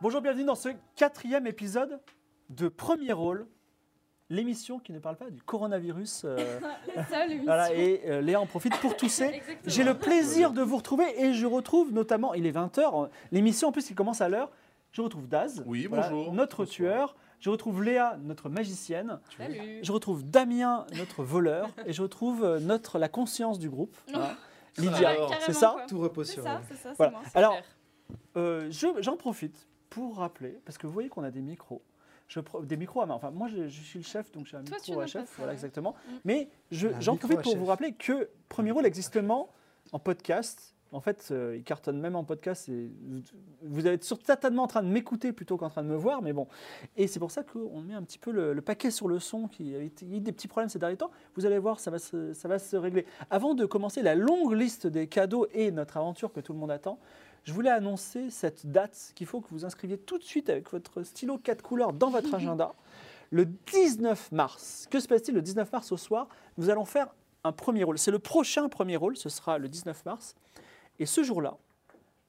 Bonjour, bienvenue dans ce quatrième épisode de Premier Rôle, l'émission qui ne parle pas du coronavirus. euh, La seule émission. voilà, et euh, Léa en profite pour tousser. Exactement. J'ai le plaisir de vous retrouver et je retrouve notamment, il est 20h, l'émission en plus qui commence à l'heure, je retrouve Daz, Oui, bonjour. notre Bonsoir. tueur, je retrouve Léa, notre magicienne, Salut. je retrouve Damien, notre voleur, et je retrouve euh, notre, la conscience du groupe, Oh. voilà, Lydia, Ouais, c'est carrément, ça quoi. Tout repose C'est sur euh, ça, elle. c'est ça, c'est Voilà. moi. Alors, clair. Euh, je- J'en profite pour rappeler, parce que vous voyez qu'on a des micros. Je pro- des micros à main. Enfin, moi, je, je suis le chef, donc j'ai un Toi, tu micro n'as à pas chef. ça, Voilà, ouais. exactement. Mm. Mais je- Un j'en micro profite à pour chef. vous rappeler que Premier Rôle existe seulement en podcast. En fait, euh, il cartonne même en podcast. et vous- vous êtes sur- certainement en train de m'écouter plutôt qu'en train de me voir, mais bon. Et c'est pour ça qu'on met un petit peu le, le paquet sur le son, qui a été- il y a eu des petits problèmes ces derniers temps. Vous allez voir, ça va, se, ça va se régler. Avant de commencer la longue liste des cadeaux et notre aventure que tout le monde attend, je voulais annoncer cette date qu'il faut que vous inscriviez tout de suite avec votre stylo 4 couleurs dans votre agenda. Le 19 mars, que se passe-t-il le 19 mars au soir Nous allons faire un premier rôle. C'est le prochain premier rôle, ce sera le 19 mars. Et ce jour-là,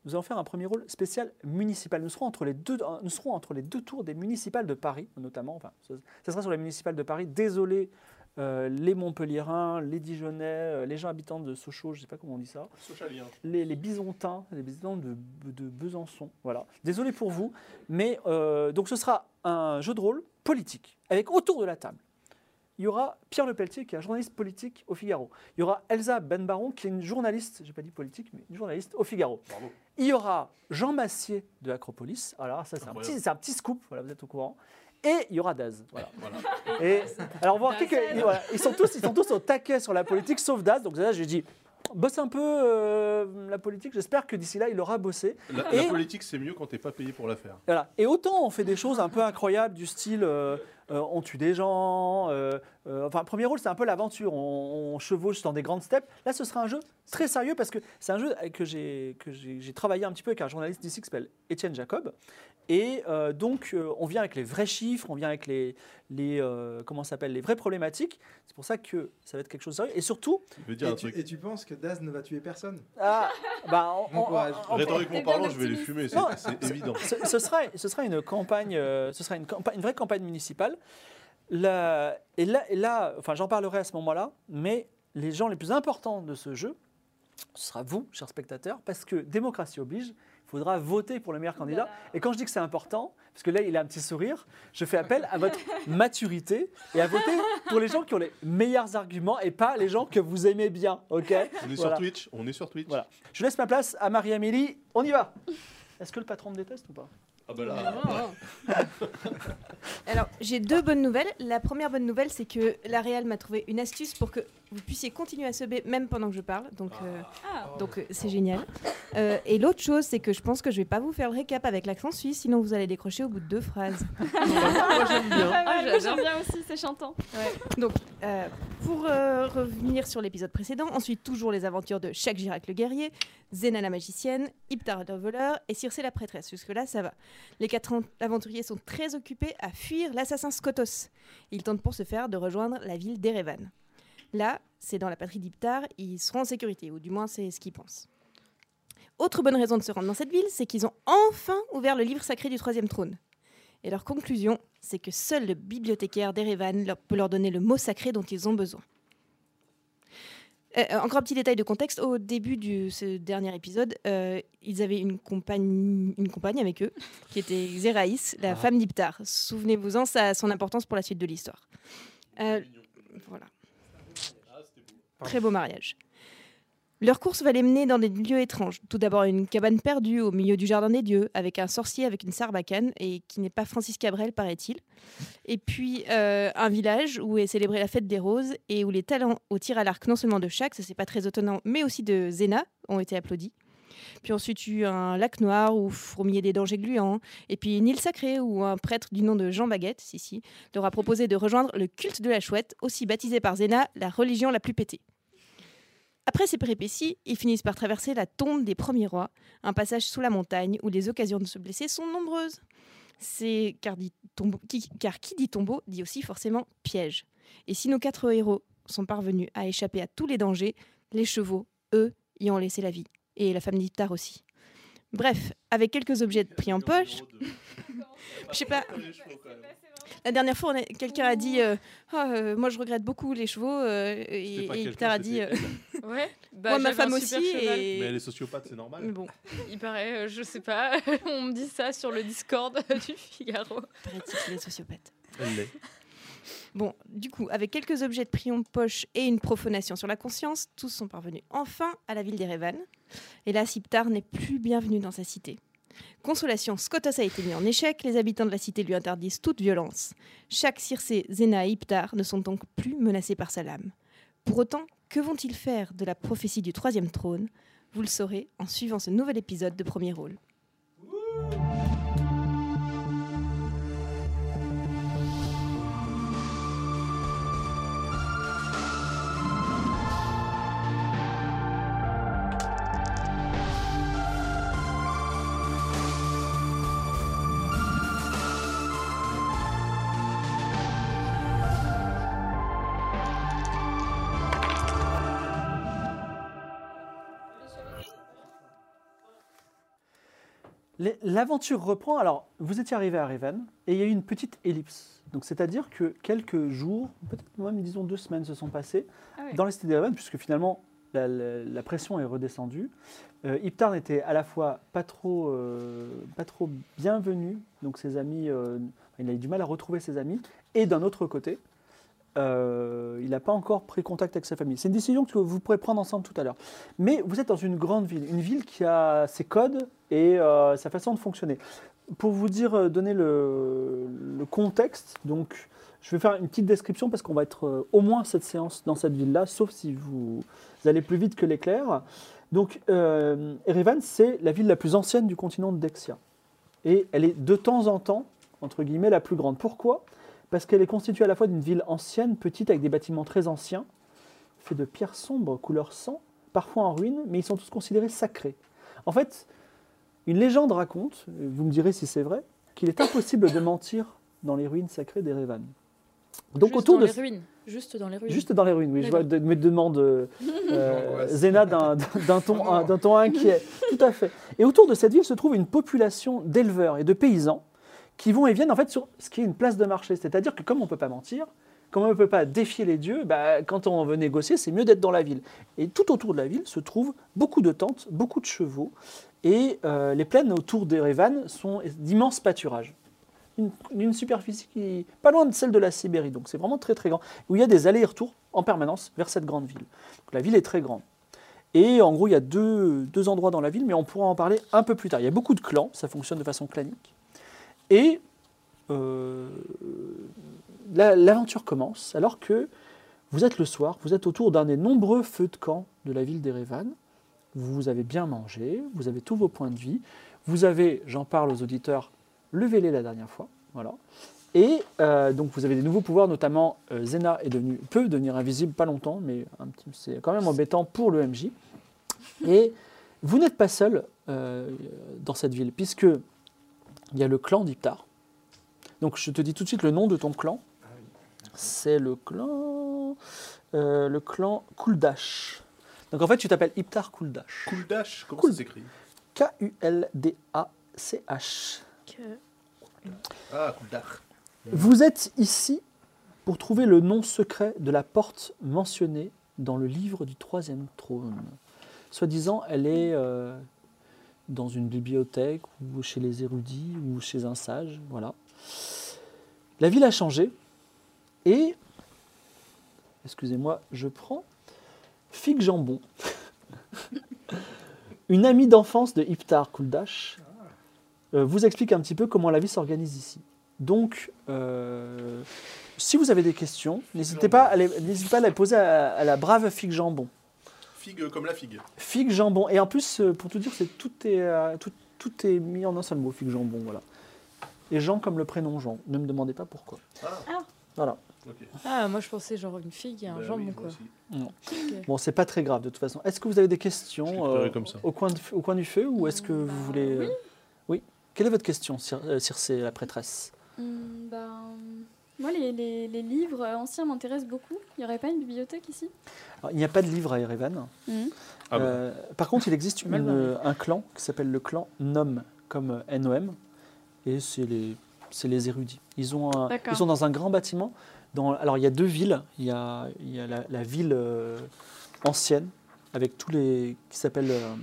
nous allons faire un premier rôle spécial municipal. Nous serons entre les deux, euh, nous serons entre les deux tours des municipales de Paris, notamment. Enfin, ce, ça sera sur les municipales de Paris. Désolé, euh, les Montpelliérains, les Dijonnais, euh, les gens habitants de Sochaux, je ne sais pas comment on dit ça Sochalien. les, les Byzantins, les Byzantins de, de Besançon. Voilà. Désolé pour vous, mais euh, donc ce sera un jeu de rôle politique avec autour de la table. Il y aura Pierre Lepelletier, qui est un journaliste politique au Figaro. Il y aura Elsa Benbaron, qui est une journaliste, j'ai pas dit politique, mais une journaliste au Figaro. Bravo. Il y aura Jean Massier de Acropolis. Alors ça, c'est un, Incroyable. petit- c'est un petit scoop, voilà, vous êtes au courant. Et il y aura Daz. Voilà. Voilà. Et, alors, vous remarquez Daz. qu'ils sont, tous- ils sont tous au taquet sur la politique, sauf Daz. Donc, là, j'ai dit, bosse un peu euh, la politique. J'espère que d'ici là, il aura bossé. La, Et- la politique, c'est mieux quand t'es pas payé pour la faire. Voilà. Et autant on fait des choses un peu incroyables, du style euh, euh, on tue des gens. euh, euh, enfin, premier rôle, c'est un peu l'aventure. On, on chevauche dans des grandes steppes. Là, ce sera un jeu très sérieux parce que c'est un jeu que j'ai que j'ai j'ai travaillé un petit peu avec un journaliste d'ici qui s'appelle Étienne Jacob. Et euh, donc, euh, on vient avec les vrais chiffres, on vient avec les, les, euh, comment ça s'appelle, les vraies problématiques. C'est pour ça que ça va être quelque chose de sérieux. Et surtout, Tu veux dire Et un tu, truc. et tu penses que Daz ne va tuer personne ah, bah, on- Bon on- courage. on- on- Rhétoriquement Quelqu'un parlant, je vais les fumer, d'optimiste. c'est Non. c'est évident. ce, ce sera, ce sera une campagne, euh, ce sera une, campa- une vraie campagne municipale. La- et là, et là, enfin, j'en parlerai à ce moment-là, mais les gens les plus importants de ce jeu, ce sera vous, chers spectateurs, parce que démocratie oblige, il faudra voter pour le meilleur candidat. Et quand je dis que c'est important, parce que là, il a un petit sourire, je fais appel à votre maturité et à voter pour les gens qui ont les meilleurs arguments et pas les gens que vous aimez bien, ok On est sur Voilà. Twitch, on est sur Twitch. Voilà. Je laisse ma place à Marie-Amélie. On y va. Est-ce que le patron me déteste ou pas Ah bah là, Alors, j'ai deux bonnes nouvelles. La première bonne nouvelle, c'est que la Real m'a trouvé une astuce pour que vous puissiez continuer à seber même pendant que je parle. Donc, euh, Ah, donc euh, c'est génial. Euh, et l'autre chose, c'est que je pense que je vais pas vous faire le récap avec l'accent suisse, sinon vous allez décrocher au bout de deux phrases. Ah, pas mal, moi, j'adore. j'aime bien aussi, c'est chantant. Donc, euh, pour euh, revenir sur l'épisode précédent, on suit toujours les aventures de Jacques Girac le guerrier, Zéna la magicienne, Iptar le voleur et Circé la prêtresse. Jusque-là, ça va. Les quatre an- aventuriers sont très occupés à fuir l'assassin Skotos. Ils tentent pour ce faire de rejoindre la ville d'Erevan. Là, c'est dans la patrie d'Iptar, ils seront en sécurité, ou du moins c'est ce qu'ils pensent. Autre bonne raison de se rendre dans cette ville, c'est qu'ils ont enfin ouvert le livre sacré du troisième trône. Et leur conclusion, c'est que seul le bibliothécaire d'Erevan leur- peut leur donner le mot sacré dont ils ont besoin. Euh, euh, encore un petit détail de contexte, au début de ce dernier épisode, euh, ils avaient une compagne, une compagne avec eux, qui était Xéraïs, la femme d'Iptar. Souvenez-vous-en, ça a son importance pour la suite de l'histoire. Euh, voilà. Très beau mariage. Leur course va les mener dans des lieux étranges. Tout d'abord une cabane perdue au milieu du jardin des dieux, avec un sorcier avec une sarbacane, et qui n'est pas Francis Cabrel, paraît-il. Et puis euh, un village où est célébrée la fête des roses et où les talents au tir à l'arc, non seulement de chaque, ça c'est pas très étonnant, mais aussi de Zéna, ont été applaudis. Puis ensuite, il y a eu un lac noir où fourmillaient des dangers gluants. Et puis une île sacrée où un prêtre du nom de Jean Baguette, si, si, leur a proposé de rejoindre le culte de la chouette, aussi baptisé par Zéna la religion la plus pétée. Après ces péripéties, ils finissent par traverser la tombe des premiers rois, un passage sous la montagne où les occasions de se blesser sont nombreuses. C'est car, dit tombeau- qui, car qui dit tombeau dit aussi forcément piège. Et si nos quatre héros sont parvenus à échapper à tous les dangers, les chevaux, eux, y ont laissé la vie, et la femme d'Iptar aussi. Bref, avec quelques objets pris en poche, je sais pas, la dernière fois, on a- quelqu'un a dit euh, Ah, euh, Moi, je regrette beaucoup les chevaux. euh, et et Ictar a dit euh, Ouais. Bah, Bah, Moi, ma femme aussi. Mais Et... Mm. elle est sociopathe, c'est Mais normal. bon, Il paraît, euh, je sais pas, on me dit ça sur le Discord du Figaro. paraît-il qu'il est sociopathe. Elle l'est. Bon, du coup, avec quelques objets de prion de poche et une profanation sur la conscience, tous sont parvenus enfin à la ville d'Erevan. Et là, Siptar n'est plus bienvenu dans sa cité. Consolation, Skotos a été mis en échec, les habitants de la cité lui interdisent toute violence. Chaque Circé, Zéna et Iptar ne sont donc plus menacés par sa lame. Pour autant, que vont-ils faire de la prophétie du troisième trône Vous le saurez en suivant ce nouvel épisode de Premier Rôle. Les- L'aventure reprend. Alors, vous étiez arrivé à Reven et il y a eu une petite ellipse. Donc, c'est-à-dire que quelques jours, peut-être même disons deux semaines se sont passées Ah ouais. dans les cités de Reven, puisque finalement la, la- la pression est redescendue. Euh, Iptar n'était à la fois pas trop, euh, pas trop bienvenu, donc ses amis, euh, il a eu du mal à retrouver ses amis, et d'un autre côté, euh, il n'a pas encore pris contact avec sa famille. C'est une décision que vous pourrez prendre ensemble tout à l'heure. Mais vous êtes dans une grande ville, une ville qui a ses codes et euh, sa façon de fonctionner. Pour vous dire, euh, donner le, le contexte, donc je vais faire une petite description parce qu'on va être euh, au moins cette séance dans cette ville-là, sauf si vous, vous allez plus vite que l'éclair. Donc euh, Erevan, c'est la ville la plus ancienne du continent de Dexia. Et elle est de temps en temps, entre guillemets, la plus grande. Pourquoi Parce qu'elle est constituée à la fois d'une ville ancienne, petite, avec des bâtiments très anciens, faits de pierres sombres, couleur sang, parfois en ruine, mais ils sont tous considérés sacrés. En fait, une légende raconte, euh, vous me direz si c'est vrai, qu'il est impossible de mentir dans les ruines sacrées des Révan. Donc Juste autour dans de les ruines. Juste dans les ruines. Juste dans les ruines, oui. Je vois de, me demande euh, euh, L'angoisse. Zéna d'un d'un ton, Oh non. d'un ton inquiet. Tout à fait. Et autour de cette ville se trouve une population d'éleveurs et de paysans qui vont et viennent en fait sur ce qui est une place de marché. C'est-à-dire que comme on ne peut pas mentir, comme on ne peut pas défier les dieux, bah, quand on veut négocier, c'est mieux d'être dans la ville. Et tout autour de la ville se trouvent beaucoup de tentes, beaucoup de chevaux, et euh, les plaines autour des Révanes sont d'immenses pâturages. Une, une superficie qui est pas loin de celle de la Sibérie, donc c'est vraiment très très grand, où il y a des allers-retours en permanence vers cette grande ville. Donc la ville est très grande. Et en gros, il y a deux, deux endroits dans la ville, mais on pourra en parler un peu plus tard. Il y a beaucoup de clans, ça fonctionne de façon clanique. Et euh, la- l'aventure commence alors que vous êtes le soir, vous êtes autour d'un des nombreux feux de camp de la ville d'Erevan. Vous avez bien mangé, vous avez tous vos points de vie. Vous avez, j'en parle aux auditeurs, le vélé la dernière fois. Voilà. Et euh, donc vous avez des nouveaux pouvoirs, notamment euh, Zena est devenue, peut devenir invisible, pas longtemps, mais un petit- c'est quand même embêtant pour le MJ. Et vous n'êtes pas seul euh, dans cette ville, puisque il y a le clan d'Iptar. Donc je te dis tout de suite le nom de ton clan. C'est le clan, euh, le clan Kuldash. Donc en fait tu t'appelles Iptar Kuldash. Cool Dash, comment Cool. ça s'écrit K-U-L-D-A-C-H. euh, Ah, Cool Dash. Vous êtes ici pour trouver le nom secret de la porte mentionnée dans le livre du troisième trône. Soi-disant, elle est euh, dans une bibliothèque ou chez les érudits ou chez un sage. Voilà. La ville a changé et, excusez-moi, je prends Fig Jambon, une amie d'enfance de Iptar Kuldash, euh, vous explique un petit peu comment la vie s'organise ici. Donc, euh, si vous avez des questions, n'hésitez pas, à les- n'hésitez pas à les poser à, à la brave Fig Jambon. Figue euh, comme la figue. Fig Jambon. Et en plus, euh, pour tout dire, c'est tout est, euh, tout, tout est mis en un seul mot, Fig Jambon, voilà. Et Jean comme le prénom Jean. Ne me demandez pas pourquoi. Ah. Ah. Voilà. Ok. Ah, moi je pensais genre une figue et un Bah jambon oui, moi quoi. aussi. Bon, c'est pas très grave de toute façon. Est-ce que vous avez des Je l'ai questions préparé euh, comme ça. au, coin de- au coin du feu ou est-ce que Bah, vous voulez. euh, oui. Quelle est votre question, Cir- euh, Circé, la prêtresse Hum, Hmm, ben, Moi, les, les- les livres euh, anciens m'intéressent beaucoup. Il n'y aurait pas une bibliothèque ici Alors, il n'y a pas de livre à Erevan. Ah bon Euh, par contre, il existe une- Mal barré. un clan qui s'appelle le clan Nom, comme euh, NOM, et c'est les, c'est les érudits. Ils, ont un- D'accord. ils sont dans un grand bâtiment. Dans, alors, il y a deux villes. Il y a, il y a la, la ville euh, ancienne, avec tous les. qui s'appelle. euh,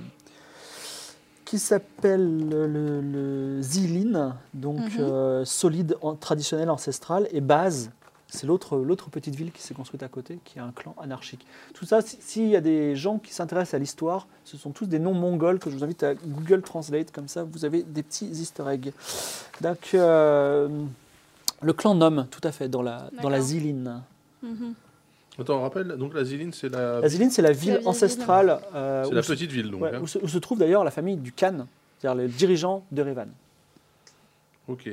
qui s'appelle le, le- le Zilin, donc Mhm. euh, solide, an- traditionnel, ancestral, et Base, c'est l'autre l'autre petite ville qui s'est construite à côté, qui est un clan anarchique. Tout ça, si- s'il y a des gens qui s'intéressent à l'histoire, ce sont tous des noms mongols que je vous invite à Google Translate, comme ça vous avez des petits easter eggs. Donc, euh, le clan nomme, tout à fait, dans la, dans la D'accord. Ziline. Mhm. Attends, on rappelle, donc la Ziline, c'est la, La Ziline, c'est la ville vieille ancestrale euh, Ah c'est où, la se, petite ville, donc. ouais, hein. où se- où se trouve d'ailleurs la famille du Khan, c'est-à-dire les dirigeants de Revan. Ok.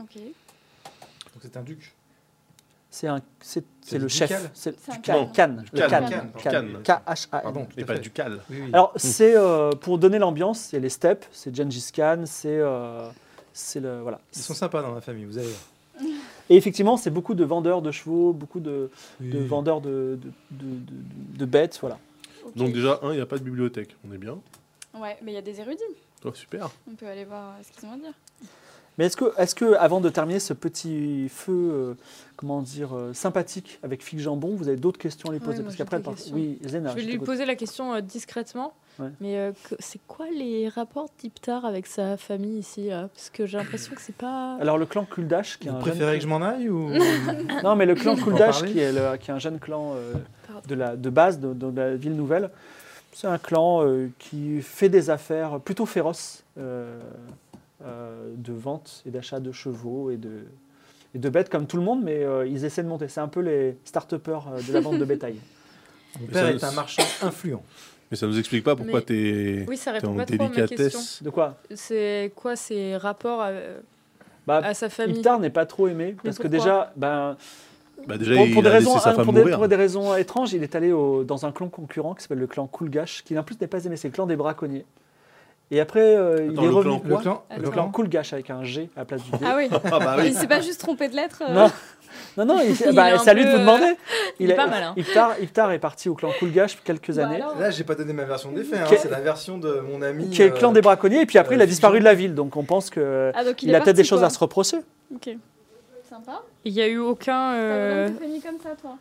Ok. Donc c'est un duc. C'est un- c'est- c'est le le ducal chef. C'est C'est un du Khan. Khan. Le Khan. Khan. Khan, Khan. pardon. K-H-A-N. Pardon, tout Et à pas fait. du cal. Oui, oui. Alors, c'est euh, pour donner l'ambiance, c'est les steppes, c'est Gengis Khan, c'est. euh, c'est le, voilà. Ils sont sympas dans la famille, vous allez. voir. Et effectivement, c'est beaucoup de vendeurs de chevaux, beaucoup de, de Oui. vendeurs de, de, de- de- de bêtes. Voilà. ok. Donc déjà, un, il n'y a pas de bibliothèque. On est bien. Ouais, mais il y a des érudits. Oh, super. On peut aller voir euh, ce qu'ils ont à dire. Mais est-ce que, est que, avant de terminer ce petit feu, euh, comment dire, euh, sympathique avec Fig Jambon, vous avez d'autres questions à lui Oui, poser moi, j'ai qu'après, des elle part- questions. Oui, Zena, Je vais je lui t'écoute. poser la question euh, discrètement. Ouais. Mais euh, que- c'est quoi les rapports d'Iptar avec sa famille ici là Parce que j'ai l'impression que c'est pas. Alors, le clan Kuldash, qui est Vous un jeune- préférez que je m'en aille ou Non, mais le clan peut en Kuldash, parler qui est, le- qui est un jeune clan euh, Pardon. de, la, de base de, de la ville nouvelle, c'est un clan euh, qui fait des affaires plutôt féroces euh, euh, de vente et d'achat de chevaux et de, et de bêtes comme tout le monde, mais euh, ils essaient de monter. C'est un peu les start-uppers euh, de la vente de bétail. Mon Mais père ça- est un marchand influent. Mais ça nous explique pas pourquoi Mais- t'es Oui, ça t'es répond en pas trop à ma question. délicatesse. De quoi C'est quoi ces rapports à, bah, à sa famille Iptar n'est pas trop aimé parce que pourquoi déjà, ben, Bah déjà, pour, il pour des a raisons, laissé sa hein, femme pour des, mourir. pour des raisons étranges, il est allé au- dans un clan concurrent qui s'appelle le clan Kulgash, qui en plus n'est pas aimé, c'est le clan des braconniers. Et après, euh, Attends, il est le revenu. clan Le clan, Attends. le clan Kulgash avec un G à la place du D. Ah oui, Ah bah oui. il s'est pas juste trompé de lettre. euh, Non, non, non, il- Il bah, est un c'est à lui de peu, vous demander. il est a- pas malin. Iftar, Iftar est parti au clan Kulgash quelques bah années, alors, Là, j'ai pas donné ma version des faits. hein. Quel- C'est la version de mon ami. qui est le euh, clan des braconniers, et puis après, euh, il a disparu de la ville, donc on pense que. Ah, donc il, Il, est a peut-être parti, des choses quoi. à se reprocher. Ok. Sympa. Il n'y a eu aucun. T'as euh, vraiment tout connu comme ça, toi.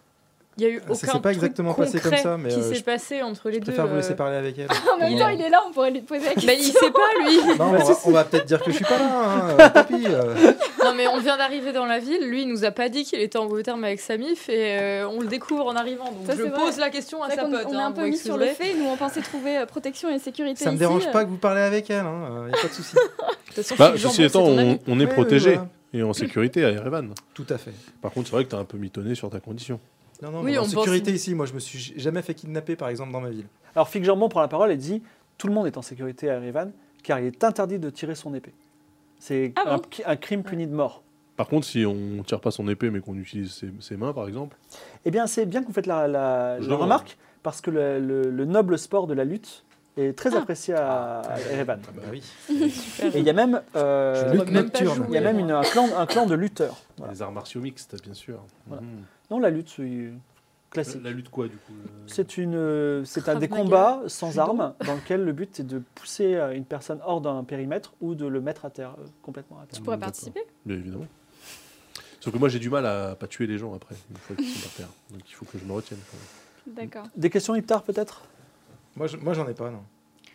Il n'y a eu Ah, ça aucun. s'est pas truc exactement passé comme concret ça, mais, Qui euh, s'est je- passé entre les Je deux. préfère vous euh, laisser parler avec elle. En même temps, il est là, on pourrait lui poser la question. Bah, il sait pas lui. Non, on va, on va peut-être dire que je suis pas là, hein, tant pis. euh. Non mais on vient d'arriver dans la ville. Lui, il nous a pas dit qu'il était en mauvais terme avec Samif et euh, on le découvre en arrivant. Donc Ça, je c'est vrai. pose la question à C'est sa vrai qu'on- pote. on est hein, un peu vous mis sur le m'excuserez. fait. Nous, on pensait trouver euh, protection et sécurité. Ça me ici, dérange euh, pas que vous parlez avec elle. Hein. Il a pas de souci. De toute façon, Bah, Philippe ceci Jambon, étant, c'est ton on, ami. on est Ouais, protégé ouais, voilà. et en sécurité à Erevan. Tout à fait. Par contre, c'est vrai que t'as un peu mitonné sur ta condition. Non, non, Oui, mais en on pense- sécurité ici, moi je me suis jamais fait kidnapper par exemple dans ma ville. Alors Fig Jambon prend la parole et dit Tout le monde est en sécurité à Erevan, car il est interdit de tirer son épée. C'est Ah un, bon un crime puni de mort. Par contre, si on tire pas son épée mais qu'on utilise ses, ses mains, par exemple, Eh bien, c'est bien que vous faites la, la- Je la demande. remarque, parce que le, le- le noble sport de la lutte est très Ah. apprécié à, à Erevan. Ah bah oui. Et il y a même, euh, Je On lutte va même pas nocturne. il y a jouer, même moi. une- un, clan, un clan de lutteurs. Voilà. les arts martiaux mixtes, bien sûr. Voilà. Mhm. Non, la lutte, c'est classique. La lutte quoi, du coup euh, C'est une, euh, c'est un Krav des Maga, combats sans judo. armes dans lequel le but est de pousser euh, une personne hors d'un périmètre ou de le mettre à terre, euh, complètement à terre. Tu pourrais D'accord. participer. Bien évidemment. Sauf que moi, j'ai du mal à pas tuer les gens après, une fois qu'ils sont par terre. Donc il faut que je me retienne. quand même. D'accord. Des questions Iptar peut-être Moi, je- moi j'en ai pas, non.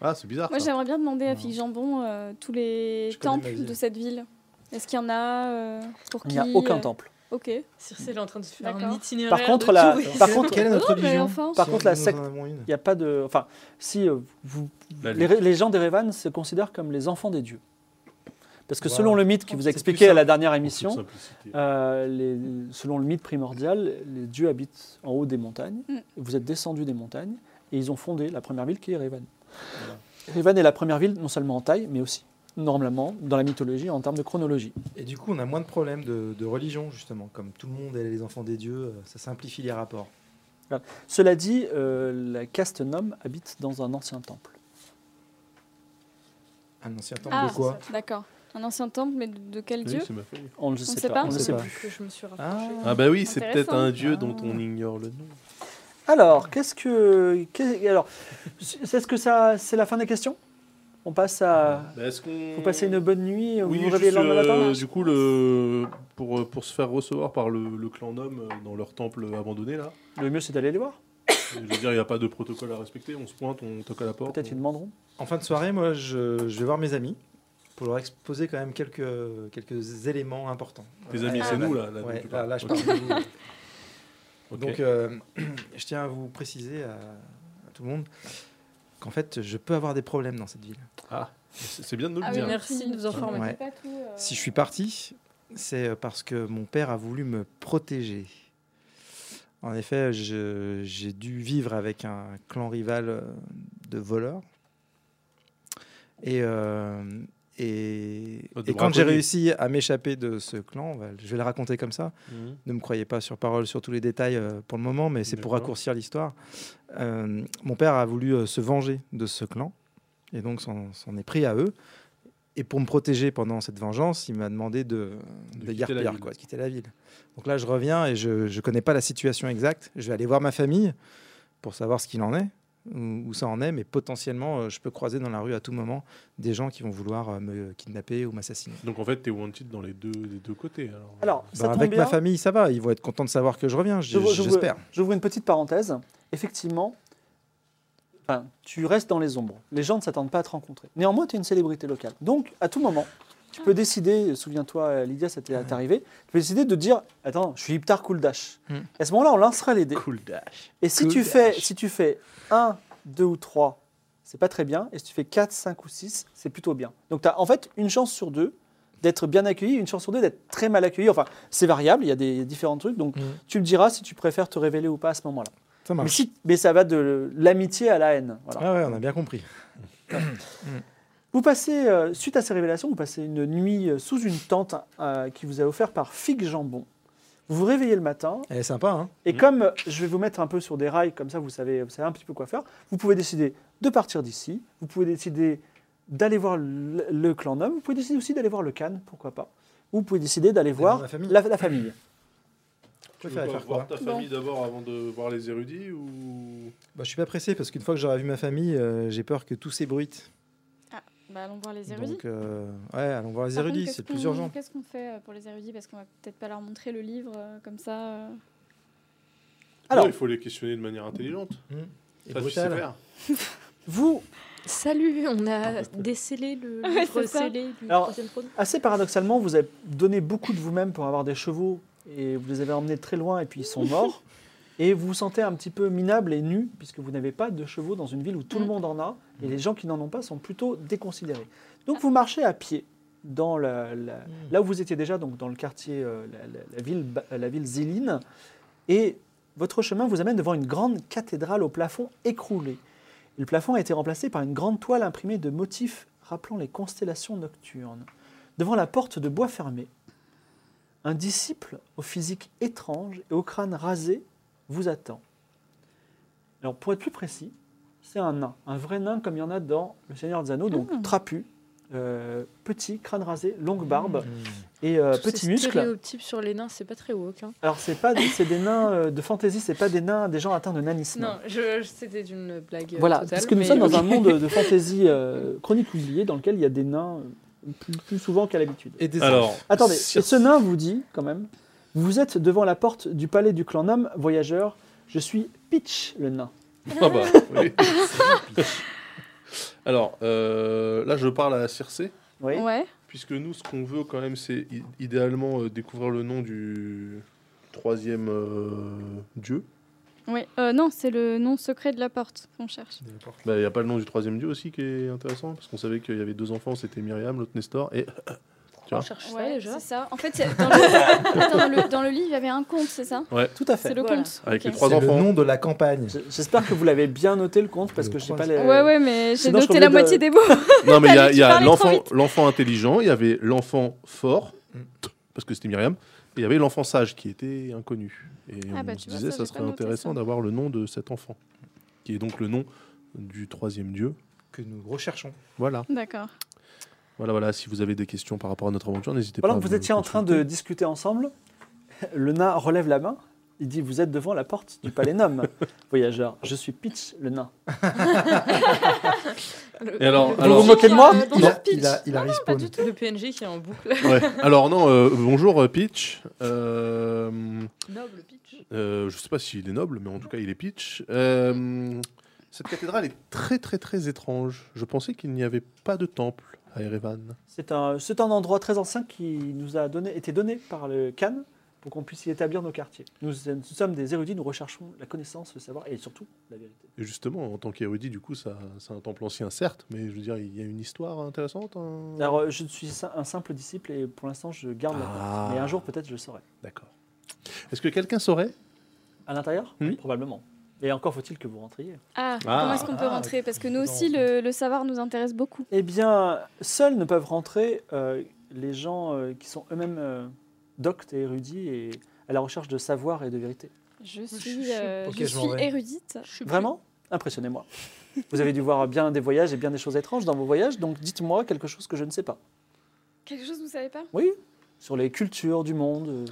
Ah, c'est bizarre. Moi, ça. j'aimerais bien demander à Non. Fig Jambon euh, tous les Je connais ma temples ville. de cette ville. Est-ce qu'il y en a euh, pour Il qui n'y a aucun euh, temple. Ok. Circe, elle est en train de se faire un D'accord. itinéraire. Par contre, de la- tourisme. par contre- quelle est notre Non, mais religion enfin, Par Oh, si contre, on- la nous en secte- avons une Il n'y a pas de. Enfin, si euh, vous, La les, les gens d'Erevan se considèrent comme les enfants des dieux. Parce que Wow. selon le Oh, mythe qui vous a C'est plus expliqué à la simple. dernière En toute émission, simplicité. euh, les- selon le mythe primordial, les dieux habitent en haut des montagnes. Mm. Vous êtes descendus des montagnes et ils ont fondé la première ville qui est Erevan. Erevan est la première ville non seulement en taille, mais aussi normalement dans la mythologie en termes de chronologie. Et du coup, on a moins de problèmes de, de religion, justement. Comme tout le monde est les enfants des dieux, euh, ça simplifie les rapports. Cela dit, euh, la caste Nom habite dans un ancien temple. Un ancien temple Ah, de quoi d'accord. Un ancien temple, mais de, de quel dieu Oui, c'est ma feuille. On ne le On sait sait pas. pas. On ne On le sait sait pas. plus. que je me suis rapprochée. Ah. Ah bah oui, c'est peut-être un Intéressant. dieu dont on ignore le nom. Alors, qu'est-ce que. qu'est- alors, c'est ce que ça. C'est la fin des questions On passe à. Bah, Est-ce qu'on... Vous passez Ah. une bonne nuit, vous Oui, vous juste, réveillez le lendemain euh, matin du coup, le... pour, pour se faire recevoir par le, le clan Nom euh, dans leur temple abandonné, là, Le mieux, c'est d'aller les voir. je veux dire, il n'y a pas de protocole à respecter, on se pointe, on toque à la porte. Peut-être on- ils demanderont. En fin de soirée, moi, je, je vais voir mes amis pour leur exposer quand même quelques, quelques éléments importants. Tes Euh, amis, à- c'est à- nous, là, là, dont Ouais, tu là, parles. là, je Ok. parle. de nous. Ok. Donc, euh, je tiens à vous préciser à, à tout le monde qu'en fait, je peux avoir des problèmes dans cette ville. C'est c'est bien de nous le Ah oui, dire. merci de nous informer. Ouais. Pas tout, euh, Si je suis parti, c'est parce que mon père a voulu me protéger. En effet, je- j'ai dû vivre avec un clan rival euh, de voleurs. Et, euh, et, Ah, de et quand j'ai braconniers. réussi à m'échapper de ce clan, on va- je vais le raconter comme ça. Mhm. Ne me croyez pas sur parole sur tous les détails euh, pour le moment, mais c'est pour D'accord. raccourcir l'histoire. Euh, mon père a voulu euh, se venger de ce clan et donc s'en s'en est pris à eux. Et pour me protéger pendant cette vengeance, il m'a demandé de, De quitter de, la guerre-pire, ville. quoi, de quitter la ville. Donc là, je reviens et je ne connais pas la situation exacte. Je vais aller voir ma famille pour savoir ce qu'il en est, où, où ça en est, mais potentiellement, euh, je peux croiser dans la rue à tout moment des gens qui vont vouloir euh, me kidnapper ou m'assassiner. Donc en fait, t'es wanted dans les deux, les deux côtés. Alors, Alors, ça Bah, tombe avec bien. ma famille, ça va. Ils vont être contents de savoir que je reviens, j- Je vois- je vois- j'espère. J'ouvre une petite parenthèse. Effectivement, enfin, tu restes dans les ombres. Les gens ne s'attendent pas à te rencontrer. Néanmoins, tu es une célébrité locale. Donc, à tout moment, tu peux décider, souviens-toi, euh, Lydia, ça t'est arrivé, tu peux décider de dire Attends, je suis Iptar Kuldash. Hmm. À ce moment-là, on lancera les dés. cool dash. Et si tu, Kuldash. fais, si tu fais 1, 2 ou 3, c'est pas très bien. Et si tu fais 4, 5 ou 6, c'est plutôt bien. Donc, tu as en fait une chance sur deux d'être bien accueilli, une chance sur deux d'être très mal accueilli. Enfin, c'est variable, il y a des différents trucs. Donc, Mm. tu me diras si tu préfères te révéler ou pas à ce moment-là. Ça Mais, marche. si- mais ça va de l'amitié à la haine. voilà. Ah ouais, on a bien compris. Vous passez, euh, suite à ces révélations, vous passez une nuit euh, sous une tente euh, qui vous est offerte par Fig Jambon. Vous vous réveillez le matin, Elle est sympa, hein et Mhm. comme euh, je vais vous mettre un peu sur des rails, comme ça vous savez, vous savez un petit peu quoi faire, vous pouvez décider de partir d'ici, vous pouvez décider d'aller voir le, le clan homme, vous pouvez décider aussi d'aller voir le Cannes, pourquoi pas. Ou Vous pouvez décider d'aller voir voir la famille. la, la famille. Je préfère faire quoi voir ta Bon. famille d'abord avant de voir les érudits ou... bah, Je suis pas pressé parce qu'une fois que j'aurai vu ma famille, euh, j'ai peur que tout s'ébruite. Bah, allons voir les érudits. Donc, euh, ouais, allons voir les Par contre, érudits, qu'est-ce c'est le plus qu'on- urgent. Qu'est-ce qu'on fait euh, pour les érudits Parce qu'on va peut-être pas leur montrer le livre euh, comme ça. euh. Alors- Non, il faut les questionner de manière intelligente. Et Ça, tu sais brutal. faire. Vous, Salut, on Ah, a décelé le Ouais, livre c'est ça. scellé du bah, Alors- troisième trône. Assez paradoxalement, vous avez donné beaucoup de vous-même pour avoir des chevaux et vous les avez emmenés très loin et puis ils sont morts. et vous vous sentez un petit peu minable et nu puisque vous n'avez pas de chevaux dans une ville où tout le Mm. monde en a et les gens qui n'en ont pas sont plutôt déconsidérés. Donc vous marchez à pied dans la- la- là où vous étiez déjà, donc dans le quartier, euh, la, la- la ville, ba- la ville Zéline. Et votre chemin vous amène devant une grande cathédrale au plafond écroulé. Le plafond a été remplacé par une grande toile imprimée de motifs rappelant les constellations nocturnes. Devant la porte de bois fermé, un disciple au physique étrange et au crâne rasé vous attend. Alors pour être plus précis, c'est un nain, un vrai nain comme il y en a dans Le Seigneur des Anneaux, donc Ah. trapu, euh, petit, crâne rasé, longue barbe, Mmh. et euh, Tous ces petits muscles. stéréotypes sur les nains, c'est pas très woke. hein. Alors c'est pas, c'est des nains euh, de fantasy, c'est pas des nains, des gens atteints de nanisme. euh, Non, je, je- c'était une blague. euh, voilà, totale, parce que nous mais- sommes dans un monde de fantasy euh, chronique oubliée dans lequel il y a des nains euh, plus, plus souvent qu'à l'habitude. Et des Alors, Attendez, sur- et ce nain vous dit quand même, vous êtes devant la porte du palais du clan Nam, voyageur. Je suis Pitch, le nain. Ah bah, oui. Alors, euh, là, je parle à Circé. Oui. Ouais. Puisque nous, ce qu'on veut quand même, c'est i- idéalement euh, découvrir le nom du troisième euh, dieu. Ouais. Euh, non, c'est le nom secret de la porte qu'on cherche. Bah, Il n'y a pas le nom du troisième dieu aussi qui est intéressant, parce qu'on savait qu'il y avait deux enfants, c'était Myriam, l'autre Nestor, et Pourquoi on cherche ça Ouais, déjà c'est ça. En fait, c'est- dans le, Attends, dans le- dans le livre, il y avait un conte, c'est ça Tout à C'est fait. le Voilà. conte. avec Ok. les C'est trois le enfants. nom de la campagne. J- J'espère que vous l'avez bien noté le compte parce Le que j'ai pas croise. les. Ouais, ouais, mais j'ai sinon, je noté reviens la de- moitié des mots. Non, mais il y T'as a, vu, il y tu a parlais trop l'enfant vite. l'enfant intelligent, il y avait l'enfant fort, Mm. parce que c'était Myriam, et il y avait l'enfant sage qui était inconnu. Et Ah on bah, se tu vois, disait, ça, ça j'ai pas serait noté intéressant ça. d'avoir le nom de cet enfant, qui est donc le nom du troisième dieu. Que nous recherchons. Voilà. D'accord. Voilà, voilà, si vous avez des questions par rapport à notre aventure, n'hésitez Pendant pas. que à vous me étiez en train de consulter. discuter ensemble, le nain relève la main. Il dit Vous êtes devant la porte du palais Nome, voyageur. Je suis Pitch, le nain. Et alors- alors- le PNJ Vous vous moquez de moi qui est, euh, dans Il leur a, pitch. il a, il a Pas respawn. du tout. Le PNJ qui est en boucle. Ouais. Alors non, euh, bonjour euh, Peach. Euh, Noble pitch. Euh, je sais pas s'il est noble, mais en tout cas, il est pitch. Euh, cette cathédrale est très, très, très étrange. Je pensais qu'il n'y avait pas de temple à Erevan. C'est un, c'est un endroit très ancien qui nous a donné, été donné par le Khan pour qu'on puisse y établir nos quartiers. Nous, nous sommes des érudits, nous recherchons la connaissance, le savoir et surtout la vérité. Et justement, en tant qu'érudit, du coup, ça, c'est un temple ancien, certes, mais je veux dire, il y a une histoire intéressante. hein Alors, euh, je suis si- un simple disciple et pour l'instant, je garde la Ah. tête. Mais un jour, peut-être, je le saurai. D'accord. Est-ce que quelqu'un saurait À l'intérieur Oui. Probablement. Et encore faut-il que vous rentriez. Ah, Ah. comment est-ce qu'on peut Ah, rentrer Parce que nous non. aussi, le, le savoir nous intéresse beaucoup. Eh bien, seuls ne peuvent rentrer euh, les gens euh, qui sont eux-mêmes euh, doctes et érudits et à la recherche de savoir et de vérité. Je suis suis, chaud. euh, Ok, je je m'en suis vais. érudite. Mhm. Vraiment Impressionnez-moi. Vous avez dû voir bien des voyages et bien des choses étranges dans vos voyages, donc dites-moi quelque chose que je ne sais pas. Quelque chose que vous savez pas Oui Sur les cultures du monde. euh.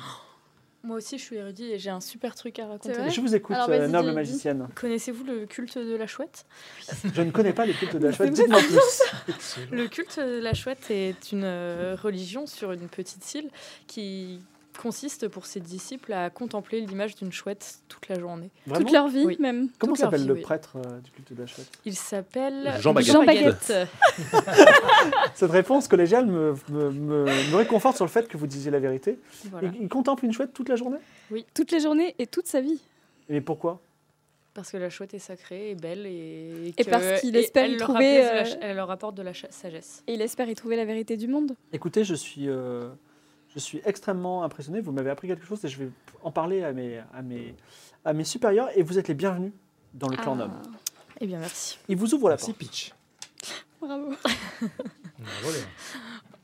Moi aussi, je suis érudit et j'ai un super truc à raconter. C'est vrai Je vous écoute, Alors, euh, vas-y, noble dis- magicienne. Connaissez-vous le culte de la chouette Je ne connais pas les cultes de la C'est chouette, dites-moi vrai, plus. Le culte de la chouette est une euh, religion sur une petite île qui consiste pour ses disciples à contempler l'image d'une chouette toute la journée. Vraiment Toute leur vie, Oui. même. Comment toute leur s'appelle vie, le oui. prêtre euh, du culte de la chouette Il s'appelle Jean Baguette. Jean Baguette. Cette réponse collégiale me, me, me- me réconforte sur le fait que vous disiez la vérité. Voilà. Il, il contemple une chouette toute la journée Toute les journées et toute sa vie. Mais pourquoi Parce que la chouette est sacrée et belle et, Et que- parce qu'il espère elle y leur trouver, rappelle de la euh, ch- elle leur apporte de la cha- sagesse. Et il espère y trouver la vérité du monde. Écoutez, je suis, euh, je suis extrêmement impressionné. Vous m'avez appris quelque chose et je vais en parler à mes, à mes, à mes supérieurs. Et vous êtes les bienvenus dans le Ah. clan Nome. Eh bien, merci. Il vous ouvre la Merci, porte. Peach. Bravo. Bravo, Léa.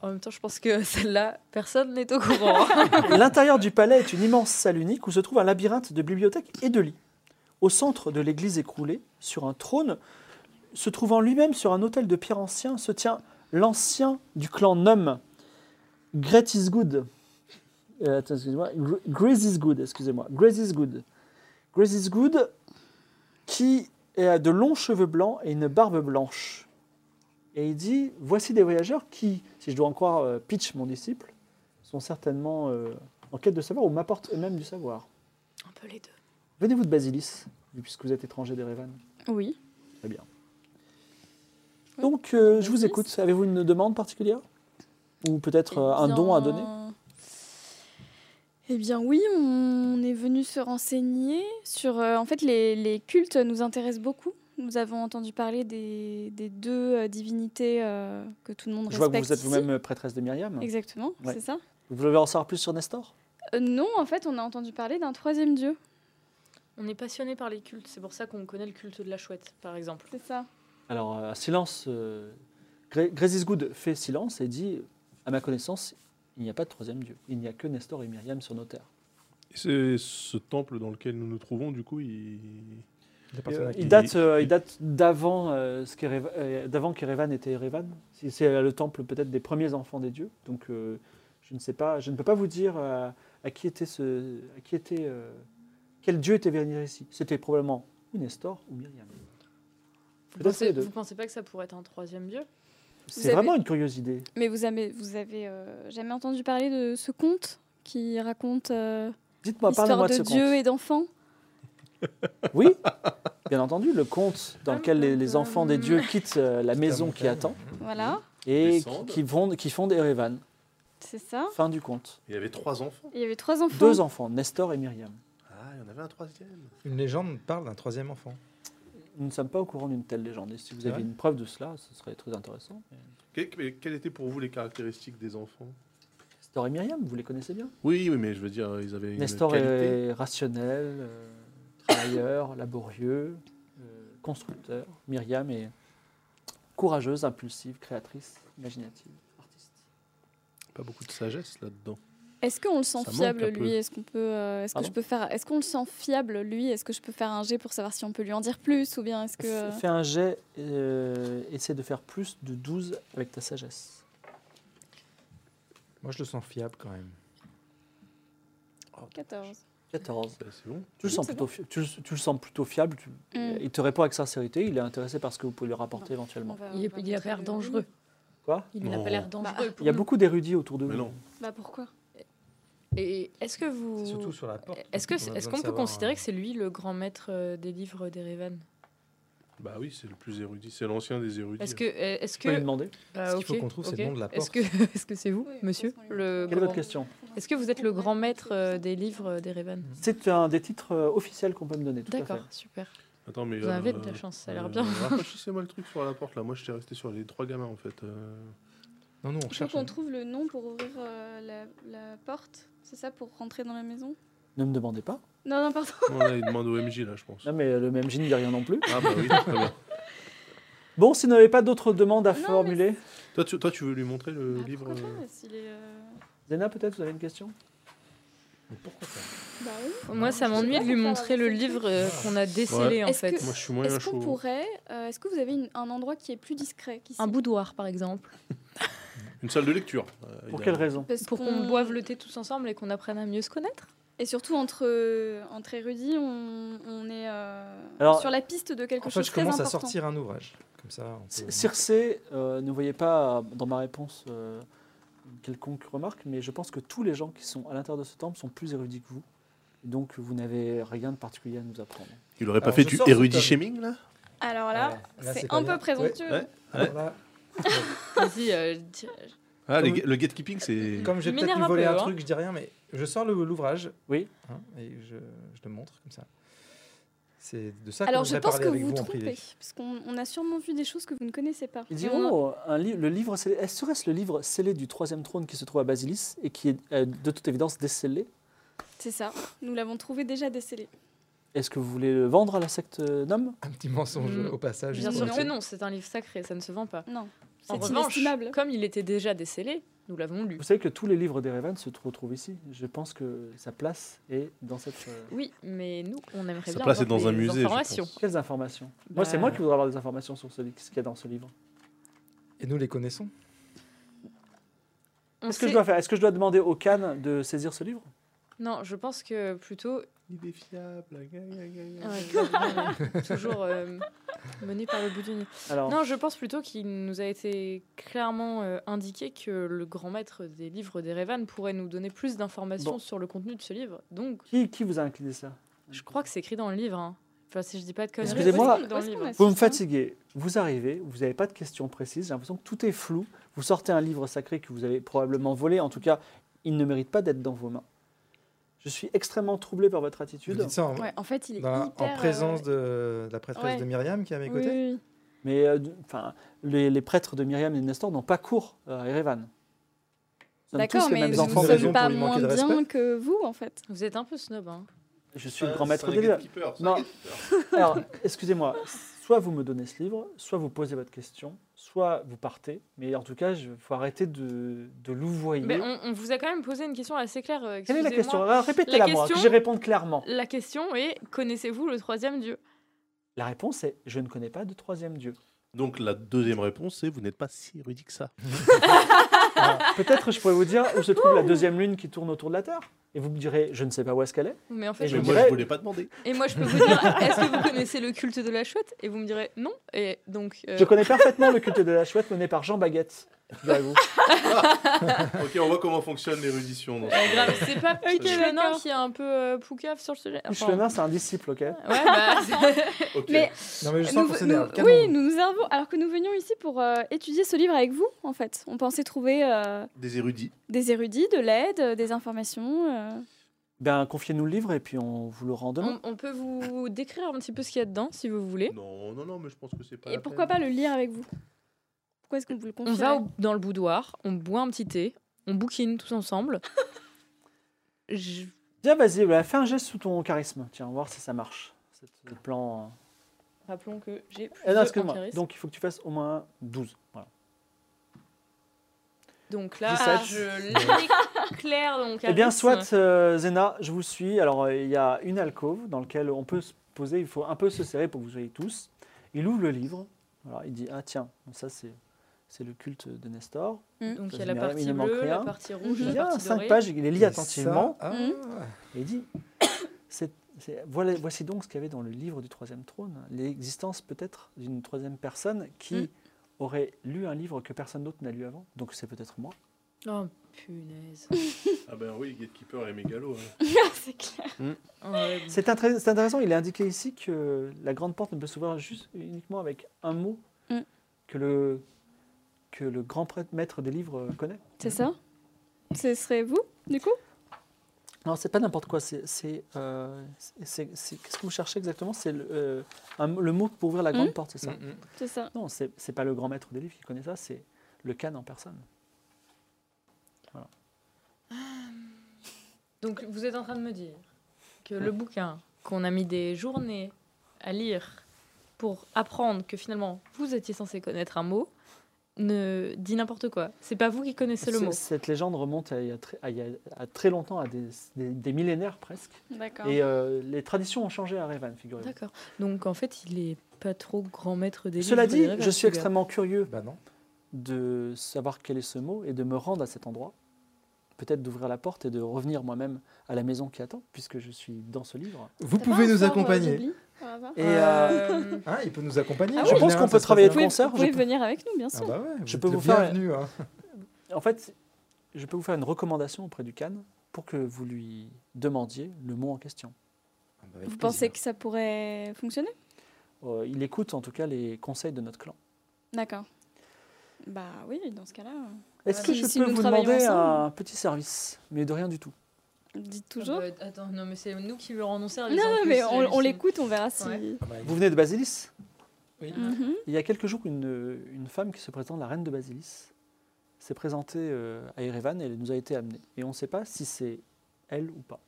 En même temps, je pense que celle-là, personne n'est au courant. L'intérieur du palais est une immense salle unique où se trouve un labyrinthe de bibliothèques et de lits. Au centre de l'église écroulée, sur un trône, se trouvant lui-même sur un autel de pierre ancien, se tient l'ancien du clan Nome, Great is Good. Euh, attends, excusez-moi. Gr- Grace is Good, excusez-moi. Grace is Good. Grace is Good, qui a de longs cheveux blancs et une barbe blanche. Et il dit Voici des voyageurs qui, si je dois en croire euh, Pitch, mon disciple, sont certainement euh, en quête de savoir ou m'apportent eux-mêmes du savoir. Un peu les deux. Venez-vous de Basilis, puisque vous êtes étranger d'Erevan Oui. Très bien. Donc, euh, je vous Basilis. écoute. Avez-vous une demande particulière Ou peut-être euh, un don à donner Eh bien oui, on est venu se renseigner sur... euh, en fait, les, les cultes nous intéressent beaucoup. Nous avons entendu parler des, des deux euh, divinités euh, que tout le monde Je vois respecte que vous êtes ici. vous-même euh, prêtresse de Myriam. Exactement, Ouais. c'est ça. Vous voulez en savoir plus sur Nestor Euh, non, en fait, on a entendu parler d'un troisième dieu. On est passionné par les cultes, c'est pour ça qu'on connaît le culte de la chouette, par exemple. C'est ça. Alors, euh, silence. euh, Gre- Grace is Good fait silence et dit À ma connaissance, il n'y a pas de troisième dieu. Il n'y a que Nestor et Myriam sur nos terres. Et c'est ce temple dans lequel nous nous trouvons, du coup, il... La personne à qui- Il date, euh, il date d'avant euh, ce qu'Erev- euh, d'avant qu'Erevan était Erevan. C'est- C'est euh, le temple peut-être des premiers enfants des dieux. Donc euh, je ne sais pas, je ne peux pas vous dire euh, à qui était ce, à qui était euh, quel dieu était vénéré ici. C'était probablement ou Nestor ou Myriam. Peut-être Vous les pensez, deux. vous pensez pas que ça pourrait être un troisième dieu C'est avez- vraiment une curieuse idée. Mais vous avez, vous avez euh, jamais entendu parler de ce conte qui raconte euh, Dites-moi, l'histoire Bah, parlez-moi de, de, ce Dieu conte. et d'enfants Oui, bien entendu, le conte Ah dans lequel les, les enfants des dieux quittent euh, la maison qui montagne. attend Mhm. Voilà, et qui, Descendent. qui fondent, qui fondent Erevan. c'est ça. Fin du conte. Il y avait trois enfants. Il y avait trois enfants. Deux enfants, Nestor et Myriam. Ah, il y en avait un troisième. Une légende parle d'un troisième enfant. Nous ne sommes pas au courant d'une telle légende. Et si vous C'est avez vrai une preuve de cela, ce serait très intéressant. Que- que- Quelles étaient pour vous les caractéristiques des enfants Nestor et Myriam, vous les connaissez bien. Oui, oui, mais je veux dire, ils avaient une Nestor qualité. est rationnel, euh, travailleur, laborieux, euh, constructeur. Myriam est courageuse, impulsive, créatrice, imaginative, artiste. Pas beaucoup de sagesse là-dedans. Est-ce qu'on le sent Ça manque fiable un peu. lui Est-ce qu'on peut euh, Est-ce que Pardon je peux faire Est-ce qu'on le sent fiable lui Est-ce que je peux faire un jet pour savoir si on peut lui en dire plus ou bien est-ce que euh, euh, F- Fais un jet, euh, essaie de faire plus de 12 avec ta sagesse. Moi, je le sens fiable quand même. 14. 14. Bah, c'est bon. Tu le, sens c'est plutôt fi- tu, le- tu le sens plutôt fiable, tu- Mm. il te répond avec sincérité, il est intéressé par ce que vous pouvez lui rapporter éventuellement. Il, est- il a l'air dangereux. Quoi Il n'a Non. pas l'air dangereux. Il pour y a nous. beaucoup d'érudits autour de Mais vous. non. Bah pourquoi Et est-ce que vous. C'est surtout sur la porte. Est-ce que qu'on est-ce a besoin qu'on de peut savoir, considérer euh, que c'est lui le grand maître euh, des livres d'Erevan Bah oui, c'est le plus érudit, c'est l'ancien des érudits. Est-ce que euh, est-ce Tu peux lui que demander. Ah, Ce qu'il faut ok, qu'on trouve, c'est ok. le nom de la Est-ce porte. que est-ce que c'est vous, Oui, monsieur parce qu'on est- le Quelle est grand- votre question Est-ce que vous êtes le grand maître euh, des livres euh, d'Erevan C'est un des titres euh, officiels qu'on peut me donner. tout à D'accord, super. Attends, mais. euh, Vous avez de euh, la chance, ça a l'air bien. Rafraîchissez-moi le truc sur la porte là. Moi, j'étais resté sur les trois gamins en fait. Euh, Non, non, on hein. Il faut cherche. qu'on trouve le nom pour ouvrir euh, la, la porte, c'est ça, pour rentrer dans la maison fait. Ne me demandez pas. Non, non, pardon. non, là, il demande au MJ là, je pense. Non, mais euh, le même jean ne dit rien non plus. Ah bah oui, très bien. Bon, si vous n'avez pas d'autres demandes à Non, mais formuler, Toi tu, toi, tu veux lui montrer le Bah, livre pourquoi euh, pas s'il est, euh, Zena, peut-être vous avez une question Mais pourquoi pas bah oui. Moi, ça m'ennuie de lui montrer le livre euh, qu'on a décelé en Est-ce fait. que- Moi, je suis moyen Est-ce qu'on chaud. pourrait. euh, Est-ce que vous avez une- un endroit qui est plus discret qu'ici Un boudoir, par exemple, Une salle de lecture. euh, Pour il a- quelle raison Parce pour qu'on boive le thé tous ensemble et qu'on apprenne à mieux se connaître. Et surtout, entre, entre érudits, on, on est euh, Alors- sur la piste de quelque En fait, chose de je très commence important. à sortir un ouvrage. Comme ça, on peut... C- Circé, euh, ne voyez pas euh, dans ma réponse euh, une quelconque remarque, mais je pense que tous les gens qui sont à l'intérieur de ce temple sont plus érudits que vous. Donc, vous n'avez rien de particulier à nous apprendre. Il aurait pas Alors, fait je du sors ce érudit tome. shaming là Alors là, Ouais, là, c'est c'est pas un bien. peu présomptueux. Ouais, Alors là, Vas-y, euh, dis- Ah, Comme- les ga- le gatekeeping, c'est. Comme j'ai Il peut-être m'énerve lui un volé peu, un hein. truc, je dis rien, mais je sors le- l'ouvrage. Oui. hein, et je, je le montre comme ça. C'est de ça Alors qu'on je devrait pense parler que avec vous vous en privé. trompez, parce qu'on on a sûrement vu des choses que vous ne connaissez pas. Il Et dit on- Oh, un li- le livre scellé. Est-ce serait-ce le livre scellé du troisième trône qui se trouve à Basilis et qui est euh, de toute évidence décellé C'est ça, nous l'avons trouvé déjà décelé. Est-ce que vous voulez le vendre à la secte euh, Nom Un petit mensonge Mm. au passage. bien juste sûr pour que la- non, c'est un livre sacré, ça ne se vend pas. Non, En c'est revanche, inestimable. comme il était déjà décelé, nous l'avons lu. Vous savez que tous les livres d'Erevan se retrouvent ici. Je pense que sa place est dans cette. euh, Oui, mais nous, on aimerait Sa bien place avoir est dans un des musée, je informations. pense. Quelles informations Moi, c'est Bah- moi qui voudrais avoir des informations sur ce, li- ce qu'il y a dans ce livre. Et nous les connaissons. On Qu'est-ce que sait- je dois faire Est-ce que je dois demander au Khan de saisir ce livre Non, je pense que plutôt, Ah Il est fiable. gagne, gagne, gagne. toujours euh, mené par le bout du nez. Alors, Non, je pense plutôt qu'il nous a été clairement euh, indiqué que le grand maître des livres d'Erevan pourrait nous donner plus d'informations Bon. sur le contenu de ce livre. Donc, qui, qui vous a incliné ça je crois que c'est écrit dans le livre. hein. Enfin, si je dis pas de conneries. Excusez-moi. c'est écrit dans le livre. Vous me fatiguez. Vous arrivez, vous n'avez pas de questions précises. J'ai l'impression que tout est flou. Vous sortez un livre sacré que vous avez probablement volé. En tout cas, il ne mérite pas d'être dans vos mains. Je suis extrêmement troublé par votre Tu attitude. dis ça en, Ouais, en fait, il est dans- en hyper, euh, présence de, de la prêtresse Ouais. de Myriam qui est à mes oui, côtés. oui, oui. Mais euh, d- enfin, les, les prêtres de Myriam et de Nestor n'ont pas cours euh, à Erevan. Nous sommes D'accord, tous les mais mêmes nous enfants. ne Raison pour sommes pas lui manquer moins de bien respect. que vous, en fait. Vous êtes un peu snob. hein. Je suis le Ah, grand c'est maître un des livres. gatekeeper, c'est un Non. gatekeeper. Alors, excusez-moi, soit vous me donnez ce livre, soit vous posez votre question, soit vous partez, mais en tout cas, il faut arrêter de, de louvoyer. Mais on, on vous a quand même posé une question assez claire. euh, Mm-hmm. Quelle est la excusez-moi. question Alors, Répétez-la La moi, que question- j'y réponde clairement. La question est connaissez-vous le troisième dieu La réponse est je ne connais pas de troisième dieu. Donc la deuxième réponse, c'est vous n'êtes pas si érudit que ça. Alors, Peut-être je pourrais vous dire où se trouve la deuxième lune qui tourne autour de la Terre, et vous me direz je ne sais pas où est-ce qu'elle est. Mais en fait, Et je le Mais mot- me moi, dirais- je voulais pas demander. Et moi, je peux vous dire, est-ce que vous connaissez le culte de la chouette Et vous me direz non. Et donc, euh, Je connais parfaitement le culte de la chouette mené par Jean Baguette. figurez-vous. ok, on voit comment fonctionne l'érudition. dans ce euh, cas-là. grave, c'est pas Schlenin d'accord. qui est un peu euh, poucave sur le sujet. Enfin, Schlenin, c'est un disciple, ok Ouais, bah, c'est- Ok. Mais Non mais je Nous- sens qu'on s'énerve. nous- Calmons. oui, nous nous avons, alors que nous venions ici pour euh, étudier ce livre avec vous, en fait. On pensait trouver euh, Des érudits. des érudits, de l'aide, euh, des informations. euh. Ben, confiez-nous le livre et puis on vous le rend demain. on, on peut vous décrire un petit peu ce qu'il y a dedans, si vous voulez. Non, non, non, mais je pense que c'est pas. Et pourquoi pas le lire avec vous Pourquoi est-ce qu'on vous le confie On va au- dans le boudoir, on boit un petit thé, on bouquine tous ensemble. Je- Bien, vas-y, bah, fais un geste sous ton charisme. Tiens, on va voir si ça marche. C'est le plan. euh, Rappelons que j'ai plus Eh non, de excuse-moi. charisme. Donc il faut que tu fasses au moins 12. Voilà. Donc là, 17. je l'éclaire donc. Eh bien, soit, euh, Zena, je vous suis. Alors, euh, il y a une alcôve dans laquelle on peut se poser. Il faut un peu se serrer pour que vous soyez tous. Il ouvre le livre. Voilà, il dit Ah, tiens, ça c'est c'est le culte de Nestor. Donc il y a Il la ne manque partie bleue, rien. la partie rouge, Il y la a partie cinq dorée. pages, il les lit Et attentivement ça, ah, Mm. et il dit C'est- c'est- voilà, Voici donc ce qu'il y avait dans le livre du Troisième Trône l'existence peut-être d'une troisième personne qui Mm. aurait lu un livre que personne d'autre n'a lu avant. Donc c'est peut-être moi. Oh punaise. Ah ben oui, Gatekeeper et Mégalo. hein. c'est clair. Ah ouais, bon. C'est intré- c'est intéressant, il est indiqué ici que la grande porte ne peut s'ouvrir juste uniquement avec un mot Mm. que le que le grand prêtre maître des livres connaît. C'est ça Ce serait vous, du coup Non, c'est pas n'importe quoi. C'est c'est euh, c'est- c'est- qu'est-ce que vous cherchez exactement C'est le, euh, un- le mot pour ouvrir la grande Mm. porte, c'est ça mm, mm. C'est ça. Non, c'est c'est pas le grand maître des livres qui connaît ça, c'est le Khan en personne. Donc vous êtes en train de me dire que le bouquin qu'on a mis des journées à lire pour apprendre que finalement vous étiez censé connaître un mot ne dit n'importe quoi. C'est pas vous qui connaissez le C'est- mot. Cette légende remonte à il y a très, à il y a- à très longtemps, à des, des- des millénaires presque. D'accord. Et euh, les traditions ont changé à Revan, figurez-vous. Ah. D'accord. Donc en fait, il est pas trop grand maître des livres. Cela dit, des rêves, je ce suis gars. extrêmement curieux Bah non. de savoir quel est ce mot et de me rendre à cet endroit. Peut-être d'ouvrir la porte et de revenir moi-même à la maison qui attend, puisque je suis dans ce livre. Vous pouvez euh, nous accompagner. Et euh, Euh, Hein, il peut nous accompagner. Ah en oui. je pense général, qu'on ça peut se travailler passe de bien. concert. Vous pouvez je peux- venir avec nous, bien sûr. Ah bah ouais, Je vous peux êtes vous le faire- bienvenu, hein. En fait, je peux vous faire une recommandation auprès du Khan pour que vous lui demandiez le mot en question. Ah bah avec plaisir. Vous pensez que ça pourrait fonctionner Euh, il écoute en tout cas les conseils de notre clan. D'accord. Bah oui, dans ce cas-là, euh, Est-ce Ouais. que Si- je si peux nous vous travaillons demander ensemble. un petit service Mais de rien du tout. dites toujours. bah, attends, non mais c'est nous qui lui rendons service. non, en plus, mais on, on j'hallucine. l'écoute, on verra si. Ouais. Ah bah, Vous venez de Basilis oui. Mhm. Il y a quelques jours, une, une femme qui se présente, la reine de Basilis, s'est présentée euh, à Erevan et elle nous a été amenée. Et on ne sait pas si c'est elle ou pas.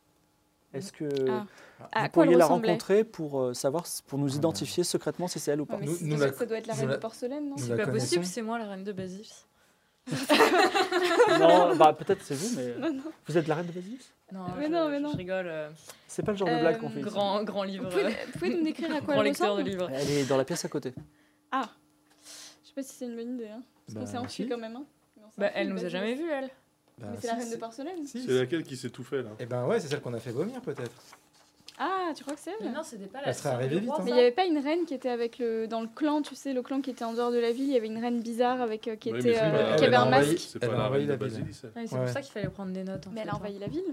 Est-ce que Ah. vous À quoi pourriez elle la ressemblait rencontrer pour euh, savoir, s- pour nous Ah, identifier secrètement si c'est elle ou Ouais, pas mais Nous- c'est- nous ça- la- ça doit être la nous reine la- de porcelaine, non nous C'est la pas connaissons. possible, c'est moi la reine de Basile. Non, bah, peut-être c'est vous, mais vous êtes la reine de Basilis Non, Mais je- non, mais je- non. Je rigole. euh, C'est pas le genre de Euh, blague qu'on fait. ici. Grand, grand Vous livre. euh, pouvez, vous pouvez nous décrire à quoi grand elle lecteur de ressemble livres. Elle est dans la pièce à côté. Ah, je sais pas si c'est une bonne idée. Hein. Parce qu'on Bah, s'est enfuis si. quand même. Hein. Mais on s'est Bah, enfuis elle de nous a Basile. jamais vus, elle. Bah, Mais c'est si, la reine de si. porcelaine. Si, C'est laquelle qui s'est tout fait là Eh ben ouais, c'est celle qu'on a fait vomir peut-être. Ah, tu crois que c'est elle non, c'était pas la Elle serait sœur arrivée du vite, roi, hein. Mais il n'y avait pas une reine qui était avec le dans le clan, tu sais, le clan qui était en dehors de la ville. Il y avait une reine bizarre avec euh, qui Oui, mais était c'est euh, pas- qui elle avait a un envahi- masque. C'est Elle pas a la envahi reine de la ville. Basilis. elle. c'est Ouais. pour ça qu'il fallait prendre des notes. En Mais elle fait, a hein. envahi la ville.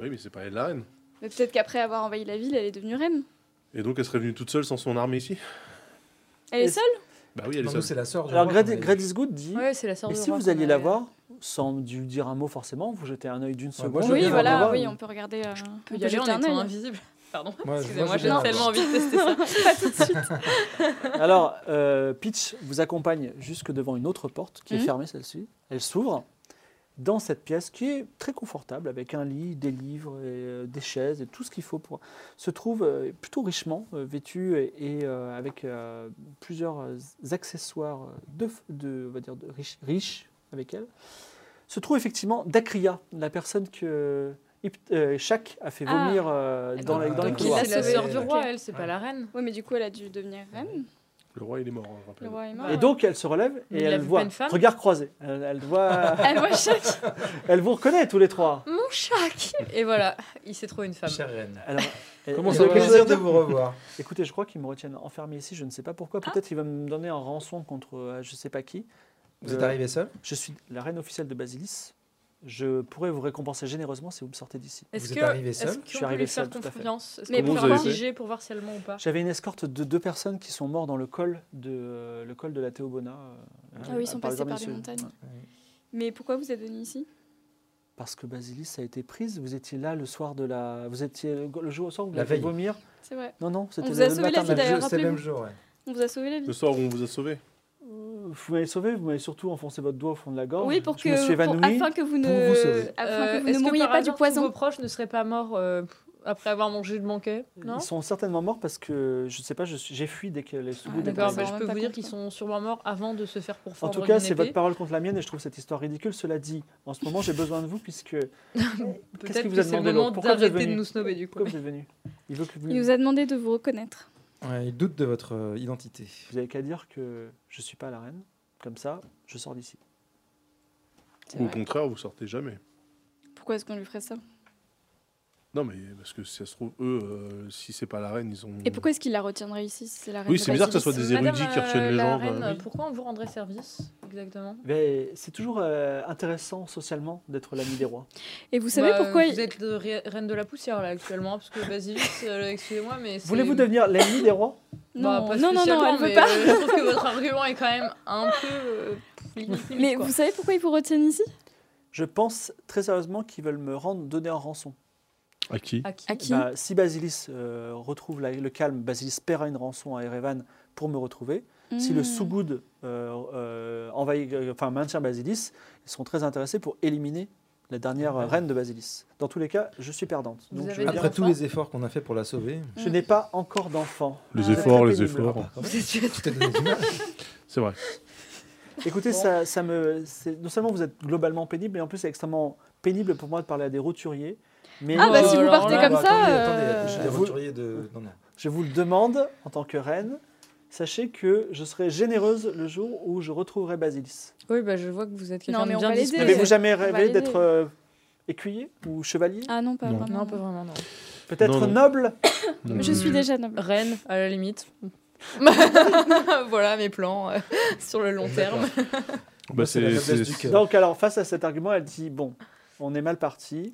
Oui, mais c'est pas elle la reine. Mais peut-être qu'après avoir envahi la ville, elle est devenue reine. Et donc elle serait venue toute seule sans son armée ici Elle est Est-ce- seule Bah oui, elle Non, nous, est c'est seule. la sœur du Alors, roi qu'on Grady, avait dit. Gladys Good dit Ouais, c'est la sœur Et du si roi vous qu'on alliez la avait- voir, sans lui dire un mot forcément, vous jetez un œil d'une Ouais, seconde. moi, je veux Oui, bien la voilà, revoir, oui, mais- on peut regarder. euh, on peut peut y aller en jeter un étant œil. invisible. Pardon. Moi, je- Excusez-moi, moi, je j'ai veux bien la tellement voir. envie de tester ça. Alors, euh, Peach vous accompagne jusque devant une autre porte qui est Mhm. fermée, celle-ci. Elle s'ouvre dans cette pièce qui est très confortable, avec un lit, des livres, et, euh, des chaises et tout ce qu'il faut pour. Se trouve euh, plutôt richement euh, vêtue et, et, euh, avec euh, plusieurs euh, accessoires euh, de, f- de- on va dire, de riches riches avec elle. Se trouve effectivement Dakria, la personne que Hip- euh, Shaq a fait Ah. vomir euh, dans, les- dans les Donc, couloirs. c'est la sœur Ok. du roi, elle, c'est pas la reine. Oui, mais du coup, elle a dû devenir reine. Le roi, il est mort, hein, je Le rappelle. roi est mort. Ah Et ouais. donc elle se relève Mais et il a elle vu voit pas une femme regard croisé. Elle, elle voit, Elle voit chaque. elle vous reconnaît tous les trois. Mon chac Et voilà, il s'est trouvé une femme. Chère reine. Alors, elle- Comment elle- ça C'est elle- un va elle- plaisir de vous revoir. Écoutez, je crois qu'ils me retiennent enfermé ici. Je ne sais pas pourquoi. Ah. Peut-être qu'ils vont me donner en rançon contre euh, je ne sais pas qui. Vous Euh, êtes arrivé seul Je suis la reine officielle de Basilis. Je pourrais vous récompenser généreusement si vous me sortez d'ici. Est-ce Vous que êtes arrivée seule est-ce Je suis qu'on peut arrivée lui faire seule, tout à fait. confiance Est-ce Mais qu'on peut pourquoi faire un petit jet pour voir si elle ment ou pas J'avais une escorte de deux personnes qui sont mortes dans le col de euh, le col de la Théobona. euh, Ah oui, ils sont par les passés armes par les de- montagnes. Ouais. Mais pourquoi vous êtes venu ici Parce que Basilis a été prise. Vous étiez là le soir de la. Vous étiez le le jour au soir où vous La l'avez veille. vomir. C'est vrai. Non non, c'était vous a le sauvé la matin Bah, vie de d'ailleurs, C'est le rappelez-vous. même jour, ouais. On vous a sauvé la vie. Le soir où on vous a sauvé. Euh, Vous m'avez sauvé, vous m'avez surtout enfoncé votre doigt au fond de la gorge. Oui, pour je que me suis pour- évanoui. afin que vous ne vous sauver. afin que Euh, vous est-ce ne mouriez par pas hasard, du tous poison. Vos proches ne seraient pas morts euh, après avoir mangé le banquet Non Ils sont certainement morts parce que je ne sais pas, je suis- j'ai fui dès que les sous-goûts Ah, des D'accord, Ils bah, s'en je rendent peux pas vous dire compte, hein. qu'ils quoi. sont sûrement morts avant de se faire En bah, pourfendre tout d'une cas, c'est épée. votre parole contre la mienne et je trouve cette histoire ridicule. Cela dit, en ce moment, j'ai besoin de vous puisque. Qu'est-ce Peut-être qui vous que a c'est le demandé moment l'autre Pourquoi vous êtes d'arrêter de venu nous snobber du coup. Pourquoi vous êtes venu Il veut que vous. Il nous a demandé de vous reconnaître. Ouais, Il doute de votre euh, identité. Vous n'avez qu'à dire que je ne suis pas la reine comme ça, je sors d'ici. C'est Ou au vrai. contraire, vous sortez jamais. Pourquoi est-ce qu'on lui ferait ça Non, mais parce que si ça se trouve, eux, euh, si c'est pas la reine, ils ont. Et pourquoi est-ce qu'il la retiendrait ici si c'est la reine Oui, de c'est bizarre que ce Basilis soit des Madame, érudits qui euh, retiennent les la gens. reine, ben oui. Pourquoi on vous rendrait service exactement Mais c'est toujours euh, intéressant socialement d'être l'ami des rois. Et vous savez Bah, pourquoi Vous êtes le ré- reine de la poussière là actuellement, parce que Basilis, euh, excusez-moi, mais. c'est- Voulez-vous devenir l'ami des rois Bah, Non, pas non, non, non, spécialement, elle veut mais, pas. euh, je trouve que votre argument est quand même un peu. euh, limite, limite, Mais quoi. vous savez pourquoi ils vous retiennent ici Je pense très sérieusement qu'ils veulent me rendre donner en rançon. À qui À qui À qui Bah, si Basilis euh, retrouve la- le calme, Basilis paiera une rançon à Erevan pour me retrouver. Si le Hmm. Sougoud euh, euh, envahit, euh, enfin, maintient Basilis, ils seront très intéressés pour éliminer la dernière euh, reine de Basilis. Dans tous les cas, je suis perdante. Vous Donc, avez je, veux des dire, Après tous enfants les efforts qu'on a fait pour la sauver, je n'ai pas encore d'enfant. Les Ah, efforts, très les pénible. efforts. Vous tout est donné du mal. C'est vrai. Écoutez, Bon. ça, ça me, c'est- non seulement vous êtes globalement pénible, mais en plus c'est extrêmement pénible pour moi de parler à des roturiers. Mais Ah euh, bah si vous alors partez là, comme Bah, ça... attendez, euh, attendez, je suis des Vous- roturiers de. Non, non. je vous le demande en tant que reine. Sachez que je serai généreuse le jour où je retrouverai Basilis. Oui, bah, je vois que vous êtes quelqu'un Non, de mais on bien va l'aider. disposé. N'avez-vous jamais va rêvé l'aider. d'être euh, écuyer ou chevalier Ah non, pas Non. vraiment. Non, pas vraiment, non. Peut-être Non, non. noble Non, Je non. suis déjà noble. Reine, à la limite. voilà mes plans euh, sur le long terme. Bah, C'est la c'est- noblesse c'est- du cœur. Donc alors, face à cet argument, elle dit, bon, on est mal parti.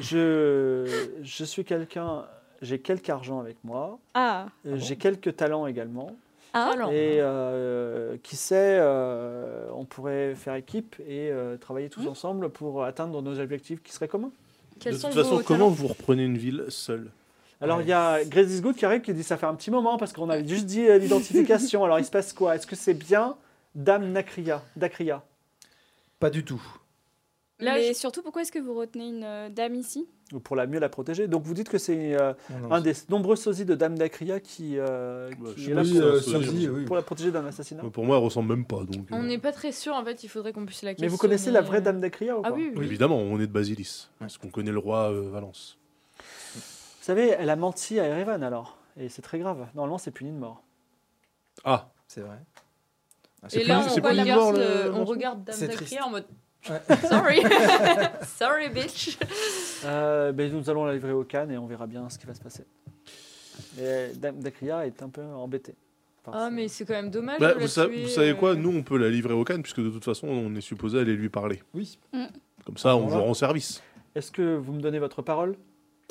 je, je suis quelqu'un, j'ai quelque argent avec moi, Ah, euh, j'ai quelques talents également. ah. Alors, Et euh, qui sait, euh, on pourrait faire équipe et euh, travailler tous ensemble pour atteindre nos objectifs qui seraient communs. quels de sont toute vos façon, comment talents vous reprenez une ville seule Alors Ouais. il y a Grace Disgood qui arrive qui dit ça fait un petit moment parce qu'on avait juste dit euh, l'identification. Alors il se passe quoi Est-ce que c'est bien Dame Nakria, Dakria Pas du tout. Là, Mais je- surtout, pourquoi est-ce que vous retenez une euh, dame ici Ou pour la mieux la protéger. Donc vous dites que c'est euh, Non, non, un des nombreux sosies de Dame Dakria qui, euh, Bah, qui je sais est pas là Oui, pour, euh, c'est un sosie, sosie, oui. pour la protéger d'un assassinat. Pour moi, elle ressemble même pas. Donc, On euh, n'est pas très sûr, en fait, il faudrait qu'on puisse la Mais questionner. vous connaissez la vraie Dame Dakria ou pas Ah oui, oui. Oui. Évidemment, on est de Basilis. Parce qu'on connaît le roi euh, Valence. Vous savez, elle a menti à Erevan alors. Et c'est très grave. Normalement c'est puni de mort. Ah C'est vrai. Ah, Et c'est là, plus- on c'est plus- regarde, mort, le- le on mensonge regarde Dame C'est Zachary triste. en mode. Ouais. Sorry, sorry bitch. Euh, ben, nous allons la livrer au Cannes et on verra bien ce qui va se passer. Et Dame Dakria est un peu embêtée. Enfin, Ah c'est- mais c'est quand même dommage. Bah, de la vous, sa- tuer, vous savez quoi euh. Nous, on peut la livrer au Cannes, puisque de toute façon, on est supposé aller lui parler. Oui. Comme Ah, ça, on Voilà. vous rend service. Est-ce que vous me donnez votre parole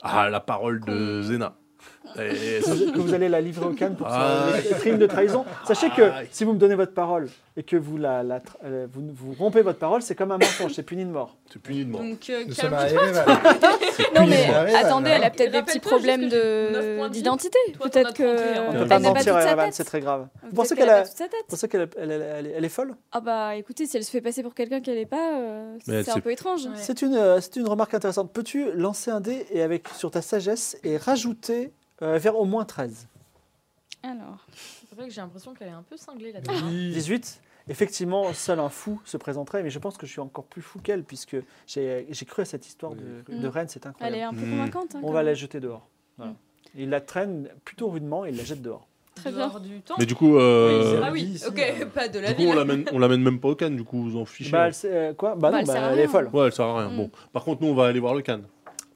Ah, la parole de Zena. Et que ça- vous- que vous allez la livrer au Cannes pour Ah. ce les crimes de trahison Sachez que Ah. si vous me donnez votre parole et que vous, la, la tra- euh, vous, vous rompez votre parole, c'est comme un mensonge, c'est puni de mort. C'est puni de mort. Donc euh, Nous sommes calme-toi. arrivés, voilà. Non, Oui, mais c'est euh, vrai, bah, attendez, bah, elle a peut-être bah. des petits Rappelle-toi problèmes juste que j'ai neuf points de- de vie. d'identité. Toi, t'en as Peut-être que. 31. euh, On peut elle pas n'a pas mentir toute à sa Erevan, tête. c'est très grave. Peut-être Vous pensez qu'elle qu'elle a a- pas toute sa tête. Vous pensez qu'elle elle, elle- elle- elle est folle Ah bah écoutez, si elle se fait passer pour quelqu'un qu'elle n'est pas, euh, Mais elle c'est un sait- peu étrange. Ouais. C'est une, euh, c'est une remarque intéressante. Peux-tu lancer un dé et avec, sur ta sagesse et rajouter euh, vers au moins 13 Alors, C'est vrai que j'ai l'impression qu'elle est un peu cinglée là. 18. Effectivement, seul un fou se présenterait, mais je pense que je suis encore plus fou qu'elle, puisque j'ai j'ai cru à cette histoire de, Oui. de reine, c'est elle incroyable. est un peu Hmm. Mm. convaincante. hein, On quand va même. la jeter dehors. Voilà. Mm. Il la traîne plutôt rudement et il la jette dehors. Très Dehors du temps. Mais du coup, euh, Oui, Ah oui, Oui, ici, ok, euh, pas de la du coup ville. on l'amène on l'amène même pas au Cannes, du coup, vous en fichez. Bah, elle, sait- euh, quoi bah, Bah, non, elle bah, sert à elle est rien. folle. Ouais, elle sert à rien. Mm. Bon, par contre, nous, on va aller voir le Cannes.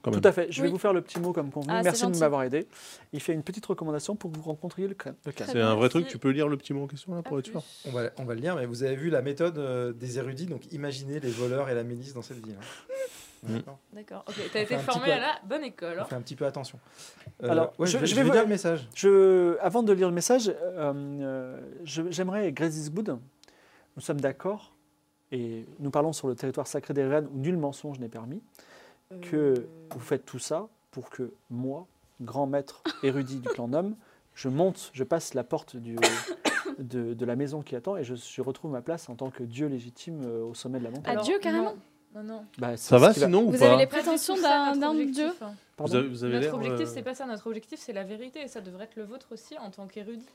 Quand même. Tout à fait. Je vais Oui. vous faire le petit mot comme convenu. Ah, c'est Merci de gentil. m'avoir aidé. Il fait une petite recommandation pour que vous rencontriez le crâne. le crâne. C'est un vrai Merci. truc, tu peux lire le petit mot en question là pour Pas être sûr. plus. On va, on va le lire, mais vous avez vu la méthode euh, des érudits, donc imaginez les voleurs et la milice dans cette ville. hein. Mm. D'accord D'accord. Ok, t'as fait été un petit formé peu- à la bonne école. hein. On fait un petit peu attention. Euh, Alors, ouais, je- je, vais, je je vais vais vous- lire le message. Je, avant de lire le message, euh, euh, je- j'aimerais, Grace Eastwood, nous sommes d'accord, et nous parlons sur le territoire sacré des reines où nul mensonge n'est permis, que Euh, vous faites tout ça pour que moi, grand maître érudit du clan Nom, je monte, je passe la porte du- de, de la maison qui attend et je, je retrouve ma place en tant que dieu légitime euh, au sommet de la montagne. Alors, Adieu, carrément. Non, non. non. Bah, c'est Ça ce va qui va- sinon ou Vous pas avez les Pas du tout prétentions ça, d'un notre d'un objectif, dieu hein. pardon Vous avez, vous avez Notre l'air, objectif, euh, c'est pas ça. Notre objectif, c'est la vérité. Et ça devrait être le vôtre aussi en tant qu'érudit.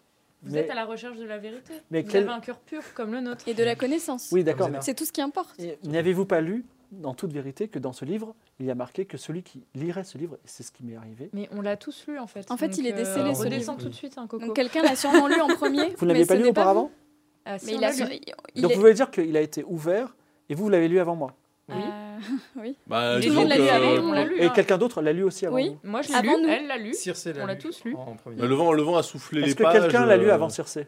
Vous Mais- êtes à la recherche de la vérité. Mais vous quel- avez un cœur pur comme le nôtre. et de la connaissance. Oui, d'accord. Comme C'est tout ce qui importe. Et N'avez-vous pas lu, en toute vérité, que dans ce livre, il y a marqué que celui qui lirait ce livre, et c'est ce qui m'est arrivé, Mais on l'a tous lu en fait. En fait, il est décellé, ce On redescend tout livre. de suite, hein, Coco. Donc quelqu'un l'a sûrement lu en premier. vous mais n'aviez ce pas lu n'est auparavant vous. Ah, si, Mais on il a. l'a son- lu. il- il Donc est- vous voulez dire qu'il a été ouvert et vous, vous l'avez lu avant moi. Oui. Euh, oui. Tout Bah, le disons monde l'a que- lu euh, avant, on l'a lu. Et hein. quelqu'un d'autre l'a lu aussi avant Oui. vous. Moi, je l'ai lu, Avant nous. elle l'a lu. Circe l'a On l'a lu tous lu. en- en premier. Bah, Le vent, le vent a soufflé les Est-ce que pages. quelqu'un l'a lu euh, avant Circé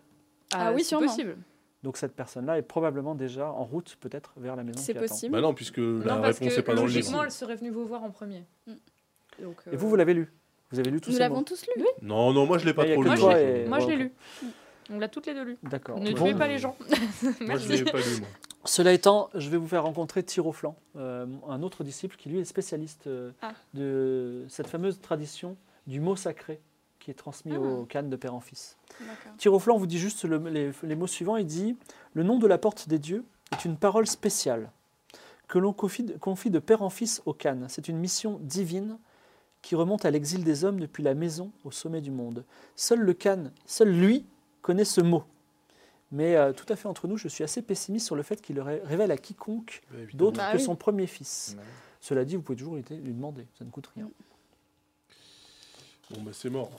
Ah oui, c'est sûrement. possible. Donc cette personne-là est probablement déjà en route peut-être vers la maison. C'est qui attend. possible. Bah non, puisque la non, parce réponse que n'est pas dans le livre. logiquement, elle serait venue vous voir en premier. Mm. Donc, Et euh, vous, vous l'avez lu Vous avez lu tous Nous ces l'avons mots tous lu. Non, non, moi je l'ai pas Mais il y a trop que lu. toi moi. et- Moi, je l'ai Ouais, lu. On l'a toutes les deux lu. D'accord. Ne Bon. tuez pas les gens. Moi je l'ai Merci. pas lu. moi. Cela étant, je vais vous faire rencontrer Tiroflan, euh, un autre disciple qui lui est spécialiste euh, Ah. de cette fameuse tradition du mot sacré qui est transmis Ah. aux cannes de père en fils. D'accord. Tiroflan vous dit juste le- les, les mots suivants, il dit « Le nom de la porte des dieux est une parole spéciale que l'on confie, de- confie de père en fils aux cannes. C'est une mission divine qui remonte à l'exil des hommes depuis la maison au sommet du monde. Seul le Khan, seul lui, connaît ce mot. Mais euh, tout à fait entre nous, je suis assez pessimiste sur le fait qu'il le ré- révèle à quiconque Bah, Eh, évidemment. d'autre Bah que oui. son premier fils. Ouais. Cela dit, vous pouvez toujours lui, lui demander, ça ne coûte rien. Bon, bah c'est mort.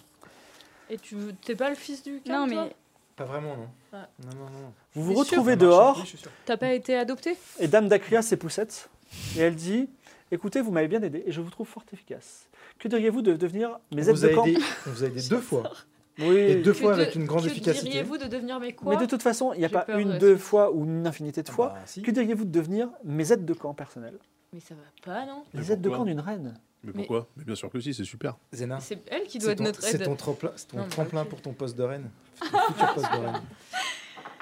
Et tu t'es pas le fils du Khan, Non, toi mais Pas vraiment, non. Ouais. Non, non, non. Vous vous C'est sûr. retrouvez Ça marche, dehors, oui, je suis sûr. T'as pas été adopté et Dame d'Acria s'époussette, et elle dit Écoutez, vous m'avez bien aidé, et je vous trouve fort efficace. Que diriez-vous de devenir On mes aides vous, de a camp aidé, on vous a aidé deux fois. Oui. Et deux Que fois de- avec une grande que efficacité. diriez-vous de devenir mes quoi Mais de toute façon, il n'y a J'ai pas peur une, de- deux fois ou une infinité de Ah fois. bah, si. Que diriez-vous de devenir mes aides de camp personnels Mais ça va pas, non Mais Les aides de pourquoi camp d'une reine Mais Mais- pourquoi Mais bien sûr que si, c'est super. Zéna, C'est elle qui doit Ah. c'est être ton, notre c'est aide. ton, trempla- c'est ton Non, mais tremplin ok. pour ton poste de reine. Ton futur poste de reine.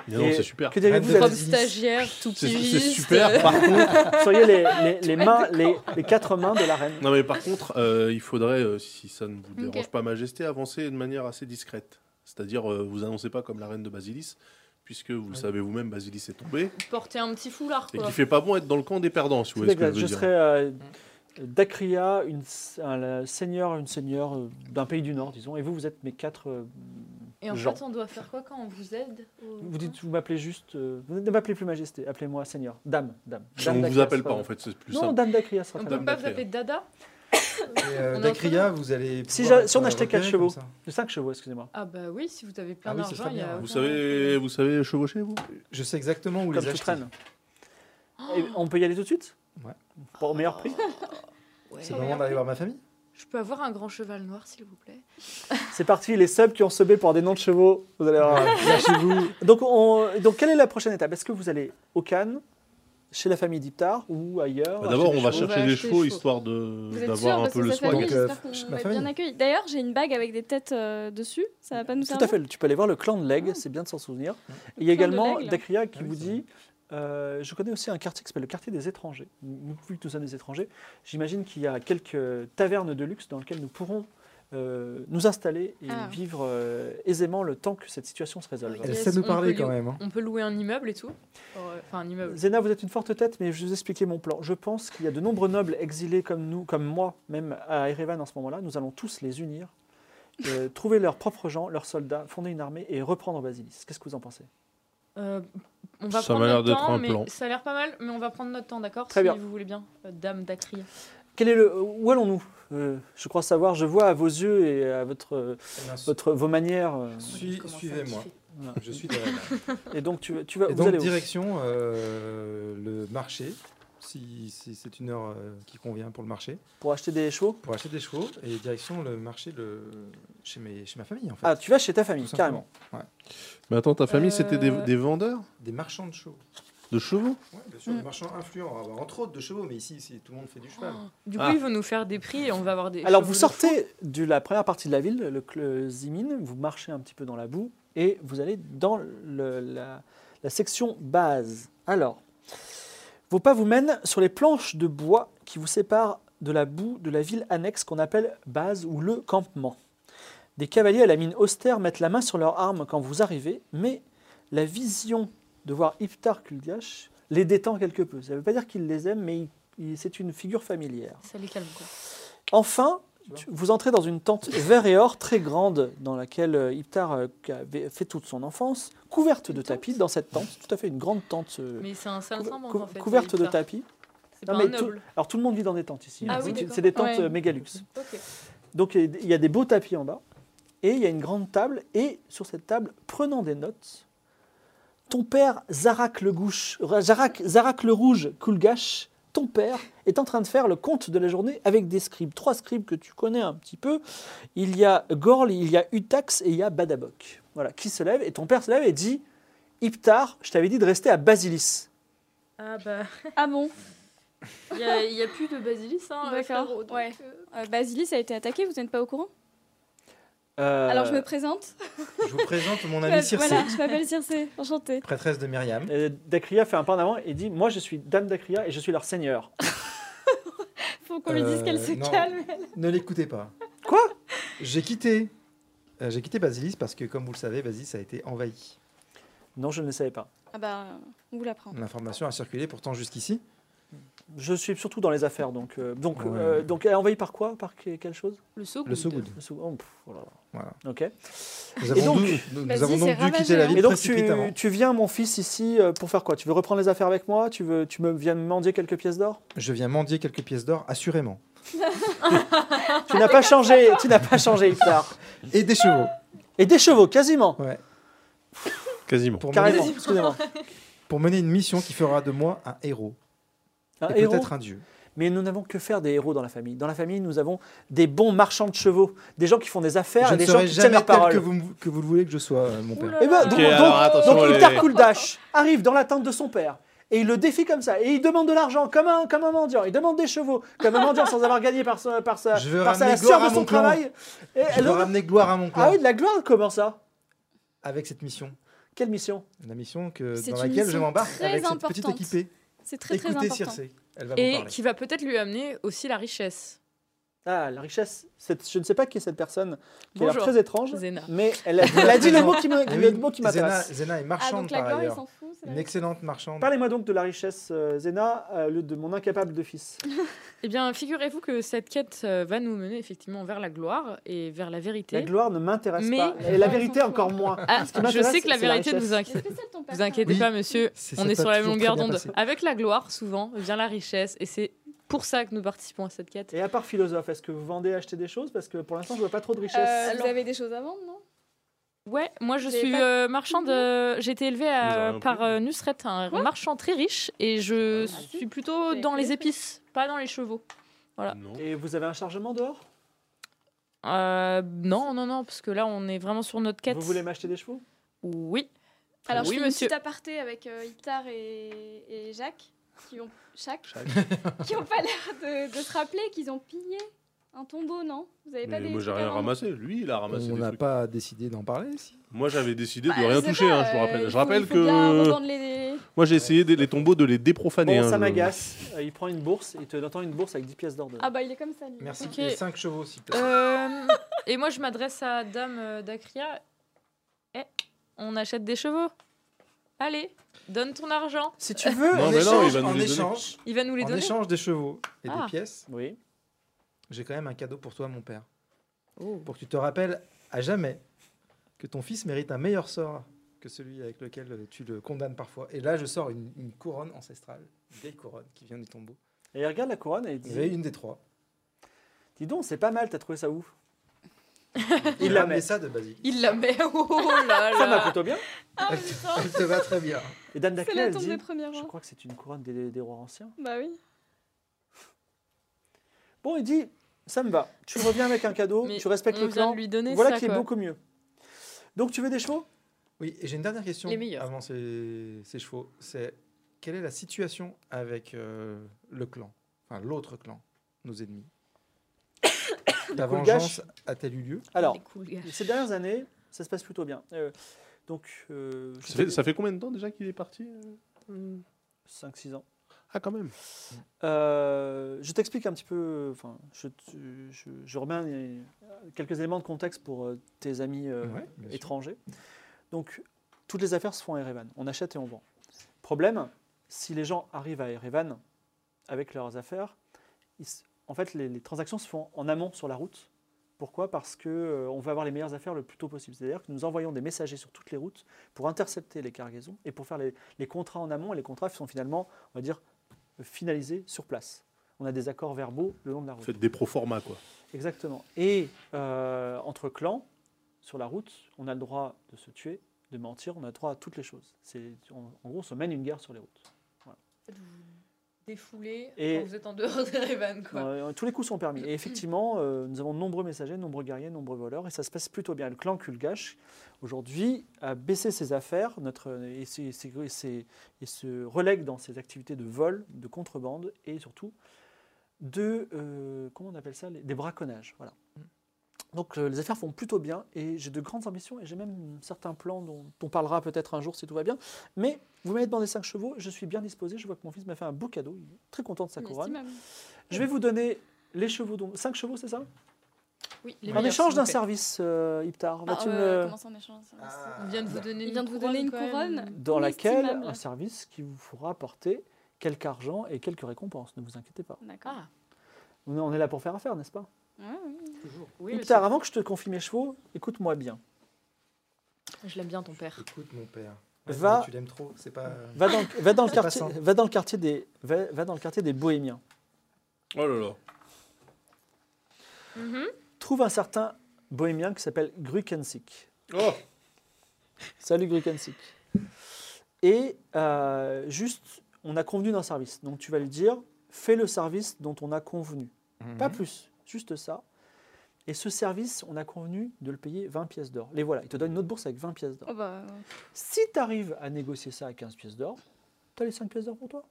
Non, non, Et c'est super. Que diriez-vous Reine de de Robe Vas-y. stagiaire, tout C'est pigiste. c'est super. Par contre, Vous seriez les, les- les mains, les, les quatre mains de la reine. non, mais par contre euh, il faudrait, euh, si ça ne vous dérange Ok. pas, Majesté, avancer de manière assez discrète. C'est-à-dire, euh, vous annoncez pas comme la reine de Basilis, puisque vous le Ouais. savez vous-même, Basilis est tombée, Porter un petit foulard, et quoi. qu'il fait pas bon être dans le camp des perdants, si vous voyez ce que je Exact. veux je, dire. serais euh, Dacria, une, un la- seigneur, une seigneur euh, d'un pays du Nord, disons, et vous, vous êtes mes quatre. euh, Et en Jean. fait, on doit faire quoi quand on vous aide au- vous dites, vous m'appelez juste. euh, vous ne m'appelez plus Majesté, appelez-moi Seigneur. Dame, dame. dame On vous Dacria appelle sera- pas, en fait, c'est plus Non, simple. Dame Dacria sera On très peut bien. pas vous appeler Dada Et euh, On est Dacria, vous allez. Si pouvoir j'a- si on être achetait quatre repéré chevaux. comme ça. De 5 chevaux, excusez-moi. Ah bah oui, si vous avez plein Ah oui, ce d'argent, serait il y a... bien, ouais. Vous aucun- savez, vous savez chevaucher, vous Je sais exactement où Comme les tout acheter. traîne. Et on peut y aller tout de suite Ouais. Pour au meilleur prix Ouais. C'est le moment d'aller voir ma famille. Je peux avoir un grand cheval noir, s'il vous plaît C'est parti, les subs qui ont subé pour des noms de chevaux, vous allez voir. Lâchez-vous. Donc, on- donc, quelle est la prochaine étape Est-ce que vous allez au Cannes, chez la famille d'Iptar ou ailleurs Bah, D'abord, acheter on des va chevaux chevaux. On chercher va des acheter chevaux, des histoire vous de- êtes d'avoir sûr un parce peu que le sa soin. famille, Donc, euh, j'espère qu'on ma va être famille. bien accueillis. D'ailleurs, j'ai une bague avec des têtes euh, dessus. Ça va pas nous Tout servir à fait, tu peux aller voir le clan de Leg, c'est bien de s'en souvenir. Et il y a Le clan de également l'Aigle. Dakria qui Ah oui, vous ça dit euh, Je connais aussi un quartier qui s'appelle le quartier des étrangers. Nous, vu que nous sommes des étrangers, j'imagine qu'il y a quelques tavernes de luxe dans lesquelles nous pourrons euh, nous installer et Ah. vivre euh, aisément le temps que cette situation se résolve. Elle Yes, sait nous on parler peut quand lui- même. hein. On peut louer un immeuble et tout Euh, Enfin, un immeuble. Zéna, vous êtes une forte tête, mais je vais vous expliquer mon plan. Je pense qu'il y a de nombreux nobles exilés comme nous, comme moi, même à Erevan en ce moment-là. Nous allons tous les unir, euh, trouver leurs propres gens, leurs soldats, fonder une armée et reprendre Basilis. Qu'est-ce que vous en pensez Euh, on va Ça prendre m'a l'air notre d'être temps, un mais plan. Ça a l'air pas mal, mais on va prendre notre temps, d'accord Très Si bien. vous voulez bien, euh, Dame d'Acria. Quel est le, où allons-nous Euh, Je crois savoir, je vois à vos yeux et à votre, euh, votre, vos manières. euh, Suis- Comment ça, Suivez-moi. tu fais voilà. Je suis derrière. Et donc, tu, vas- tu vas, Et vous donc, allez où direction euh, le marché, si, si c'est une heure euh, qui convient pour le marché, Pour acheter des chevaux pour acheter des chevaux, et direction le marché le, chez, mes, chez ma famille, en fait. Ah, tu vas chez ta Tout famille, simplement. carrément. Mais attends, ta famille, c'était des, Euh, des vendeurs Des marchands de chevaux. de chevaux Oui, bien sûr, Mm. des marchands influents, Alors, entre autres de chevaux, mais ici, c'est- tout le monde fait du cheval. Oh Oh. Du coup, Ah. ils vont nous faire des prix et on va avoir des. Alors, chevaux vous de sortez de la première partie de la ville, le, cl- Zimine, vous marchez un petit peu dans la boue et vous allez dans le- la, la section base. Alors, vos pas vous mènent sur les planches de bois qui vous séparent de la boue de la ville annexe qu'on appelle base ou le campement. Des cavaliers à la mine austère mettent la main sur leurs armes quand vous arrivez, mais la vision de voir Iftar Kuldiash les détend quelque peu. Ça ne veut pas dire qu'il les aime, mais il- il- c'est une figure familière. fous. Ça les calme, quoi. Enfin, tu- vous entrez dans une tente vert et or très grande dans laquelle euh, Iptar euh, avait fait toute son enfance, couverte de Une tente tapis dans cette tente, tout à fait une grande tente euh, Mais c'est un sale couver- symbole, cou- en fait. couverte c'est de bizarre. tapis. C'est Non, pas un mais tout- noble. Alors tout le monde vit dans des tentes ici. Ah hein. oui, C'est- d'accord. c'est des tentes Ouais. euh, méga luxe. Ok. Donc il y a des- il y a des beaux tapis en bas et il y a une grande table et sur cette table, prenant des notes, Ton père, Zarak le, Gouche, euh, Zarak, Zarak le Rouge Koulgache, ton père est en train de faire le compte de la journée avec des scribes. Trois scribes que tu connais un petit peu. Il y a Gorl, il y a Utax et il y a Badabok. Voilà, qui se lève. Et ton père se lève et dit Iptar, je t'avais dit de rester à Basilis. Ah bah, Ah bon il n'y a, plus de basilis, hein, euh, D'accord, frérot, donc, ouais. euh, Euh, Basilis a été attaqué, vous n'êtes pas au courant Euh, Alors je me présente. Je vous présente mon ami Circe, Voilà, je m'appelle Circé, enchantée. prêtresse de Myriam. euh, Dacria fait un pas en avant et dit Moi, je suis Dame Dacria et je suis leur seigneur. Faut qu'on lui dise qu'elle se Euh, non. calme. elle. Ne l'écoutez pas. Quoi J'ai quitté. euh, J'ai quitté Basilis parce que, comme vous le savez, Basilis a été envahi. Non, je ne le savais pas. Ah bah, on vous l'apprend. L'information a circulé pourtant jusqu'ici. Je suis surtout dans les affaires, donc. euh, donc, Ouais. euh, donc, elle est envahie par quoi Par que- quelle chose Le saut. Le Sogoud. Le sou- oh, pff, oh là là. Voilà. Ok. Nous Et avons, donc- dû, nous- nous Basilis avons est donc dû ravagée, quitter la hein. ville Et donc, tu, précipitamment. tu viens, mon fils, ici euh, pour faire quoi Tu veux reprendre les affaires avec moi Tu veux, tu me viens me mendier quelques pièces d'or Je viens mendier quelques pièces d'or, assurément. Tu n'as pas changé, tu n'as pas changé, Iptar. Et des chevaux. Et des chevaux, quasiment. Ouais. Quasiment. Pour mener, Carrément, excusez-moi. pour mener une mission qui fera de moi un héros. Un et héros. peut-être un dieu. Mais nous n'avons que faire des héros dans la famille. Dans la famille, nous avons des bons marchands de chevaux, des gens qui font des affaires je et ne des gens serai qui tiennent jamais leurs tel paroles. que vous, me- que vous le voulez que je sois, euh, mon père. Eh ben, Ok, donc- alors attention, Donc les- Iptar Kuldash arrive dans la tente de son père et il le défie comme ça. Et il demande de l'argent comme un, comme un mendiant. Il demande des chevaux comme un mendiant sans avoir gagné par, sa- par, sa, Je veux par sa- ramener la gloire sœur à de son mon clan. travail. Et Je elle- veux ramener gloire à mon clan Ah oui, de la gloire, comment ça avec cette mission. Quelle mission La mission que, C'est dans une laquelle je mission m'embarque très avec cette petite importante. équipée. C'est très très Écoutez important. Circe. Elle va vous Et parler. qui va peut-être lui amener aussi la richesse. Ah, la richesse. Cette- je ne sais pas qui est cette personne qui a l'air Bonjour. très étrange, Zéna. mais elle, a- elle a dit le mot qui me- Eh le oui, mot qui Zena, m'intéresse. Zena est Ah marchande donc la par gloire, il ailleurs. s'en fout. c'est la Une raison. excellente marchande. Parlez-moi donc de la richesse euh, Zéna, euh, au lieu de mon incapable de fils. Eh bien, figurez-vous que cette quête euh, va nous mener effectivement vers la gloire et vers la vérité. La gloire ne m'intéresse Mais- pas. Et la vérité Attention. encore moins. Ah, qui je m'intéresse, sais que la c'est la vérité ne vous, richesse. inquiète. Est-ce que c'est ton père vous inquiétez Oui. pas, monsieur. C'est- On ça est t'a sur la toujours longueur très bien d'onde. passé. Avec la gloire, souvent, vient la richesse. Et c'est pour ça que nous participons à cette quête. Et à part philosophe, est-ce que vous vendez, achetez des choses Parce que pour l'instant, je vois pas trop de richesse. Euh, Alors- Vous avez des choses à vendre, non Ouais, moi je J'ai suis pas- euh, marchande. euh, J'ai été élevée à- Vous aurez un par prix. euh, Nusret, un Quoi marchand très riche. Et je bah, Ah, si. suis plutôt J'ai dans fait les des épices, pas dans les chevaux. Voilà. Non. Et vous avez un chargement dehors Euh, non, non, non, parce que là on est vraiment sur notre quête. Vous voulez m'acheter des chevaux Oui. Alors oui, je fais monsieur. une petite aparté avec euh, Iptar et, et Jacques, qui ont, Jacques, qui ont pas l'air de, de se rappeler qu'ils ont pillé un tombeau, non Vous avez pas Mais des moi, j'ai trucs à rien vendre ramassé. Lui, il a ramassé Ah, On des n'a trucs. pas décidé d'en parler. Si. Moi, j'avais décidé de Bah, rien sais toucher, pas, hein, je vous euh, rappelle. il Je faut- rappelle il faut bien que revendre les- moi, j'ai essayé des- les tombeaux de les déprofaner. Bon, hein, ça je- m'agace. Euh, Il prend une bourse, il te donne une bourse avec 10 pièces d'or dedans. Ah bah il est comme ça. lui. Merci. Ok. Et 5 chevaux, s'il te plaît. Euh, et moi je m'adresse à Dame euh, Dacria. Eh, on achète des chevaux. Allez, donne ton argent. Si tu veux, Non, en mais non, échange, il va nous en les donner. échange, Il va nous les en donner. échange des chevaux et Ah. des pièces, Oui. j'ai quand même un cadeau pour toi, mon père. Pour que tu te rappelles à jamais que ton fils mérite un meilleur sort que celui avec lequel euh, tu le condamnes parfois. Et là, je sors une, une couronne ancestrale, une vieille couronne qui vient du tombeau. Et il regarde la couronne et il Il y avait dit une des trois. Dis donc, c'est pas mal, t'as trouvé ça ouf. Il la a met. amené ça de Basile. Il la met. Oh là là. Ça m'a plutôt bien. Ah Elle putain, te va très bien. Et Dame c'est Daclée, la elle tombe hein. dit des premiers Je hein. rois. crois que c'est une couronne des, des rois anciens. Bah oui. Bon, il dit Ça me va. Tu reviens avec un cadeau, Mais tu respectes on le vient clan. de lui donner Voilà ça, qui est quoi. beaucoup mieux. Donc, tu veux des chevaux Oui, et j'ai une dernière question Les meilleurs. avant ces, ces chevaux. C'est quelle est la situation avec euh, le clan, enfin l'autre clan, nos ennemis La Cool vengeance a-t-elle eu lieu Alors, Il est cool, gars. ces dernières années, ça se passe plutôt bien. Euh, donc, euh, Ça fait, ça fait combien de temps déjà qu'il est parti euh 5-6 ans. Ah, quand même. Euh, je t'explique un petit peu, enfin, je, te- je, je remets un- euh, quelques éléments de contexte pour euh, tes amis euh, Ouais, bien sûr. étrangers. Donc, toutes les affaires se font à Erevan. On achète et on vend. Problème, si les gens arrivent à Erevan avec leurs affaires, ils s- en fait, les, les transactions se font en amont sur la route. Pourquoi Parce que euh, on veut avoir les meilleures affaires le plus tôt possible. C'est-à-dire que nous envoyons des messagers sur toutes les routes pour intercepter les cargaisons et pour faire les, les contrats en amont. Et les contrats sont finalement, on va dire, finalisés sur place. On a des accords verbaux le long de la route. Faites des proformas, quoi. Exactement. Et euh, entre clans, sur la route, on a le droit de se tuer de mentir, on a droit à toutes les choses. C'est, on- en gros, on se mène une guerre sur les routes. Défoulé Et- quand vous êtes en dehors des Revan, quoi. Euh, tous les coups sont permis. Et effectivement, euh, nous avons de nombreux messagers, de nombreux guerriers, de nombreux voleurs, et ça se passe plutôt bien. Le clan Kulgash, aujourd'hui, a baissé ses affaires notre, et, se- se- se- et se relègue dans ses activités de vol, de contrebande, et surtout de, euh, comment on appelle ça, les- des braconnages. Voilà. Donc euh, les affaires font plutôt bien, et j'ai de grandes ambitions, et j'ai même certains plans dont on parlera peut-être un jour si tout va bien. Mais vous m'avez demandé 5 chevaux, je suis bien disposé, je vois que mon fils m'a fait un beau cadeau, il est très content de sa couronne. Inestimable. Je vais vous donner les chevaux, donc 5 chevaux, c'est ça Oui, les En meilleurs, échange s'il vous d'un plaît. service, euh, Iptar, Ah, vas-tu euh, me... Comment ça, on échange ça Il vient de Ah. Ah, vous donner Il une vient de vous donner une quand même. couronne dans laquelle inestimable. un service qui vous fera apporter quelque argent et quelques récompenses, ne vous inquiétez pas. D'accord. Ah, On est- On est là pour faire affaire, n'est-ce pas Ouais, ouais. oui, Iptar, avant que je te confie mes chevaux, écoute-moi bien. monsieur. je l'aime bien ton père. Écoute, mon père. Va- non, Tu l'aimes trop, c'est pas. Va dans, va dans le, C'est pas quartier, simple. va dans le quartier des, va, va dans le quartier des Bohémiens. Oh là là. Mm-hmm. Mhm. Trouve un certain Bohémien qui s'appelle Grukensik. Oh Salut Grukensik. Et euh, juste, on a convenu d'un service. Donc tu vas lui dire, fais le service dont on a convenu. euh, Pas Mhm. plus, juste ça. Et ce service, on a convenu de le payer 20 pièces d'or. Les voilà, il te donne une autre bourse avec 20 pièces d'or. Oh bah, Si tu arrives à négocier ça à 15 pièces d'or, tu as les 5 pièces d'or pour toi.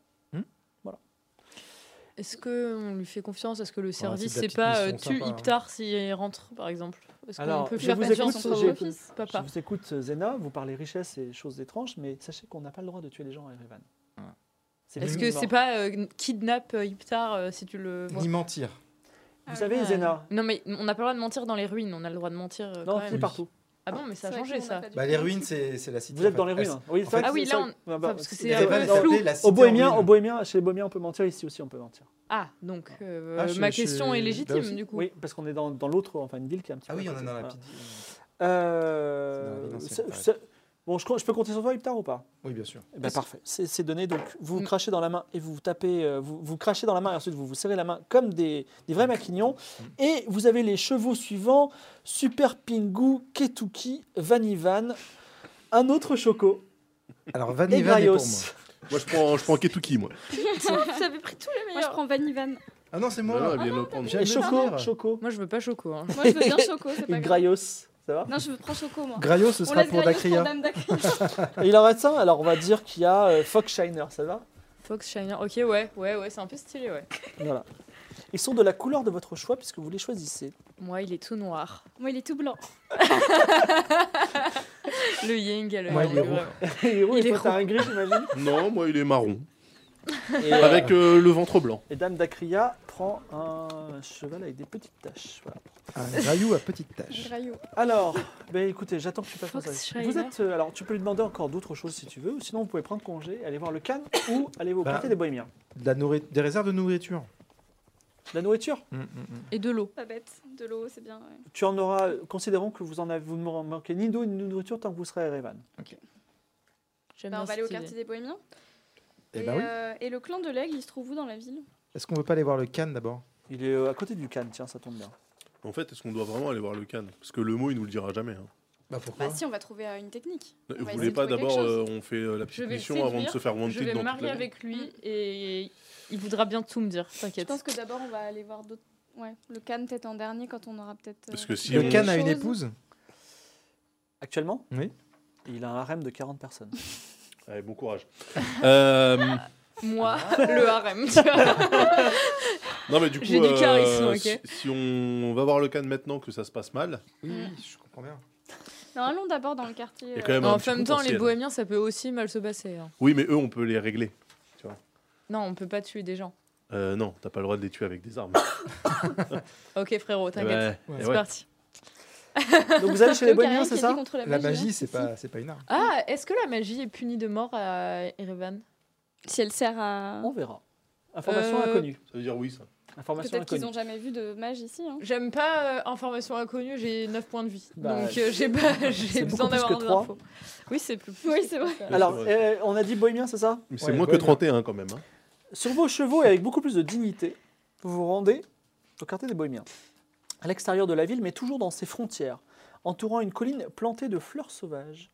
Est-ce qu'on lui fait confiance Est-ce que le service, c'est de la c'est pas euh, petite tue mission sympa, Iptar s'il rentre, par exemple Est-ce qu'on hein. Alors, peut je lui faire vous confiance écoute, en tant j'ai- que fils Je Papa. vous écoute, euh, Zena, vous parlez richesse et choses étranges, mais sachez qu'on n'a pas le droit de tuer les gens à Erevan. Voilà. C'est hein. Est-ce que publiquement. c'est pas euh, kidnappe euh, Iptar euh, si tu le vois Ni mentir. Vous Ah savez, ouais. Zena, Non, mais on n'a pas le droit de mentir dans les ruines, on a le droit de mentir euh, non, quand c'est même. Oui. partout. Ah bon, mais ça a C'est vrai changé qu'on ça. n'a pas du Bah, tout les le ruines, truc. c'est c'est la cité. Vous êtes dans les ruines. hein. oui, c'est en vrai fait, que ah oui, c'est- là, c'est- on- bah, enfin, bah, parce que c'est- c'est, c'est- euh, c'est- flou. Aux Bohémiens, aux Bohémiens, chez les Bohémiens, on peut mentir, ici aussi on peut mentir. Ah, donc euh, Ah, je- ma je- question est là légitime aussi. du coup. Oui, parce qu'on est dans, dans l'autre, enfin une ville qui est un petit Ah peu. oui, à on en a côté. dans la Voilà. petite. Euh, Dans la ville c'est- ancienne, c'est- Bon, je, co- je peux compter sur toi, Iptar, ou pas Oui, bien sûr. Eh ben, Parfait, c'est c'est donné. Donc, vous vous Mm. crachez dans la main et vous vous tapez, euh, vous, vous crachez dans la main et ensuite vous vous serrez la main comme des, des vrais maquignons. Et vous avez les chevaux suivants Super Pingu, Ketuki, Vanivan, un autre Choco Alors, et Vanivan est Graios. pour moi. Moi, je prends, je prends Ketuki, moi. Vous avez pris tous les Moi, je prends Vanivan. Ah non, c'est Non, moi. elle vient de le prendre. J'ai- Et J'aime bien Choco, dire. Choco Moi, je veux pas Choco. hein. Moi, je veux bien Choco, c'est et pas grave. Graios. Ça va Non, je prends Choco, moi. Graillot, ce On sera laisse pour Graios Dakria. Dame Dakria. Et Il en reste un, alors on va dire qu'il y a euh, Fox Shiner, ça va Fox Shiner. Ok, ouais, ouais, ouais, c'est un peu stylé, ouais. Voilà. Ils sont de la couleur de votre choix puisque vous les choisissez. Moi, il est tout noir. Moi, il est tout blanc. Le Ying, le Moi, il est roux. Et oui, Il est toi, t'as un gris, j'imagine. Non, moi, il est marron. Et, euh, Avec euh, le ventre blanc. et Dame Dakria prend un cheval avec des petites taches. voilà. Un Graillot à petite tache. Graillot. Alors, ben écoutez, j'attends que tu passes Fox ça. Shiner. Vous êtes, euh, alors tu peux lui demander encore d'autres choses si tu veux, ou sinon vous pouvez prendre congé, aller voir le Cannes ou aller au Bah. quartier des Bohémiens. De la nourri- Des réserves de nourriture. La nourriture, Et de l'eau. Pas bête. De l'eau, c'est bien. ouais. tu en auras, considérons que vous en avez, vous ne manquez ni d'eau ni de nourriture tant que vous serez à Erevan. J'aime Bah, bien on va aller au cette idée. quartier des Bohémiens. Eh Et, ben oui. euh, et le clan de l'aigle, il se trouve où dans la ville Est-ce qu'on veut pas aller voir le Cannes d'abord Il est euh, à côté du Cannes, tiens, ça tombe bien. En fait, est-ce qu'on doit vraiment aller voir le Cannes Parce que le mot, il nous le dira jamais. hein. Bah Bah si, on va trouver euh, une technique. On va Bah, Vous essayer voulez de pas trouver quelque d'abord, chose. euh, on fait euh, la petite vais le mission avant de séduire, se faire Je wanted vais me dans toute marier la vie avec lui et il voudra bien tout me dire, Je t'inquiète. pense que d'abord, on va aller voir d'autres. Ouais, le Cannes peut-être en dernier quand on aura peut-être. euh, Parce que si Le on- Cannes a une Chose. épouse Actuellement Oui. Il a un harem de 40 personnes. Allez, bon courage. Euh, Moi, le harem, tu vois. non, mais du coup, euh, J'ai du charisme, ok. si, si on va voir le Cannes maintenant que ça se passe mal, Oui, Mm. oui, je comprends bien. Non, allons d'abord dans le quartier. il y a euh, quand même un En petit même temps, les potentiel. bohémiens, ça peut aussi mal se passer. hein. Oui, mais eux, on peut les régler. Non, on peut pas tuer des gens. Euh, non, t'as pas le droit de les tuer avec des armes. Ok, frérot, t'inquiète. Eh ouais, C'est eh ouais. parti. Donc vous allez chez les Théo Carré Bohémiens, qui c'est a dit ça contre La magie, hein. c'est pas, c'est pas une arme. Ah, est-ce que la magie est punie de mort à Erevan Si elle sert à. On verra. Information Euh, inconnue. Ça veut dire oui, ça. Information Peut-être qu'ils inconnue. n'ont jamais vu de mage ici. Hein. J'aime pas euh, information inconnue, j'ai 9 points de vie. Bah, donc euh, j'ai pas- c'est j'ai beaucoup besoin plus d'avoir que des trois. infos. Oui, c'est plus. Oui, c'est vrai. Ouais, Alors, c'est vrai. euh, on a dit Bohémien, c'est ça Mais c'est ouais, moins que ouais, 31 quand même. hein. Sur vos chevaux et avec beaucoup plus de dignité, vous vous rendez au quartier des Bohémiens, à l'extérieur de la ville, mais toujours dans ses frontières, entourant une colline plantée de fleurs sauvages.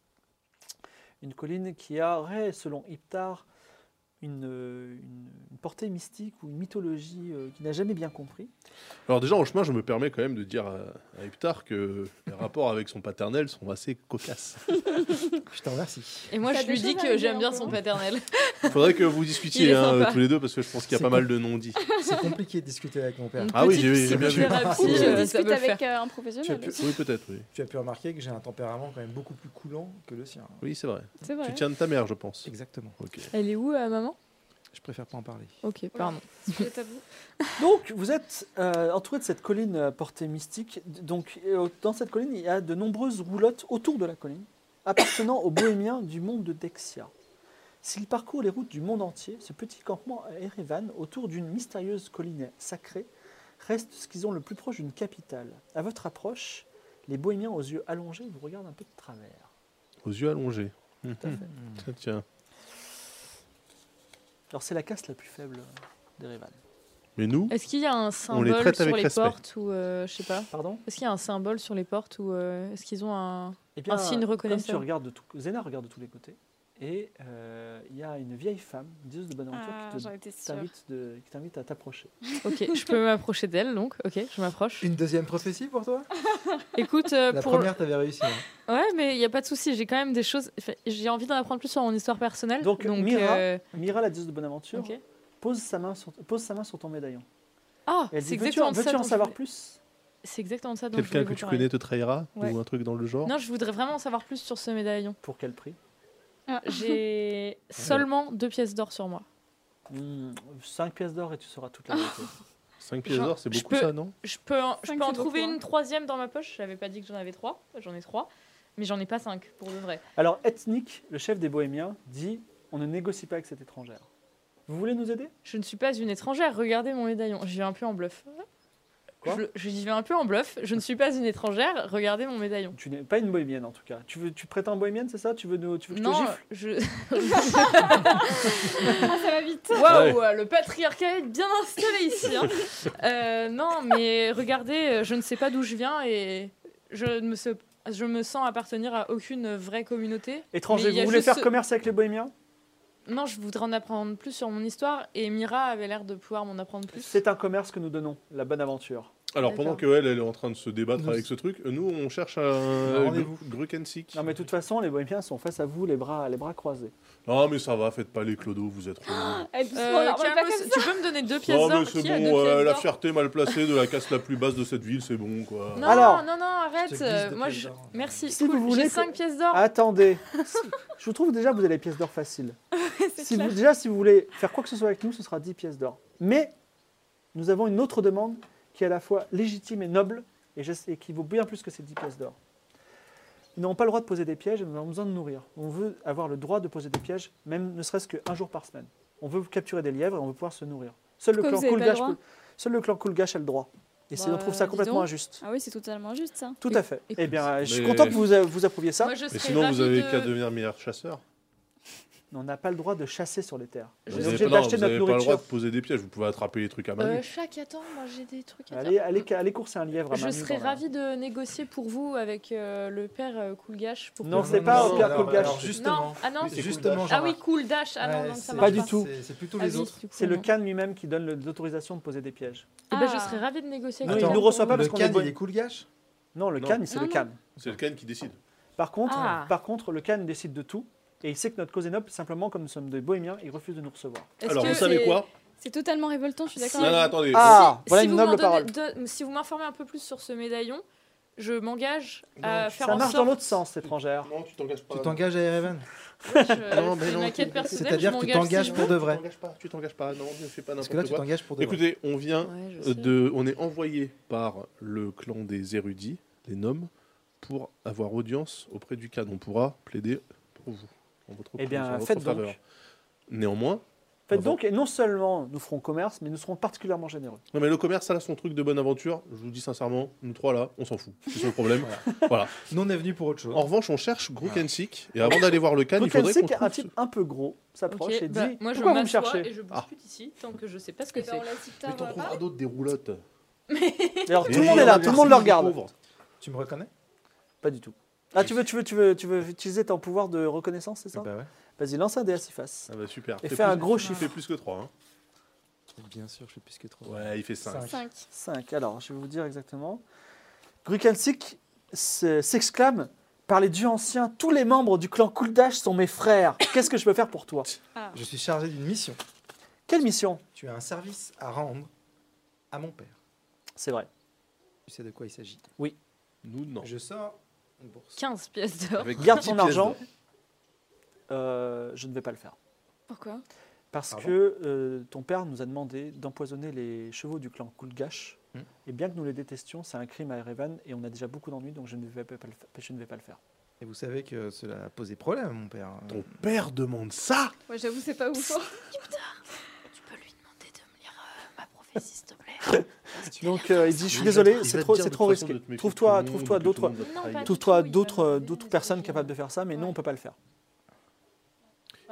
une colline qui aurait, selon Iptar, une, euh, une- une portée mystique ou une mythologie euh, qu'il n'a jamais bien compris. Alors déjà en chemin, je me permets quand même de dire à, à Iptar que les rapports avec son paternel sont assez cocasses. Je te remercie. Et moi, T'as je lui des dis choses à que dire j'aime bien encore son paternel. Il faudrait que vous Il discutiez est hein, sympa. tous les deux parce que je pense qu'il y a C'est pas mal de non-dits. C'est compliqué de discuter avec mon père. Une Ah oui, petite j'ai- j'ai bien vu. Ah, psychothérapie, Ou tu euh, ça peut discutes le faire. avec euh, un Tu as professionnel. pu- Oui, peut-être, oui. Tu as pu remarquer que j'ai un tempérament quand même beaucoup plus coulant que le sien. Oui, c'est vrai. C'est vrai. Tu tiens de ta mère, je pense. Exactement. Ok. Elle est où, euh, maman Je préfère pas en parler. Ok, pardon. Sous le tabou. Donc, vous êtes euh, entouré de cette colline à portée mystique. D- Donc, euh, dans cette colline, il y a de nombreuses roulottes autour de la colline, appartenant aux bohémiens du monde de Dexia. S'il parcourt les routes du monde entier, ce petit campement à Erevan, autour d'une mystérieuse colline sacrée, reste ce qu'ils ont le plus proche d'une capitale. À votre approche, les bohémiens aux yeux allongés vous regardent un peu de travers. Aux yeux allongés. à fait. Mhm. Tiens, Tiens. Alors, c'est la caste la plus faible euh, d'Erevan. Mais nous, Est-ce qu'il y a un symbole traite sur avec les respect. portes ou euh, je sais pas Pardon Est-ce qu'il y a un symbole sur les portes ou euh, est-ce qu'ils ont un Eh Un signe comme reconnaissable. tu regardes de tout, Zéna regarde de tous les côtés. Et euh, il y a une vieille femme, une diseuse de bonne aventure, Ah, qui te- j'en étais sûre. t'invite de- qui t'invite à t'approcher. Ok, je peux m'approcher d'elle donc. Ok, je m'approche. Une deuxième prophétie pour toi Écoute, euh, La pour première, t'avais réussi. hein. ouais, mais il y a pas de souci. J'ai quand même des choses. enfin, J'ai envie d'en apprendre plus sur mon histoire personnelle. Donc, Donc, Mira- euh, Mira, la diseuse de bonne aventure, ok. pose, sa main sur, pose sa main sur ton médaillon. Ah, Et elle c'est dit Veux-tu en, exactement de ça. veux-tu en dont je savoir voulais- plus C'est exactement de ça. dont je quelqu'un voulais que vous tu parler. connais te trahira Ouais. Ou un truc dans le genre Non, je voudrais vraiment en savoir plus sur ce médaillon. Pour quel prix J'ai seulement deux pièces d'or sur moi. 5 Hmm, pièces d'or et tu sauras toute la vérité. 5 pièces Genre, d'or, c'est je beaucoup peux- ça, non Je peux en, je Cinq, peux en c'est beaucoup, trouver hein. une troisième dans ma poche. J'avais pas dit que j'en avais trois. J'en ai trois. Mais j'en ai pas cinq, pour de vrai. Alors, Ethnic, le chef des bohémiens, dit On ne négocie pas avec cette étrangère. Vous voulez nous aider Je ne suis pas une étrangère. Regardez mon médaillon. J'y vais un peu en bluff. Quoi je, je y vais un peu en bluff. Je ne suis pas une étrangère. Regardez mon médaillon. Tu n'es pas une bohémienne en tout cas. Tu, veux, tu prétends bohémienne, c'est ça Tu veux, nous, tu veux que je te Non, gifle je. Ah, ça va vite. Waouh, euh, le patriarcat est bien installé ici. hein. Euh, non, mais regardez, euh, je ne sais pas d'où je viens et je ne me, se- je me sens appartenir à aucune vraie communauté. Étranger, Mais il y vous a voulez juste faire ce- commerce avec les bohémiens Non, je voudrais en apprendre plus sur mon histoire et Mira avait l'air de pouvoir m'en apprendre plus. C'est un commerce que nous donnons, la bonne aventure. Alors pendant D'accord. que elle, elle est en train de se débattre Nous- avec ce truc, euh, nous on cherche un, rendez-vous. Gru- Gruckensik. Non mais de toute façon, les bohémiens sont face à vous, les bras, les bras croisés. Non, Ah, mais ça va, faites pas les clodos, vous êtes relous. Elle se Euh, regarde pas calme, comme tu peux me donner deux pièces Non d'or mais c'est Qui a bon, deux euh, pièces la d'or fierté mal placée de la casse la plus basse de cette ville, c'est bon quoi. Non, Alors, non, non, je arrête. te glisse euh, deux Moi, pièces je... d'or. merci. Si vous cool, voulez J'ai que- 5 pièces d'or. Attendez, Si- je vous trouve déjà que vous avez les pièces d'or faciles. Si vous, déjà, si vous voulez faire quoi que ce soit avec nous, ce sera 10 pièces d'or. Mais nous avons une autre demande qui est à la fois légitime et noble, et, je- et qui vaut bien plus que ces 10 pièces d'or. Nous n'avons pas le droit de poser des pièges et nous avons besoin de nourrir. On veut avoir le droit de poser des pièges, même ne serait-ce qu'un jour par semaine. On veut capturer des lièvres et on veut pouvoir se nourrir. Seul le Pourquoi clan vous avez pas le Kulgash droit peut- seul le clan Kulgash a le droit. Et c'est- Bah, on trouve ça dis complètement donc. injuste. Ah oui, c'est totalement juste ça. Tout à fait. Eh bien, je suis Mais- content que vous, vous approuviez ça. Moi, je Mais serais sinon ravie vous avez de- qu'à devenir meilleur chasseur. On n'a pas le droit de chasser sur les terres. Je On Vous est suis obligé avez pas- non, d'acheter vous notre avez pas le droit nourriture. de poser des pièges, vous pouvez attraper les trucs à main Euh, nue. Chac, attends, moi j'ai des trucs à dire. Allez, allez, ca- allez courser un lièvre à Je main nue serais dans la- ravie de négocier pour vous avec euh, le père euh, Coolgash. Pour Non, que- c'est pas au père alors, Colgate. alors, justement. Non, ah non. Oui, c'est Justement, cool, Ah Jean-Marc. oui, cool, Dash. Ah non, Ouais, non, ça c'est- marche Pas du tout. C'est c'est plutôt Ah les oui, autres. du coup, C'est le non. Khan lui-même qui donne le- l'autorisation de poser des pièges. Eh ben, Ah. je serais ravie de négocier. Nous, avec il vous. nous reçoit pas parce le qu'on Khan, est bon- il est cool gâche Non, le Non. Khan, c'est Non, le non. Khan. C'est le Ken qui décide. Par contre, Ah. par contre, le Khan décide de tout et il sait que notre cause est noble. Simplement, comme nous sommes des bohémiens, il refuse de nous recevoir. Est-ce Alors que vous savez c'est- quoi C'est totalement révoltant, je suis d'accord. Non, non, avec vous. attendez. Ah, si- voilà si une vous m'en noble parole. donnez- de- si vous m'informez un peu plus sur ce médaillon, je m'engage à faire Ça en marche dans sorte. l'autre sens, étrangère. Non, tu t'engages pas. Ah Tu t'engages à Erevan Non, mais mais non, ma quête c'est- personnelle. c'est-à-dire je que tu m'engage t'engages si pour vous- de Tu vrai. t'engages pas, tu t'engages pas. Non, ne fais pas Parce que là, n'importe tu quoi. t'engages pour de vrai. Écoutez, on vient Ouais, je Euh, sais. de, on est envoyé par le clan des érudits, les noms, pour avoir audience auprès du Khan. On pourra plaider pour vous. en votre Eh cause, bien, en votre faites donc. faveur. Néanmoins, Faites Bravo. donc, et non seulement nous ferons commerce, mais nous serons particulièrement généreux. non mais le commerce, ça a son truc de bonne aventure. Je vous dis sincèrement, nous trois là, on s'en fout. C'est ça le problème. Nous, on est venu pour autre chose. en revanche, on cherche Grukensik. Et avant d'aller voir le Khan, il Donc, faudrait elle sait qu'on qu'il y a un trouve... ce- type un peu gros s'approche Ok, et bah, dit moi je Pourquoi vous me m'assois cherchez et je bouge Ah. plus d'ici tant que je sais pas ce que Eh ben, c'est. on laisse Iptar, Mais t'en euh, trouveras parler. d'autres des roulottes. Alors, Mais Ah, tout le monde oui, est là, mais tout le monde le personne ne regarde. découvre. Tu me reconnais Pas du tout. Ah, tu veux, tu veux, tu veux, tu veux utiliser ton pouvoir de reconnaissance, c'est ça Bah ouais. Vas-y, lance un dé à six faces. Ah bah super. Et Fais fais un plus- gros Il chiffre. fait plus que 3. Hein. Bien sûr, je fais plus que trop. Ouais, il fait 5. Cinq. 5. 5. Alors, je vais vous dire exactement. Grukansik se- s'exclame Par les dieux anciens, tous les membres du clan Kuldash sont mes frères. Qu'est-ce que je peux faire pour toi Je suis chargé d'une mission. Quelle mission Tu as un service à rendre à mon père. C'est vrai. Tu sais de quoi il s'agit. Nous, non. Je sors une bourse. 15 pièces d'or. Avec Garde 10 ton pièces argent. d'or. Euh, je ne vais pas le faire. Pourquoi Parce Pardon que euh, ton père nous a demandé d'empoisonner les chevaux du clan Kulgash. Hmm. Et bien que nous les détestions, c'est un crime à Erevan et on a déjà beaucoup d'ennuis, donc je ne vais pas le fa- je ne vais pas le faire. Et vous savez que cela a posé problème à mon père. Euh, Ton père demande ça Moi, j'avoue, c'est pas ouf. Tu peux lui demander de me lire euh, ma prophétie, s'il te plaît. Donc euh, il dit, je suis Ah, Il va désolé, te c'est dire trop, de c'est toute trop façon de risqué. te méfier de tout Trouve-toi, le monde, trouve-toi que tout le d'autres, monde va te Non, trahir. pas tout. trouve-toi le monde d'autres, va euh, te d'autres dire, personnes c'est capables de faire ça, mais nous Ouais. on peut pas le faire.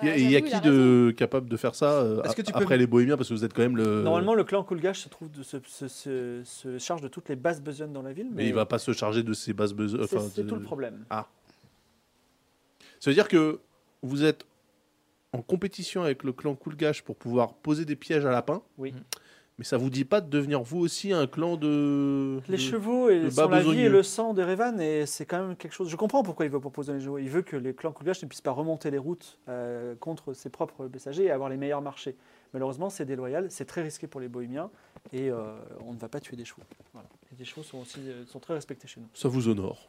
Il y a- et il y a qui de capable de faire ça euh, Est-ce que tu peux- après les bohémiens Parce que vous êtes quand même le. Normalement, le clan Kulgash se trouve de se, se- se- se charge de toutes les bases besognes dans la ville, mais, Mais il va pas se charger de ses bases besoins. c'est c'est tout le problème. Ça veut dire que vous êtes en compétition avec le clan Kulgash pour pouvoir poser des pièges à lapins. Oui. Mhm. Mais ça vous dit pas de devenir vous aussi un clan de. Les de- chevaux et le sont la vie et babesogneux. le sang de Revan, et c'est quand même quelque chose. Je comprends pourquoi il veut proposer les chevaux. Il veut que les clans Kulgash ne puissent pas remonter les routes euh, contre ses propres messagers et avoir les meilleurs marchés. Malheureusement, c'est déloyal, c'est très risqué pour les bohémiens, et euh, on ne va pas tuer des chevaux. Voilà. Et des chevaux sont aussi euh, sont très respectés chez nous. Ça vous honore.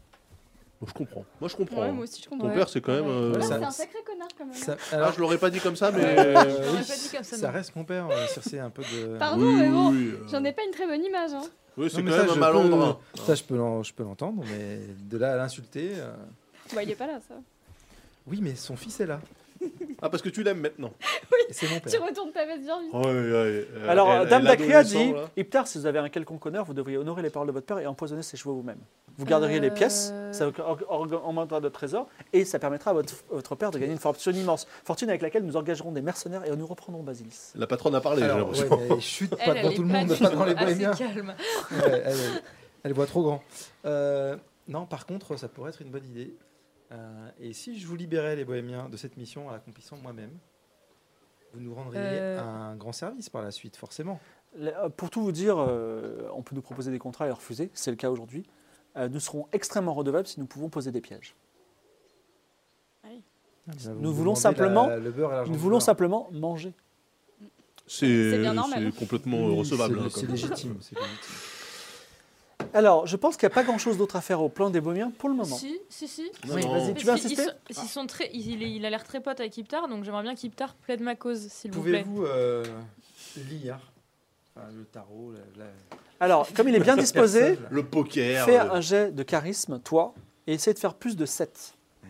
Moi, je comprends. Moi, je comprends. Ouais, hein. moi aussi, je Ton comprends. père, c'est quand même. euh, Ouais, Ouais, ça- c'est un sacré connard quand même. hein. Ça- Ah, alors, je l'aurais pas dit comme ça, mais. euh, Je l'aurais oui, pas dit comme ça, ça non. reste mon père. euh, Circé, un peu de. Pardon. oui, mais oui, bon, oui, euh, J'en ai pas une très bonne image. Hein. oui, c'est quand Non, mais même ça, un je malandre. peux- Ça, je peux l'en- je peux l'entendre, mais de là à l'insulter. euh, Bah, il est pas là, ça. Oui, mais son fils est là. Ah, parce que tu l'aimes maintenant. Et c'est mon Tu père. retournes ta veste bien vite. Ouais, ouais, euh, Alors, elle- Dame elle adore Dacria le sang, dit là. Iptar, si vous avez un quelconque honneur, vous devriez honorer les paroles de votre père et empoisonner ses chevaux vous-même. Vous garderiez les pièces, Euh. ça or- or- augmentera notre trésor et ça permettra à votre, votre père de gagner une fortune immense. Fortune avec laquelle nous engagerons des mercenaires et nous reprendrons Basilis. La patronne a parlé, j'ai Alors, l'impression. ouais, mais chute pas devant est tout le monde, du pas tout dans les assez bohémiens. calme. Ouais, elle, elle voit trop grand. Euh, non, par contre, ça pourrait être une bonne idée. Euh, et si je vous libérais, les bohémiens, de cette mission en l'accomplissant moi-même, vous nous rendriez Euh. un grand service par la suite, forcément. La- euh, Pour tout vous dire, euh, on peut nous proposer des contrats et les refuser, c'est le cas aujourd'hui. Euh, nous serons extrêmement redevables si nous pouvons poser des pièges. Ah, Là, vous Nous me voulons demandez la- simplement- le beurre et l'argent Nous du voulons beurre. simplement manger. C'est C'est bien normal. c'est complètement euh, Oui, recevable. c'est- hein, C'est comme- légitime. c'est légitime. Alors, je pense qu'il n'y a pas grand-chose d'autre à faire au plan des Bohémiens pour le moment. Si, si, si. Non, Oui, non. vas-y. Et tu veux Parce qu'ils- insister ils sont- ils sont très, il, il a l'air très pote avec Iptar, donc j'aimerais bien qu'Iptar plaide ma cause, s'il vous plaît. Pouvez-vous euh, lire enfin, le tarot la- la- Alors, comme il est bien disposé, Personne, là. Le poker. fais euh, un jet de charisme, toi, et essaie de faire plus de 7. Eh.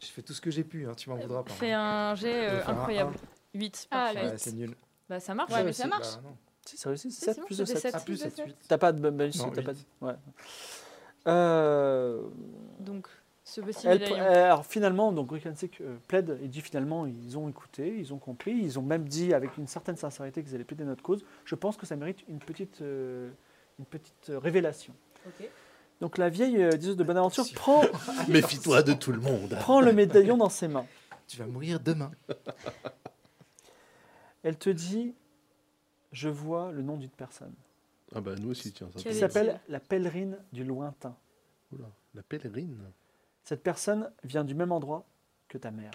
Je fais tout ce que j'ai pu, hein, tu m'en voudras pas. Euh, Fais hein. un jet Je vais euh, faire un incroyable. un. 8, Ah, parfait. la Ouais, c'est nul. bah ça marche. Ouais, mais Ouais, ça c'est- marche. bah, non. Si, c'est réussi, c'est 7 bon, plus c'est de des 7. sept. Ah, plus Sept, 7, 8. T'as pas de bonus Non, t'as pas de- huit. ouais. Euh, Donc, ce petit elle- médaillon. euh, alors finalement, donc Rikansik plaide et dit finalement ils ont écouté, ils ont compris, ils ont même dit avec une certaine sincérité qu'ils allaient plaider notre cause. Je pense que ça mérite une petite, euh, une petite euh, révélation. Ok. Donc la vieille euh, diseuse de bonne aventure Attention. prend, Méfie-toi de tout le monde. prend le médaillon dans ses mains. Tu vas mourir demain. Elle te dit je vois le nom d'une personne. Ah bah nous aussi, tiens. Ça Elle Quel tombe. est- s'appelle la pèlerine du lointain. Oula, la pèlerine. Cette personne vient du même endroit que ta mère.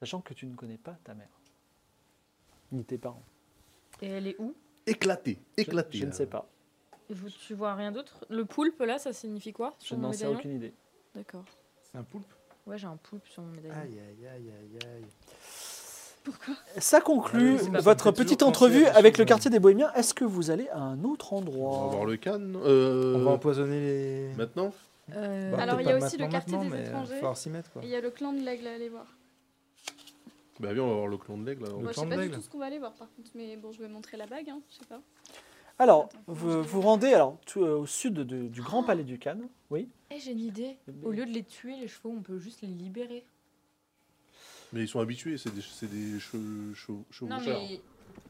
Sachant que tu ne connais pas ta mère. Ni tes parents. Et elle est où Éclatée, Je- éclatée. Je, ne là. sais pas. Vous, Tu vois rien d'autre Le poulpe, là, ça signifie quoi Je sur mon n'en sais médaillon aucune idée. D'accord. C'est un poulpe Ouais, j'ai un poulpe sur mon médaillon. Aïe, aïe, aïe, aïe, aïe. Ça conclut Ah oui, c'est pas- votre ça me fait petite toujours penser à entrevue des avec choses, le ouais. quartier des Bohémiens. Est-ce que vous allez à un autre On va voir endroit le canne. On euh, va empoisonner les. Maintenant Euh, Bah, Alors, peut-être il y a pas aussi le maintenant, quartier maintenant, des mais euh, étrangers. faut falloir s'y mettre, quoi. Et il y a le clan de l'aigle à aller voir. Bah viens, on va voir le clan de l'aigle. alors. Le Moi, je clan sais de pas du l'aigle. tout ce qu'on va aller voir par contre, mais bon, je vais montrer la bague, hein, je sais pas. Alors, Attends, vous vous rendez alors, tout, euh, au sud de- du Grand Palais du Cannes. Oui. Eh, j'ai une idée. Au lieu de les tuer, les chevaux, on peut juste les libérer. Mais ils sont habitués, c'est des, c'est des che- che- non, chevaucheurs. mais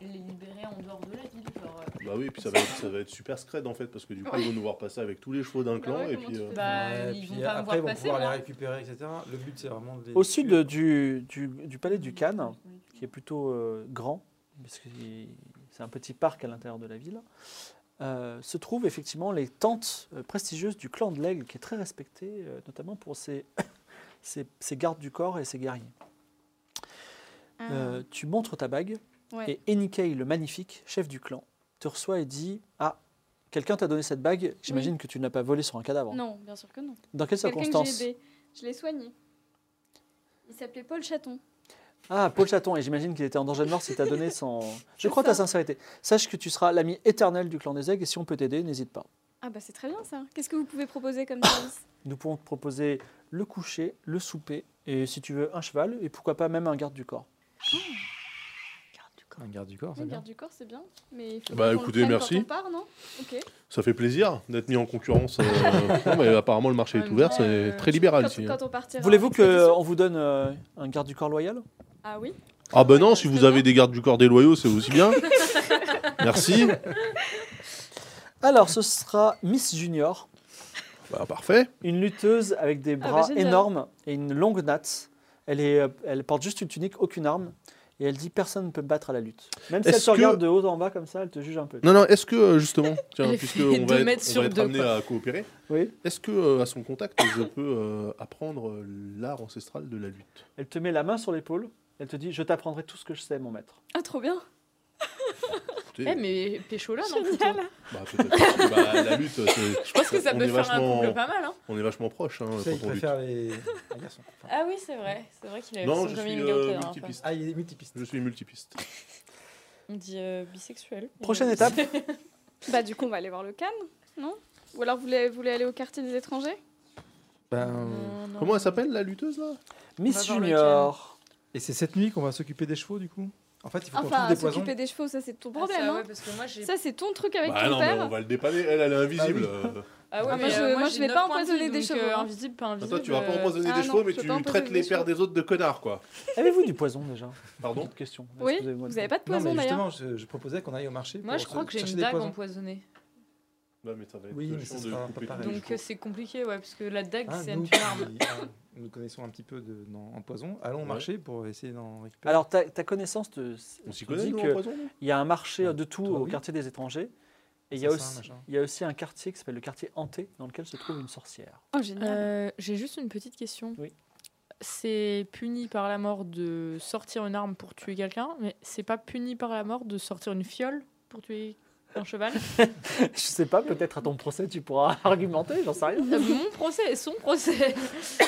les libérer en dehors de la ville. Genre, euh, Bah Bah oui, et puis ça va, être, ça va être super scred en fait, parce que du coup, ils vont nous voir passer avec tous les chevaux d'un clan. et puis, euh, Bah, Ouais, ils puis vont pas me après, voir ils vont passer, pouvoir hein. les moi. récupérer, etc. Le but, c'est vraiment de les. Au sud euh, du, du, du palais du Cannes, qui est plutôt euh, grand, parce que il- c'est un petit parc à l'intérieur de la ville, euh, se trouvent effectivement les tentes euh, prestigieuses du clan de l'aigle, qui est très respecté, euh, notamment pour ses, ses, ses gardes du corps et ses guerriers. Ah, Euh, tu montres ta bague, ouais. et Enikei, le magnifique, chef du clan, te reçoit et dit Ah, quelqu'un t'a donné cette bague, j'imagine que tu ne l'as pas volée sur un cadavre. Non, bien sûr que non. Dans quelles Quelqu'un que circonstances j'ai aidé. Je l'ai soigné. Il s'appelait Paul Chaton. Ah, Paul Chaton, et j'imagine qu'il était en danger de mort si t'as donné son. Je C'est crois ta ça. sincérité. Sache que tu seras l'ami éternel du clan des aigles et si on peut t'aider, n'hésite pas. Ah bah c'est très bien ça. Qu'est-ce que vous pouvez proposer comme service Nous pouvons te proposer le coucher, le souper et si tu veux un cheval et pourquoi pas même un garde du corps. Un garde du corps, c'est Le bien. garde du corps, c'est bien. Mais il faut Bah, qu'on le écoutez, prenne merci. Quand on part, non Ok. Ça fait plaisir d'être mis en concurrence. euh, non, mais apparemment, le marché En est même ouvert, temps, c'est euh, très libéral Quand, ici. hein. quand on partira. Voulez-vous en expédition. qu'on vous donne euh, un garde du corps loyal Ah oui. Ah ben non, si Ouais, vous c'est avez des gardes du corps des loyaux, c'est aussi bien. Merci. Alors, ce sera Miss Junior, Bah, parfait. une lutteuse avec des bah, bras génial. énormes et une longue natte. Elle, est, euh, elle porte juste une tunique, aucune arme. Et elle dit personne ne peut me battre à la lutte. Même si elle Est-ce te regarde que- de haut en bas comme ça, elle te juge un peu. Non, non, est-ce que euh, justement, tiens, Elle puisque fait on va deux être, mètres on va sur être deux, amené quoi. à coopérer, Oui. est-ce que euh, à son contact, je peux euh, apprendre euh, l'art ancestral de la lutte Elle te met la main sur l'épaule. Elle te dit Je t'apprendrai tout ce que je sais, mon maître. Ah trop bien. Écoutez, Eh, mais pécho là, non plutôt. Génial. bah, peut-être, parce que, bah, la lutte, c'est- Je pense que ça on peut est faire vachement- un couple pas mal. Hein. on est vachement proche hein, Tu sais, ils quand on lutte. préfèrent les, les garçons. Enfin, Ah oui, c'est vrai. C'est vrai qu'il avait Non, son je jamais suis mis le gars au euh, cadre, enfin. multipiste. hein, Ah, il est multipiste. Je suis multipiste. hein, On dit euh, bisexuel. Prochaine Et- étape. Bah du coup on va aller voir le Cannes, non Ou alors vous voulez, vous voulez aller au quartier des étrangers Ben, Mm, Non, non. Comment elle s'appelle la lutteuse là va Miss voir le Junior. et c'est cette nuit qu'on va s'occuper des chevaux, du coup En fait, il faut qu'on Enfin trouve des poisons. s'occuper des chevaux, ça c'est ton Ah, ça, problème. ouais, hein. parce que moi j'ai. Ça c'est ton truc avec Bah ton non, mais père. on va le dépanner. Elle, elle est invisible. euh. Ah ouais, Ah, mais moi, je- euh, moi, je j'ai vais pas neuf points de empoisonner vie, des donc, chevaux, euh, hein. invisible, pas Ah, invisible. toi, tu vas pas euh, empoisonner ah des non, chevaux, mais je peux tu pas empoisonner traites les des pères chevaux. des autres de connards, quoi. Avez-vous du poison déjà Pardon Petite question. Est-ce Oui, que vous moins de poison n'avez pas de Non, poison mais d'ailleurs. justement, je, je proposais qu'on aille au marché. Moi, pour je crois que j'ai chercher une des dague poisons. empoisonnée. Bah, mais ça va être Oui, chiant mais ça de sera pas couper tous pareil. les Donc chevaux. euh, c'est compliqué, ouais, parce que la dague, Ah, c'est nous, une arme. qui- ah, nous connaissons un petit peu de, dans- en poison. Allons au Ouais. marché pour essayer d'en récupérer. Alors, ta, ta connaissance te, On s'y te connaît, dit nous, en euh, que poison non il y a un marché Ouais, de tout toi, au oui. quartier des étrangers. Et il y, a Ça, ça, aussi, machin. il y a aussi un quartier qui s'appelle le quartier hanté, dans lequel se trouve une sorcière. Oh génial. Euh, J'ai juste une petite question. Oui. C'est puni par la mort de sortir une arme pour tuer quelqu'un, mais c'est pas puni par la mort de sortir une fiole pour tuer un cheval. Je sais pas, peut-être à ton procès, tu pourras argumenter, j'en sais rien. Euh, Mon procès et son procès.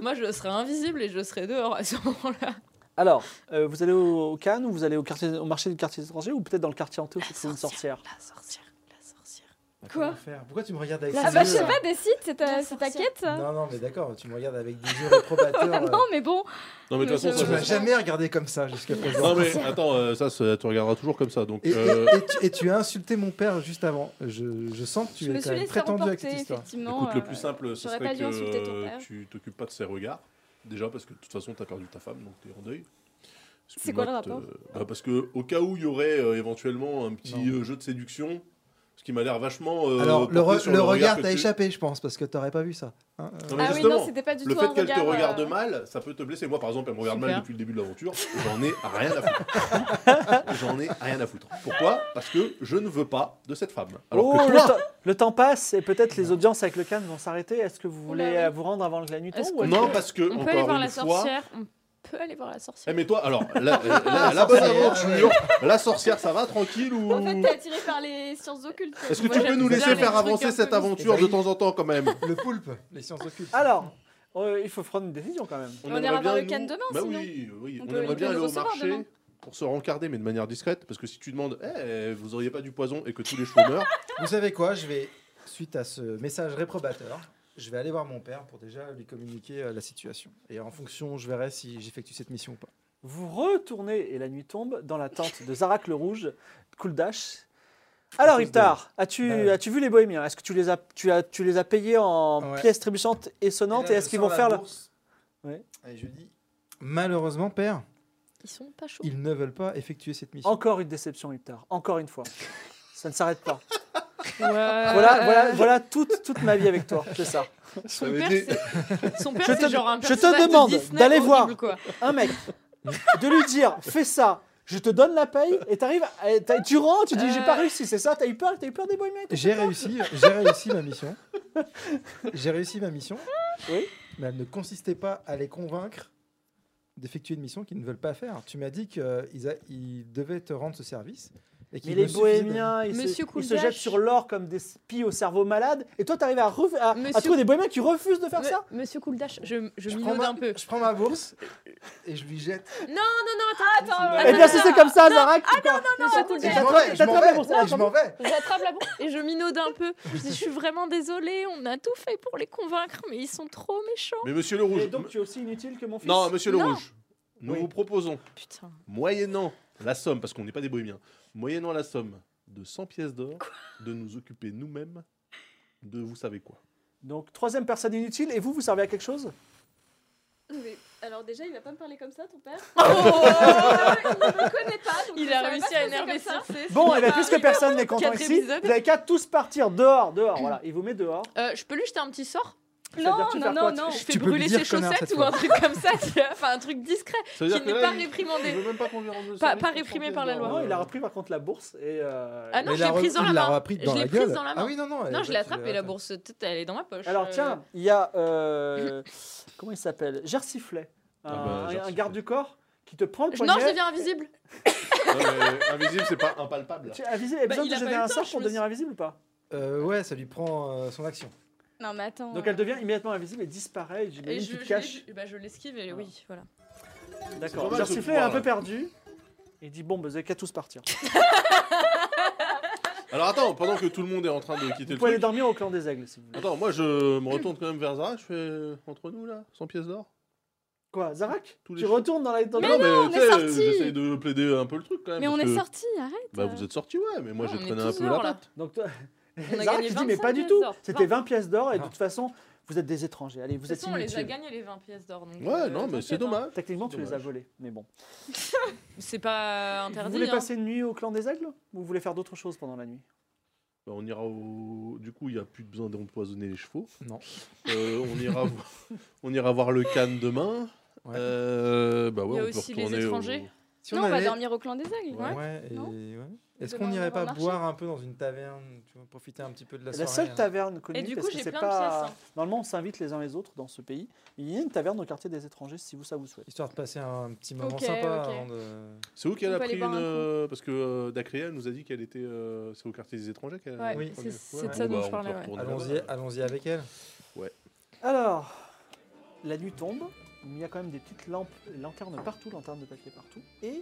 Moi, je serais invisible et je serais dehors à ce moment-là. Alors, euh, vous allez au, au Cannes, ou vous allez au, quartier, au marché du quartier des étrangers, ou peut-être dans le quartier hanté où se trouve une sorcière La sorcière, la sorcière. Bah, Euh, quoi comment faire Pourquoi tu me regardes avec Ah ces bah je yeux, sais là pas, décide, c'est ta, La c'est ta sorcière. quête ça Non, non, mais d'accord, tu me regardes avec des yeux réprobateurs. Ah, euh, euh, Non mais bon, Non, mais de toute Mais façon, ça, Tu je- ça, m'as ça- jamais regardé comme ça jusqu'à présent. Non, mais attends, euh, ça, ça, tu regarderas toujours comme ça. Donc, Et, euh, et- et tu, et tu as insulté mon père juste avant. Je, je sens que tu je me es suis quand même laissé très tendu avec emporter cette histoire. effectivement. écoute, le euh, plus simple, ce j'aurais pas serait dû que insulter ton père. euh, tu t'occupes pas de ses regards. Déjà, parce que de toute façon, t'as perdu ta femme, donc t'es en deuil. C'est quoi le Excuse-moi de rapport te- Bah, Parce que, au cas où il y aurait euh, éventuellement un petit Non. euh, jeu de séduction, ce qui m'a l'air vachement. euh, Alors, le, porté re- sur le regard que t'a tu- échappé, je pense, parce que t'aurais pas vu ça. Hein, euh, Non, mais Ah oui, justement, non, c'était pas du Le tout fait un qu'elle te regard, euh, regarde mal, ça peut te blesser. Moi, par exemple, elle me regarde mal Super. depuis le début de l'aventure. J'en ai rien à foutre. J'en ai rien à foutre. Pourquoi Parce que je ne veux pas de cette femme. Alors Oh, que le, toi, temps, le temps passe et peut-être les audiences avec le Cannes vont s'arrêter. Est-ce que vous voulez Oula, oui. euh, vous rendre avant que la nuit tombe Est-ce ou est-ce non, que- parce que On encore peut aller voir une la fois. sorcière. On peut aller voir la Eh sorcière. mais toi, alors la, euh, la- la- la bonne aventure, la sorcière, ça va tranquille ou En fait t'es attiré par les sciences occultes. Est-ce que Moi, tu j'aime peux nous bien laisser les faire trucs un avancer peu cette aventure de mystérieux. temps en temps quand même Le poulpe, les sciences occultes. Ah, Alors, euh, il faut prendre une décision quand même. On ira aimerait voir le nous- Cannes demain, bah sinon. oui, oui, On on, peut- aimerait bien on peut aller le au recevoir marché demain. pour se rencarder mais de manière discrète parce que si tu demandes Eh, vous auriez pas du poison et que tous les chevaux meurent, Vous savez quoi Je vais, suite à ce message réprobateur, je vais aller voir mon père pour déjà lui communiquer euh, la situation. Et en fonction, je verrai si j'effectue cette mission ou pas. Vous retournez et la nuit tombe dans la tente de Zarak le Rouge, Kuldash. Alors, cause de- Iptar, as-tu Bah ouais. as-tu vu les Bohémiens Est-ce que tu les as tu as tu les as payés en Ouais. pièces trébuchantes et sonnantes et, est-ce qu'ils vont faire la... Ouais. Et je dis Malheureusement, père, Ils sont pas chauds. ils ne veulent pas effectuer cette mission. encore une déception, Iptar Encore une fois. Ça ne s'arrête pas. Voilà, Voilà, voilà, voilà toute, toute ma vie avec toi, c'est ça. Son Ça père, veut c'est- son père, Je c'est te- genre un je te personnage de demande Disney d'aller horrible, voir. quoi. Un mec, de lui dire fais ça, je te donne la paye, et t'arrives, à- et t'as- tu rentres, tu dis Euh. j'ai pas réussi, c'est ça, t'as eu peur, t'as eu peur des boys mecs J'ai réussi, j'ai réussi ma mission. J'ai réussi ma mission. Oui. Mais elle ne consistait pas à les convaincre d'effectuer une mission qu'ils ne veulent pas faire. Tu m'as dit qu'ils a- ils devaient te rendre ce service. Et Mais qu'ils les ne suffisaient pas. bohémiens, ils, se, Monsieur ils se Coolidge. jettent sur l'or comme des spies au cerveau malade, et toi t'arrives à, ref- à, à Monsieur- trouver des bohémiens qui refusent de faire Me- ça Monsieur Cooldash, je, je, Je prends, minaude ma, un peu. je prends ma bourse et je lui jette. Ah, Attends, Eh bien, si c'est comme ça, Zarak, tu pars. non, attends, J'ai Et je attends, m'en attrapé- vais, j'ai je m'en attrapé vais, pour ça, et je m'en vais. J'attrape la bourse et je minaude un peu. Je dis, je suis vraiment désolée, on a tout fait pour les convaincre, mais ils sont trop méchants. Mais monsieur le rouge. Et donc tu es aussi inutile que mon m- fils. Non, monsieur le Non. rouge. Nous Oui. vous proposons, Putain. moyennant la somme, parce qu'on n'est pas des bohémiens, moyennant la somme de 100 pièces d'or, de nous occuper nous-mêmes de vous savez quoi. Donc troisième personne inutile, et vous, vous servez à quelque chose Alors déjà, il va pas me parler comme ça, ton père. Oh, Il a réussi à énerver Circé. Bon, et bien, puisque personne n'est content Quatre ici, épisodes. vous avez qu'à tous partir dehors, dehors, voilà. Il vous met dehors. Euh, je peux lui jeter un petit sort Non, non, non, non. Je fais Tu peux brûler lui dire ses connard chaussettes cette ou un truc comme ça, tu vois, enfin un truc discret. Ça Qui n'est pas réprimandé. il veut même pas qu'on lui rende le Pas- service pas pour 100 réprimé pièces par la d'or. loi. Non, il a repris par contre la bourse et. euh, Ah non, Mais je l'ai la re- prise dans il la l'a main. repris Je dans l'ai la prise gueule. dans la main. Ah oui, non, non. Non, elle- je l'ai tu l'as- attrapée, la bourse, peut-être, elle est dans ma poche. Alors Euh, tiens, il y a. euh, comment il s'appelle Gersiflet. Un, Ah bah, un Gersiflet. garde du corps qui te prend le je- poignet. Non, je deviens invisible. Ouais, mais invisible, c'est pas impalpable. Tu as visé- il a Bah, besoin il de a jeter pas eu un le temps, sort je pour me devenir invisible ou pas Euh, ouais, ça lui prend euh, son action. Non, mais attends. Donc elle devient immédiatement invisible et disparaît. Et Et j'imagine je, tu te je caches. l'ai- bah, je l'esquive et oui, voilà. C'est euh, pas D'accord. mal, ce Gersiflet est un pouvoir, peu là. perdu. Il dit Bon, bah, vous avez qu'à tous partir. Alors attends, pendant que tout le monde est en train de quitter Vous le pouvez aller truc. dormir au clan des aigles si vous voulez. Attends, moi je me retourne quand même vers Zara, je fais euh, entre nous là, 100 pièces d'or. Quoi, Zarak Tous les Tu jours. retournes dans la. Dans non, mais on tu est sais, sortis. j'essaye de plaider un peu le truc quand même. Mais on parce est que- sortis, arrête. Bah vous êtes sortis, ouais, mais moi Non, j'ai on est traîné un tous peu la dehors, là. patte. Donc toi, On a Zara gagné qui dit mais 25 pas du pièces tout. d'or. C'était 20. 20 pièces d'or et de Ah. toute façon, vous êtes des étrangers. Allez, De vous toute êtes façon, on les a inutiles. gagnés les 20 pièces d'or. donc, Ouais, euh, non, mais c'est t'inquiète, hein. dommage. Techniquement, tu les as Dommage. volés, mais bon. C'est pas vous interdit. voulez hein. passer une nuit au clan des aigles ou vous voulez faire d'autres choses pendant la nuit Bah, on ira au. Du coup, il n'y a plus besoin d'empoisonner les chevaux. Non. Euh, on, ira vo- on ira voir le Cannes demain. Ouais. Euh, bah ouais, Il y a on peut aussi les retourner au- étrangers. Si Non, on va allait- dormir au clan des aigles. Ouais. et Non ouais. Est-ce Demain, qu'on on n'irait va pas marcher. boire un peu dans une taverne, tu vois, profiter un petit peu de la La, soirée seule hein. taverne connue. Et du parce coup, que j'ai c'est plein de pas... pièces, hein. Normalement, on s'invite les uns les autres dans ce pays. Il y a une taverne au quartier des étrangers si vous ça vous souhaite. Histoire de passer un petit moment Ok, sympa ok. avant de. C'est où qu'elle On a peut aller pris une. boire un coup. euh, Parce que euh, Dacria, elle nous a dit qu'elle était. euh, C'est au quartier des étrangers qu'elle Ouais, Oui. c'est c'est de Ouais. ça Bon, dont bah, je on parlais. peut ouais. retourner Allons-y, là-bas. allons-y avec elle. Alors, la nuit tombe. Il y a quand même des petites lampes, lanternes partout, lanternes de papier partout. Et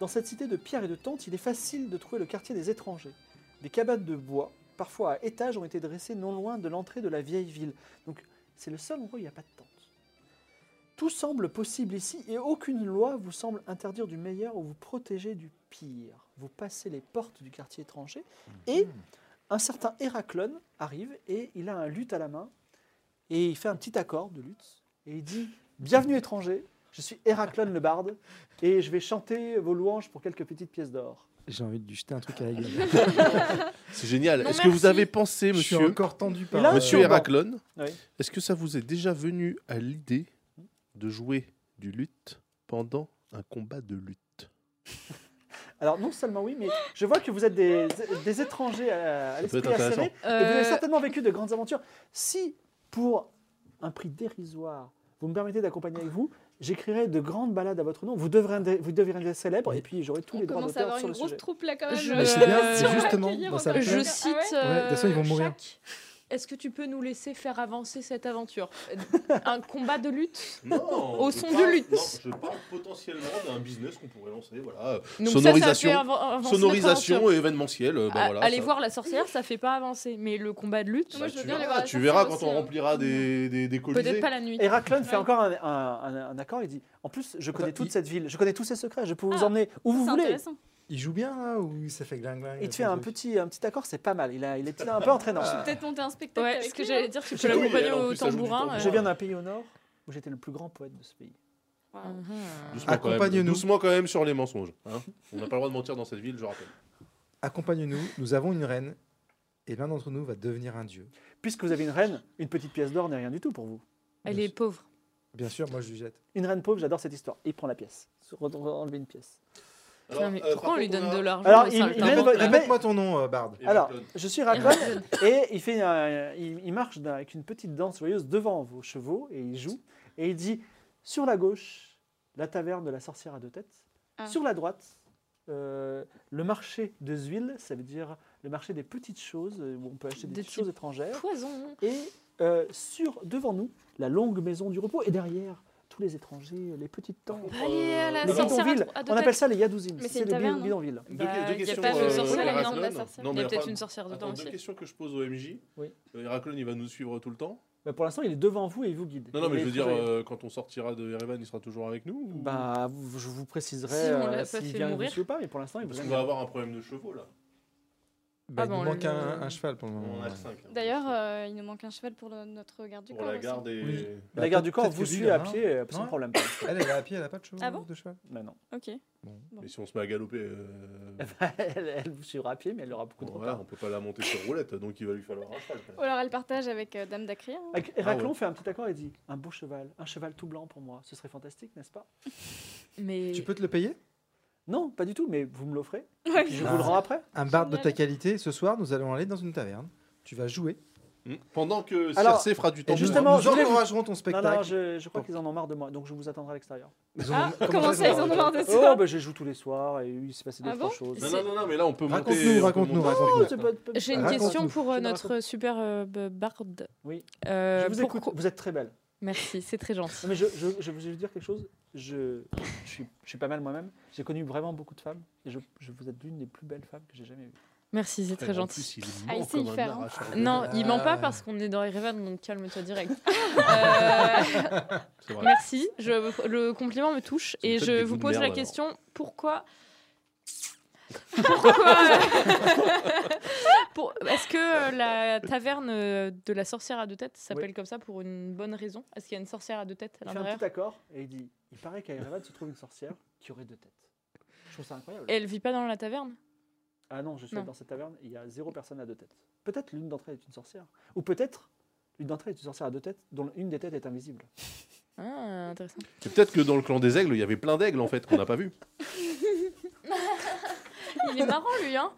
dans cette cité de pierre et de tentes, il est facile de trouver le quartier des étrangers. Des cabanes de bois, parfois à étages, ont été dressées non loin de l'entrée de la vieille ville. Donc c'est le seul endroit où il n'y a pas de tente. Tout semble possible ici et aucune loi vous semble interdire du meilleur ou vous protéger du pire. Vous passez les portes du quartier étranger et un certain Héraclone arrive et il a un luth à la main et il fait un petit accord de luth et il dit Bienvenue étranger, je suis Héraclone le barde et je vais chanter vos louanges pour quelques petites pièces d'or. J'ai envie de lui jeter un truc à la gueule. C'est génial. Non, Est-ce que vous Bah, merci. avez pensé, Je suis monsieur, encore tendu Et par. là, monsieur Ah, Héraclone, Oui. est-ce que ça vous est déjà venu à l'idée de jouer du lutte pendant un combat de lutte Alors non seulement oui, mais je vois que vous êtes des, des étrangers à, à peut l'esprit être intéressant. acéré, Euh, et Euh. vous avez certainement vécu de grandes aventures. Si, pour un prix dérisoire, vous me permettez d'accompagner avec vous, j'écrirai de grandes balades à votre nom, vous deviendrez, vous deviendrez célèbre et puis j'aurais tous On les droits commence à d'auteur avoir sur une le grosse sujet. troupe là quand même. Je- euh, Mais c'est bien, si on c'est va justement accueillir dans sa autant de Je tête. gens. Ah cite. ouais Ouais, de toute façon, ils vont euh, mourir. Jacques, Est-ce que tu peux nous laisser faire avancer cette aventure Euh, Un combat de lutte Non, Au je son parle- de lutte. Non, je parle potentiellement d'un business qu'on pourrait lancer, voilà. euh, Donc ça, ça sonorisation, fait avan- avancer notre sonorisation aventure. et événementielle. euh, bah Ah, voilà, Allez ça- voir la sorcière, ça fait pas avancer. Mais le combat de lutte, Bah, Moi, je veux tu bien aller verras, voir la tu sorcière verras quand aussi, on hein. remplira des, des, des Hmm. peut-être colisées. pas la nuit. Héraclone fait Ouais. encore un, un- un- un accord, il dit, en plus je connais Attends, toute il- cette ville, je connais tous ses secrets, je peux vous Ah, emmener où vous C'est voulez. intéressant. Il joue bien là ou ça fait gling gling Il te fait un petit, un petit accord, c'est pas mal, il, a, il est un peu entraînant. Je vais peut-être monter un spectacle Ouais, avec ce que lui, j'allais hein. dire, tu Je- peux oui, l'accompagner elle, en au plus, elle joue du tambourin. euh. tambourin. Je viens d'un pays au nord où j'étais le plus grand poète de ce pays. Ah, Waouh. Doucement quand même, Accompagne-nous. doucement quand même sur les mensonges. hein. on n'a pas le droit de mentir dans cette ville, je rappelle. Accompagne-nous, nous avons une reine, et l'un d'entre nous va devenir un dieu. Puisque vous avez une reine, une petite pièce d'or n'est rien du tout pour vous. Elle est pauvre. Bien sûr, moi je lui jette. Une reine pauvre, j'adore cette histoire. Il prend la pièce. Se re- re- Enlever une pièce. Putain, euh, mais pourquoi on lui donne de l'argent Alors, au il- il saltimbanque Eh mène- il mène- Répète-moi ton nom, euh, Ah Bard. Alors, je suis Racon et il, fait, un- il, il marche d'un- avec une petite danse joyeuse devant vos chevaux et il joue. Et il dit Sur la gauche, la taverne de la sorcière à deux têtes. Ah. Sur la droite, euh, le marché des huiles, ça veut dire le marché des petites choses euh, où on peut acheter des Des petites choses petits étrangères. Poison. Et euh, sur, devant nous, la longue maison du repos et derrière, tous les étrangers, les petites tentes. Allez, à la Les sorcière à bidonvilles, dro- à deux on appelle têtes. ça les Yadouzim. Mais c'est C'est les une bi- taverne, hein. bidonvilles. Deux- Bah, deux y a questions, pas euh, le sorcier, pour elle est dans Erasmus. la sorcière. Non, Il y mais a peut-être attends, une sorcière dedans Attends, deux aussi. questions que je pose au MJ. Oui. Euh, Héraclion, il va nous suivre tout le temps Mais pour l'instant, il est devant vous et il vous guide. Non, non, mais Il je est veux dire, très- euh, quand on sortira de Erevan, il sera toujours avec nous ou- Bah, vous- je vous préciserai Si on l'a euh, pas s'il fait vient mourir. dessus ou pas, mais pour l'instant, il vous Parce qu'on aime va bien. avoir un problème de chevaux là. Bah, il bon, nous le- manque un, un cheval pour le moment. On en a ouais. que cinq, hein. D'ailleurs, euh, il nous manque un cheval pour le- notre garde du pour corps. la aussi. garde et. Oui. Bah, La garde du peut-être corps que vous lui, suit il en a à un. pied euh, sans Ouais. problème. pour l'instant. Elle, elle est à pied, elle n'a pas de cheval Ah bon de cheval. Mais non. Ok. Mais si on se met à galoper. euh, Bah, elle, elle vous suivra à pied, mais elle aura beaucoup de voilà, retard. on peut pas la monter sur roulette, donc il va lui falloir un cheval. quand Ou même. alors elle partage avec euh, Dame d'Acria. hein. Ac- Héraclon Ah ouais. fait un petit accord et dit Un beau cheval, un cheval tout blanc pour moi, ce serait fantastique, n'est-ce pas Mais Tu peux te le payer Non, pas du tout, mais vous me l'offrez. Ouais. puis Je Bah. Ah. vous le rends après. Un Bard de ta Génial. qualité, ce soir, nous allons aller dans une taverne. Tu vas jouer. Hmm. Pendant que Alors, Circé fera du temps. Et Et nous- justement, nous je voulais vous- encouragerons ton Non, spectacle. non, je, je crois Bon. qu'ils en ont marre de moi, donc je vous attendrai à l'extérieur. Ils en ont- Ah, comment ça, ils en ont marre de Oh, ça bah, je joue tous les soirs et il s'est passé Ah d'autres bon choses. Non, non, non, non, mais là on peut Raconte-nous, monter. on peut raconte-nous, monter. raconte-nous. Oh, c'est pas- pas- J'ai une Raconte-nous. question pour euh, Je me notre super euh, b- barde. Oui. Euh, Je vous pourquoi- écoute, vous êtes très belle. Merci, c'est très gentil. Non, mais je, je, je vais vous dire quelque chose. Je, je, suis, je suis pas mal moi-même. J'ai connu vraiment beaucoup de femmes. Et je, je vous êtes l'une des plus belles femmes que j'ai jamais vues. Merci, c'est très En gentil. plus, il est Ah, il mort sait y comme un faire, hein. arracheur de- Non, il ment pas Ah. parce qu'on est dans Erevan, donc calme-toi direct. Euh, C'est vrai. merci, je- le compliment me touche C'est et peut-être des je goûts vous de pose merde, la alors. question pourquoi Pourquoi Pour- Est-ce que euh, la taverne euh, de la sorcière à deux têtes s'appelle comme ça pour une bonne raison Est-ce qu'il y a une sorcière à deux têtes Il à fait un l'intérieur petit accord et il dit Il paraît qu'à Erevan se trouve une sorcière qui aurait deux têtes. Je trouve ça incroyable. Et Elle vit pas dans la taverne Ah non, je suis Non. dans cette taverne, il y a zéro personne à deux têtes. Peut-être l'une d'entre elles est une sorcière. Ou peut-être l'une d'entre elles est une sorcière à deux têtes, dont une des têtes est invisible. Ah, intéressant. Et Peut-être que dans le clan des aigles, il y avait plein d'aigles en fait qu'on n'a pas vu. Il est marrant lui, hein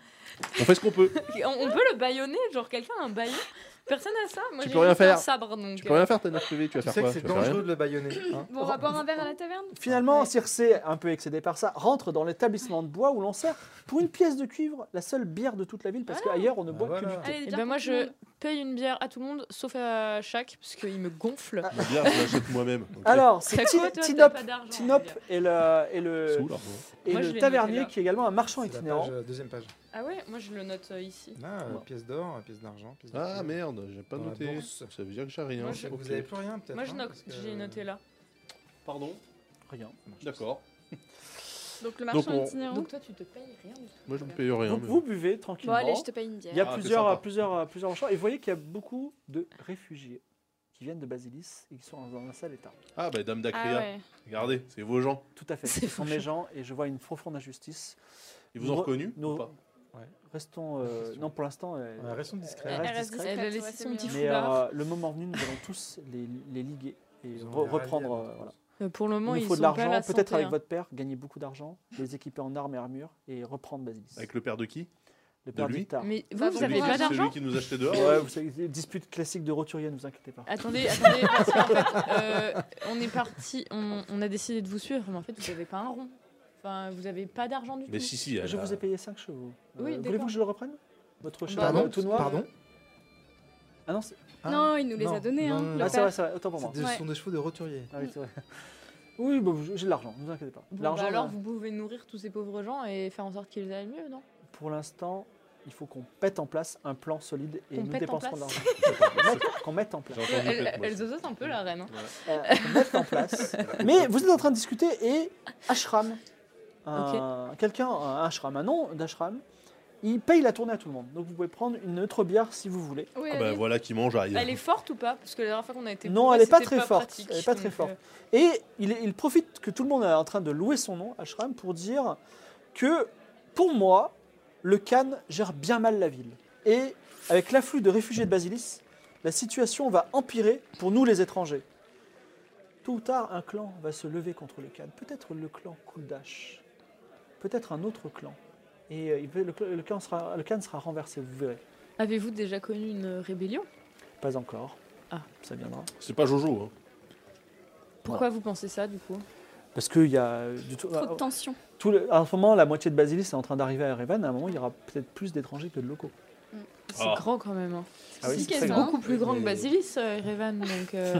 On fait ce qu'on peut. On, on peut le baïonner, genre quelqu'un a un baillon Personne n'a ça. Moi, Tu j'ai peux rien juste un faire. sabre donc. euh. Tu peux rien faire, ta 9 PV, tu vas Tu faire sais que quoi c'est Tu vas faire rien. dangereux de le baïonner. hein. Bon, on va boire un verre à la taverne Finalement, Ouais. Circé, un peu excédé par ça, rentre dans l'établissement de bois où l'on sert, pour une pièce de cuivre, la seule bière de toute la ville, Ah. parce qu'ailleurs on ne Bah boit que voilà. du thé. Et ben moi je paye une bière à tout le monde sauf à chaque parce qu'il me gonfle. La bière, je l'achète moi-même. ok. Alors, T'as Ah, c'est quoi, Ti- toi, Tinop t'as pas d'argent, Tinop Olivia est le, est le, C'est où l'argent et le Moi, je l'ai noté tavernier là. qui est également un marchand C'est la itinérant. page, euh, deuxième page. Ah ouais, moi je le note euh, ici. Là, euh, Bon. pièce d'or, euh, pièce d'argent, pièce de Ah cuivre. merde, j'ai pas Dans la noté. bourse. Ça veut dire que j'ai rien. Moi, Vous Ok. avez plus rien peut-être Moi je hein, note, parce que- j'ai noté là. Pardon Rien. D'accord. Donc le marchand marchand on- itinérant. Donc toi tu te payes rien du tout. Moi, je ne paye rien. Donc mais- vous buvez Bon, tranquillement. allez, je te paye une bière. Il y a Ah, c'est plusieurs, sympa. plusieurs, plusieurs marchands. Et vous voyez qu'il y a beaucoup de réfugiés qui viennent de Basilis et qui sont dans un sale état. Ah bah Dame Ah d'Acria, ouais. regardez, c'est vos gens. Tout à fait. C'est Ce sont fou. mes gens et je vois une profonde injustice. Ils vous ont Nous- reconnu nous- ou pas Restons. euh, Question. non, pour l'instant. euh, Ouais, restons discrets. reste Elle reste discrète. discrète, Elle a ouais, laissé c'est son mieux. petit Mais foulard. euh, le moment venu, nous allons tous les, les liguer et Ils ont re- un rallye à reprendre. euh, notre voilà. Euh, pour le moment Il ils nous faut sont de pas l'argent, la peut-être santé, avec hein. votre père, gagner beaucoup d'argent, les équiper en armes et armures et reprendre Basilis. Avec le père de qui le père lui d'Ictar. Mais vous, Bah, Ah, vous avez bon, Celui- bon, pas bon, d'argent Celui qui nous achetait dehors Ouais, vous savez, c'est une dispute classique de roturier, ne vous inquiétez pas. Attendez, attendez, parce qu'en fait, euh, on est parti, on, on a décidé de vous suivre, mais en fait, vous avez pas un rond. Enfin, vous avez pas d'argent du Mais tout. si, si. elle Je a- vous ai payé 5 chevaux. Euh, Ah. Oui, Voulez-vous d'accord. que je le reprenne Votre cheval Pardon, tout noir Pardon Ah non, c'est Ah, Non, il nous les non, a donnés. non, hein, non, le non. ah, c'est père. vrai, c'est vrai, autant pour moi. C'est des- Ouais. sont des chevaux de roturier. Ah oui, c'est vrai. Oui, bah, j'ai de l'argent, ne vous inquiétez pas. Mm. Bon, bah L'argent, alors, euh, vous pouvez nourrir tous ces pauvres gens et faire en sorte qu'ils aillent mieux, non pour l'instant, il faut qu'on pète en place un plan solide et Qu'on nous pète en dépenserons de place. l'argent. J'ai Mette- Qu'on mette en place. entendu Elle, peut-être, moi, elle ça. zozote un peu, la reine. hein. Euh, qu'on mette en place. Mais vous êtes en train de discuter et Ashram, un- quelqu'un, un Ashram, un nom d'Ashram, il paye la tournée à tout le monde. Donc vous pouvez prendre une autre bière si vous voulez. Oui, Ah allez. bah voilà qui mange aille. Elle est forte ou pas Parce que la dernière fois qu'on a été. Non, bourrés, elle est pas c'était très forte. pratique, Elle est pas très donc, euh, forte. Et il, il profite que tout le monde est en train de louer son nom, Ashram, pour dire que pour moi, le Khan gère bien mal la ville. Et avec l'afflux de réfugiés de Basilis, la situation va empirer pour nous les étrangers. Tôt ou tard, un clan va se lever contre le Khan. Peut-être le clan Kudash. Peut-être un autre clan. Et euh, il peut- le, cl- le clan sera, le Khan sera renversé, vous verrez. Avez-vous déjà connu une rébellion Pas encore. Ah. ça viendra. C'est pas Jojo. hein. Pourquoi vous pensez ça du coup Parce qu'il y a euh, du tout. Trop de tension. tout le- à un moment, la moitié de Basilis est en train d'arriver à Erevan. À un moment, il y aura peut-être plus d'étrangers que de locaux. C'est Ah. grand quand même. hein. Ah oui, C'est- c'est c'est très beaucoup plus grand que Mais- Basilis, euh, Erevan. Donc, euh,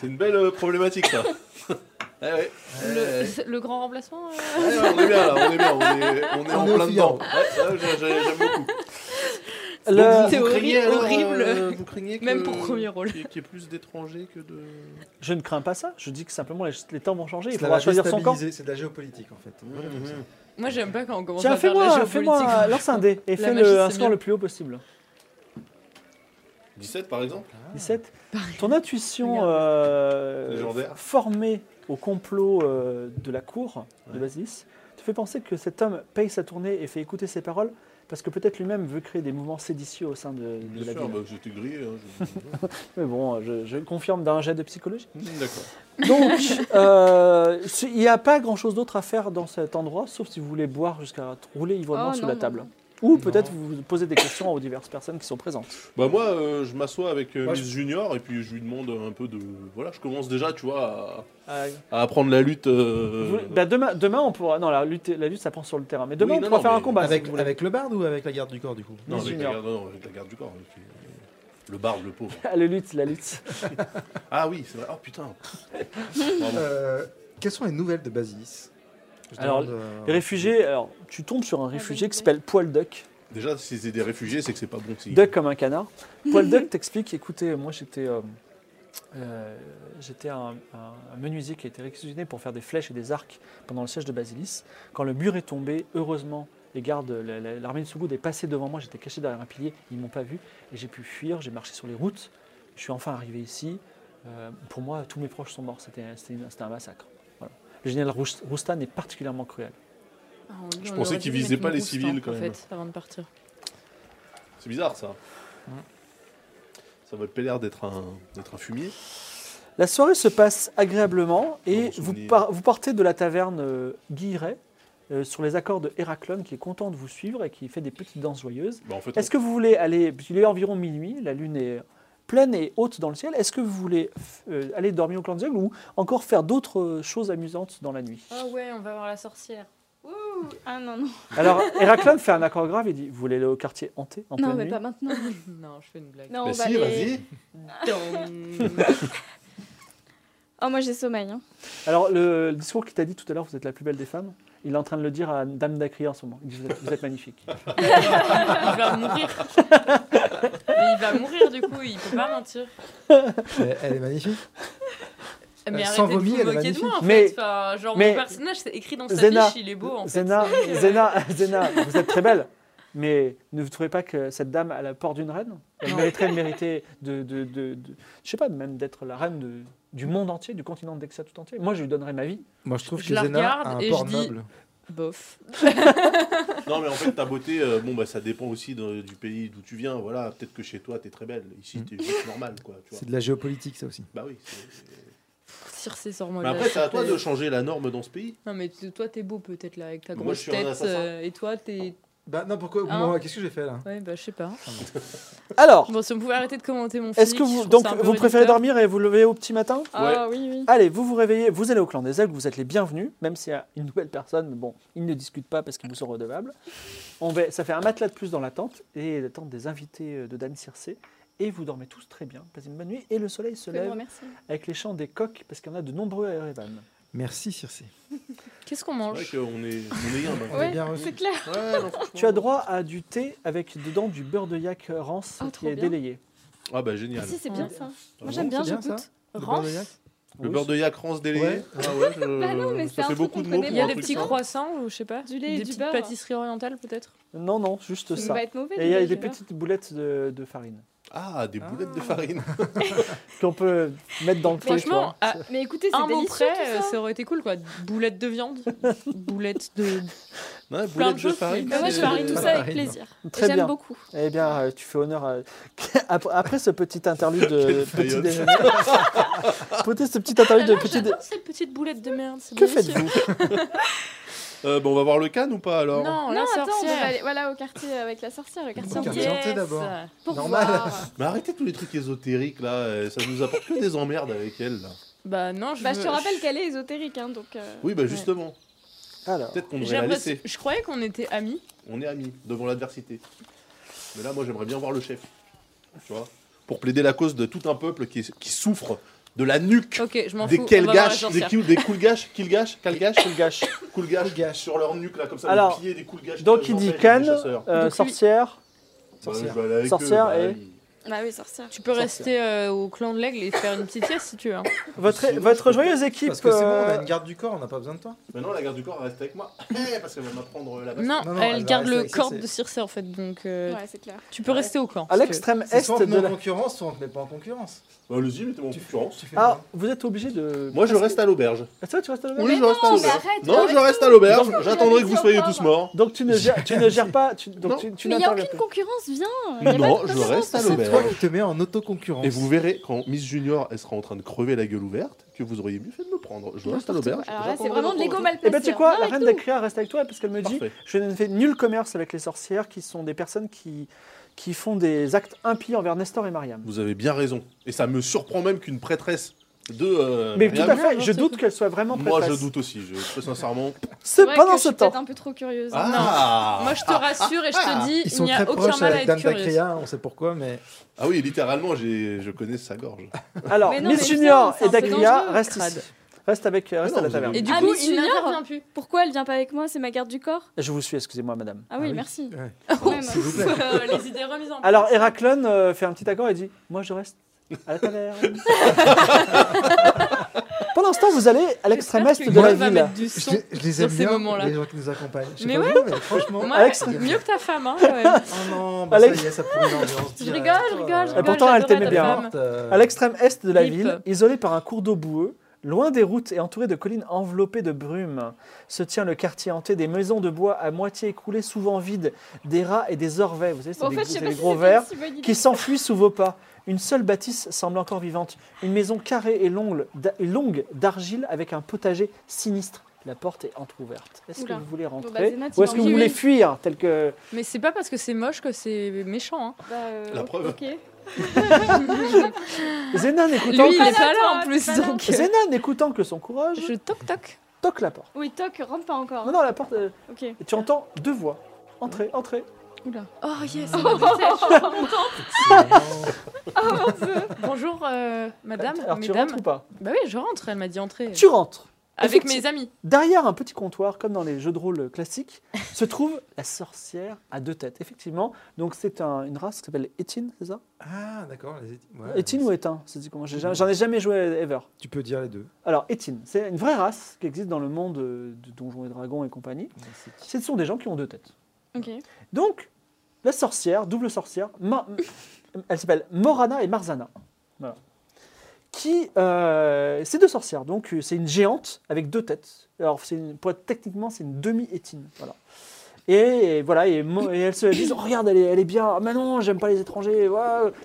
C'est une belle euh, problématique, ça. Eh ouais. Eh. le, le grand remplacement euh, Ouais, ouais, on est bien là, on est bien, on est, on est On en est au plein client. dedans. Ouais, ça, j'ai- j'ai- j'aime beaucoup. Le- Théorie alors, horrible. euh, vous craignez que- Même pour premier rôle. Qu'il y ait- qu'il y ait plus d'étrangers que de. Je ne crains pas ça. Je dis que simplement les, les temps vont changer. Il Ça faudra va choisir son camp. déstabiliser, C'est de la géopolitique en fait. Voilà, comme ça. Moi j'aime pas quand on commence Tiens, à faire de fais-moi la géopolitique. fais-moi- euh, lance un dé et La fais magie, le, un c'est score bien. le plus haut possible. 17 par exemple 17. Ton intuition Ah, Regarde. euh, Légendaire. formée au complot euh, de la cour de Ouais. Basilis te fait penser que cet homme paye sa tournée et fait écouter ses paroles parce que peut-être lui-même veut créer des mouvements séditieux au sein de, de Bien la sûr, ville. bah, j'étais grillé. hein, Mais bon, je, je confirme d'un jet de psychologie. je- Hmm, D'accord. Donc, euh, ce- il n'y a pas grand-chose d'autre à faire dans cet endroit, sauf si vous voulez boire jusqu'à rouler ivrement Oh, sous non, la non, table. non. Ou peut-être vous posez des questions aux diverses personnes qui sont présentes. Bah, moi, euh, je m'assois avec euh, Moi, Miss Junior et puis je lui demande un peu de. Voilà, je commence déjà, tu vois, Euh, à, à apprendre la lutte. euh, vous- bah, demain, demain, on pourra. Non, la lutte, la lutte, ça prend sur le terrain. Mais demain, Oui, on non, pourra non, faire un mais- combat. si avec, vous voulez. avec le barde ou avec la garde du corps du coup non, Miss avec la, Junior. garde, non, avec la garde du corps. avec les- Le barbe, le pauvre. Ah, la lutte, la lutte. Ah oui, c'est vrai. Oh putain. Pardon. Euh, Quelles sont les nouvelles de Basilis Je Alors, demande, euh, Les réfugiés, alors, tu tombes Ah, sur un réfugié qui s'appelle Poil Duck. Déjà, si c'est des réfugiés, c'est que c'est pas bon signe. Duck comme un canard. Poil Duck t'explique écoutez, moi j'étais. euh, euh, J'étais un, un- un menuisier qui a été réquisitionné pour faire des flèches et des arcs pendant le siège de Basilis. Quand le mur est tombé, heureusement, les gardes, la- la- l'armée de Sougoud est passée devant moi. J'étais caché derrière un pilier, ils m'ont pas vu et j'ai pu fuir. J'ai marché sur les routes. Je suis enfin arrivé ici. Euh, pour moi, tous mes proches sont morts. C'était c'était une- c'était un massacre. Voilà. Le général Roust- Roustan est particulièrement cruel. Ah, on- Je on pensais aurait qu'ils dû visaient mettre pas une les rousse, civils, hein, quand en même. fait, avant de partir. C'est bizarre ça. Ça m'a l'air d'être un, d'être un fumier. La soirée se passe agréablement Bon et vous, souvenir. par- vous partez de la taverne euh, Guilleret euh, sur les accords de Héraclone qui est content de vous suivre et qui fait des petites danses joyeuses. Bah, en fait, Est-ce que vous voulez aller, il est environ minuit, la lune est pleine et haute dans le ciel, est-ce que vous voulez f- euh, aller dormir au clan de Zègle ou encore faire d'autres euh, choses amusantes dans la nuit Ah ouais, on va voir la sorcière. Ah non, non. Alors Héraclone fait un accord grave et dit, vous voulez aller au quartier hanté en Non, pleine mais nuit pas maintenant. Non, je fais une blague. Non, Bah on va si, aller- vas-y. Oh, moi j'ai sommeil. hein. Alors le, le discours qu'il t'a dit tout à l'heure, vous êtes la plus belle des femmes, il est en train de le dire à Dame d'Acria en ce moment, il dit, vous êtes- vous êtes magnifique. Il va mourir. Mais il va mourir du coup, il peut pas mentir. elle, elle est magnifique. Mais Euh, arrêtez sans de vomi, vous elle est moquer de moi en magnifique. fait. Enfin, genre Mais- mon personnage c'est écrit dans sa Zena- fiche, il est beau en fait. Zena, Zena, Zena, vous êtes très belle, mais ne vous trouvez pas que cette dame a la porte d'une reine Elle Non. mériterait de mériter de, de, de- de- je sais pas, même d'être la reine de- du monde entier, du continent d'Exia tout entier. Moi, je lui donnerais ma vie. Moi je trouve Je que la Zena regarde a un et port je dis- noble. Bof. Non, mais en fait, ta beauté, euh, bon, bah, ça dépend aussi de- du pays d'où tu viens. Voilà, peut-être que chez toi, t'es très belle. Ici, Mm. t'es juste normal, quoi. Tu vois. C'est de la géopolitique ça aussi. Bah oui. c'est- Sur ses sorts moi, Mais il après, a c'est à toi chopé. de changer la norme dans ce pays. Non mais tu- toi t'es beau peut-être là avec ta Moi, je grosse suis un tête assassin. euh, et toi t'es Bah non pourquoi Hein moi, Qu'est-ce que j'ai fait là ouais bah je sais pas. Alors, Bon si on pouvait arrêter de commenter mon est-ce physique, que je vous, trouve donc, ça un peu vous préférez réducteur. dormir et vous lever au petit matin Ah oui, oui. Allez, vous vous réveillez, vous allez au clan des aigles, vous êtes les bienvenus, même s'il y a une nouvelle personne, mais bon, ils ne discutent pas parce qu'ils vous sont redevables. On va, ça fait un matelas de plus dans la tente, et la tente des invités euh, de Dame Circé, et vous dormez tous très bien, passez une bonne nuit, et le soleil se Vous pouvez me lève remercier. avec les chants des coqs, parce qu'il y en a de nombreux à Erevan. Merci Circe. Qu'est-ce qu'on C'est vrai mange qu'on est, on est humble. Ouais, Ouais, bien reçu. c'est clair. Ouais, non, franchement. Tu as droit à du thé avec dedans du beurre de yak rance Ah, qui trop est bien. délayé. Ah, bah génial. Si, c'est bien Ah ça. Moi j'aime bon, bien, c'est je bien, ça goûte. Le Rance beurre de yak Le beurre de yak rance délayé. Ouais. Ah ouais, je- Bah non, mais c'est ça un fait truc beaucoup qu'on de mots connaît pour Il y a un des truc petits simple. croissants ou je sais pas, Du lait et des du petites beurre. pâtisseries orientales peut-être. Non, non, juste Ça ça. va être mauvais. Et il y a le des beurre. petites boulettes de, de farine Ah, des Ah. boulettes de farine. qu'on peut mettre dans le thé. tu vois. Franchement, ah, à Mais écoutez, un c'est mot délicieux. près, tout euh, ça. ça aurait été cool quoi. Boulette de viande, boulette de Plein Ouais, de boulettes de choses, farine. Euh, bah, mais moi, c'est- bah je parie tout ça avec Pareil. plaisir. Très J'aime bien. beaucoup. Eh bien, euh, tu fais honneur à... après, après ce petit interlude de Quelle petit faillotte. déjeuner. Peut-être ce petit interlude Oh de petit déjeuner. J'adore cette petite boulette de merde. c'est Que délicieux. faites-vous Euh, bon, on va voir le canne ou pas alors Non, Non, la attends, on devait sorcière. aller voilà, au quartier avec la sorcière, le quartier Au quartier entier. hanté, d'abord. Pour Normal. voir. Mais arrêtez tous les trucs ésotériques là, euh, ça nous apporte que des emmerdes avec elle là. Bah non, je Bah, veux- je te rappelle qu'elle est ésotérique, hein, donc. euh, Oui, bah justement, Alors, peut-être qu'on J'ai devrait la l'impression- laisser. Je croyais qu'on était amis. On est amis devant l'adversité. Mais là, moi, j'aimerais bien voir le chef. Tu vois Pour plaider la cause de tout un peuple qui, qui souffre de la nuque Ok, je m'en fous. des on quel va voir la gâches, des sorcière. kill- des cool gâches, kill gâches, cal gâches, tu le gâches. cool gâches sur leur nuque là, comme ça, Alors, le pied des cool gâches. Donc, il dit canne, euh, Donc, lui- sorcière. sorcière. Sorcière et- Bah oui, sorcière. Tu peux rester euh, au clan de l'aigle et faire une petite sieste si tu veux. hein. Votre, Sinon, votre je peux- joyeuse équipe. Parce que c'est bon, on euh, a une garde du corps, on n'a pas besoin de toi. Maintenant, la garde du corps reste avec moi. Eh, Parce qu'elle va m'apprendre euh, la base. Non, Non, non, elle, elle va garde rester le avec ça, corps c'est- de Circe en fait, donc euh, Ouais, c'est clair. tu peux rester au clan. à si tu l'extrême C'est est soit on te de met en la... concurrence, soit on te met pas en concurrence. Bah, Allez-y, mettez-moi en Tu- concurrence. tu fais Ah, bien. vous êtes obligé de. Euh, Moi, je reste à l'auberge. Ah, c'est vrai, tu restes à l'auberge Oui, je reste à non, l'auberge. mais arrête, Non, je arrête reste à l'auberge. Non, J'attendrai que j'avais vous dit soyez au tous morts. Donc, tu ne gères, tu ne gères pas. Tu, donc, Non. tu, tu Mais il n'y a n'interviens aucune plus. concurrence, viens y a Non, pas de je concurrence. reste à C'est toi l'auberge. qui te mets en autoconcurrence. Et vous verrez quand Miss Junior elle sera en train de crever la gueule ouverte que vous auriez mieux fait de me prendre. Je reste à l'auberge. Alors là, c'est j'attendrai vraiment de votre l'ego retour. mal Eh placé. ben, tu sais quoi, Viens la avec reine nous. des créas reste avec toi parce qu'elle me dit Parfait. je ne fais nul commerce avec les sorcières qui sont des personnes qui, qui font des actes impies envers Nestor et Mariam. Vous avez bien raison. Et ça me surprend même qu'une prêtresse de. euh, Mais tout Myriam- à fait, je c'est doute tout. qu'elle soit vraiment Moi, prêtresse. je doute aussi. Je très sincèrement. C'est Ouais, pendant que ce Je suis peut-être temps. un peu trop curieuse. Ah. veux. Moi, je te rassure et je te dis, Ils il sont n'y a très aucun proches mal à avec être Dame curieuse. Dacréa, on sait pourquoi, mais Ah oui, littéralement, j'ai, je connais sa gorge. Alors, Mais non, mais Miss putain, Junior c'est et un peu Dagria dangereux, restent crade. ici. Reste avec, euh, reste non, à la vous avez- taverne. Et du Ah, coup, Miss il Junior n'intervient plus. Pourquoi elle vient pas avec moi C'est ma garde du corps Je vous suis, excusez-moi, madame. Ah oui, Ah oui. merci. Ouais. Quand Oh, même. s'il vous plaît. Euh, les idées remises en place. Alors, Héraclone euh, fait un petit accord et dit Moi, je reste à la taverne. Pendant ce temps, vous allez à l'extrême est J'espère que de la Guillaume va ville. mettre du je, son. les- je les Dans aime ces bien, moments-là. les gens qui nous accompagnent. Je sais Mais pas ouais. vous, mais franchement. Moi, Alex- mieux que ta femme, hein, quand même. Oh non, bah Alex- ça y est, ça pourrit l'ambiance. Je direct, rigole, je toi. rigole, je Et rigole. pourtant, elle j'adorais t'aimait ta bien. femme. Morte, euh, À l'extrême est de la Rip. ville, isolé par un cours d'eau boueux, loin des routes et entouré de collines enveloppées de brume, se tient le quartier hanté des maisons de bois à moitié écoulées, souvent vides, des rats et des orvets, vous savez, c'est En des, fait, je c'est sais des pas si gros c'était vers, une si bonne idée. qui s'enfuient sous vos pas. Une seule bâtisse semble encore vivante, une maison carrée et longue d'a- et longue d'argile avec un potager sinistre. La porte est entr'ouverte. Est-ce que Oula. vous voulez rentrer bah, Zéna, tu ou est-ce que m'as vous envie. voulez fuir tel que... Mais c'est pas parce que c'est moche que c'est méchant. hein. Bah, euh, La preuve. ok. Zéna Lui, n'écoutant il que- est pas là en Attends, plus, attends, donc. euh, Zéna n'écoutant que son courage, Je toc toc. toque la porte. Oui, toc, rentre pas encore. Non, non, la porte... euh, Ok. Et tu entends deux voix. Entrez, entrez. Oh yes. c'est vraiment- Bonjour euh, madame, Alors tu mesdames. rentres ou pas Bah oui, je rentre. Elle m'a dit entrer. euh, Tu rentres. Avec Effectivement. mes amis. Derrière un petit comptoir, comme dans les jeux de rôle classiques, se trouve la sorcière à deux têtes. Effectivement, donc c'est un- une race qui s'appelle Etienne, c'est ça Ah, d'accord. les éti- ouais, Etienne c'est- ou Etin C'est dit comment J'ai jamais- J'en ai jamais joué ever. Tu peux dire les deux. Alors Etienne, c'est une vraie race qui existe dans le monde euh, de Donjons et Dragons et compagnie. Ce sont des gens qui ont deux têtes. Ok. Donc, la sorcière, double sorcière, Ma- elle s'appelle Morana et Marzana. Voilà. Qui, euh, ces deux sorcières, donc euh, c'est une géante avec deux têtes. Alors, c'est une- pour être techniquement, c'est une demi-étine. Voilà. Et, et voilà, et, Mo- et elles se disent Oh, Regarde, elle est, elle est bien, Ah, mais non, j'aime pas les étrangers, Ouais,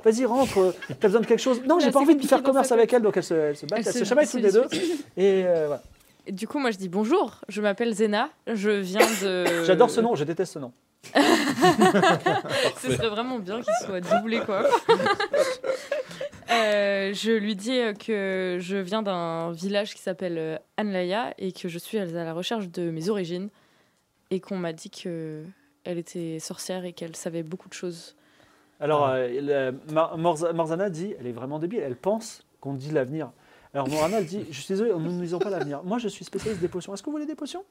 vas-y, rentre, euh, t'as besoin de quelque chose. Non, Là, j'ai pas Bah, c'est envie de compliqué faire dans commerce sa avec elle, donc elles se, elles se battent, Elles elles se se- chamaillent se toutes les deux. Et euh, voilà. Et du coup, moi, je dis bonjour. Je m'appelle Zena. Je viens de. J'adore ce nom, je déteste ce nom. Ce serait vraiment bien qu'il soit doublé, quoi. Euh, je lui dis euh, que je viens d'un village qui s'appelle euh, Anlaya et que je suis à la recherche de mes origines et qu'on m'a dit que elle était sorcière et qu'elle savait beaucoup de choses. Alors, Ah. euh, la- Mar- Morza- Marzana dit, elle est vraiment débile, elle pense qu'on dit l'avenir. Alors, Morana, elle dit, je suis désolé, nous ne lisons pas l'avenir. Moi, je suis spécialiste des potions. Est-ce que vous voulez des potions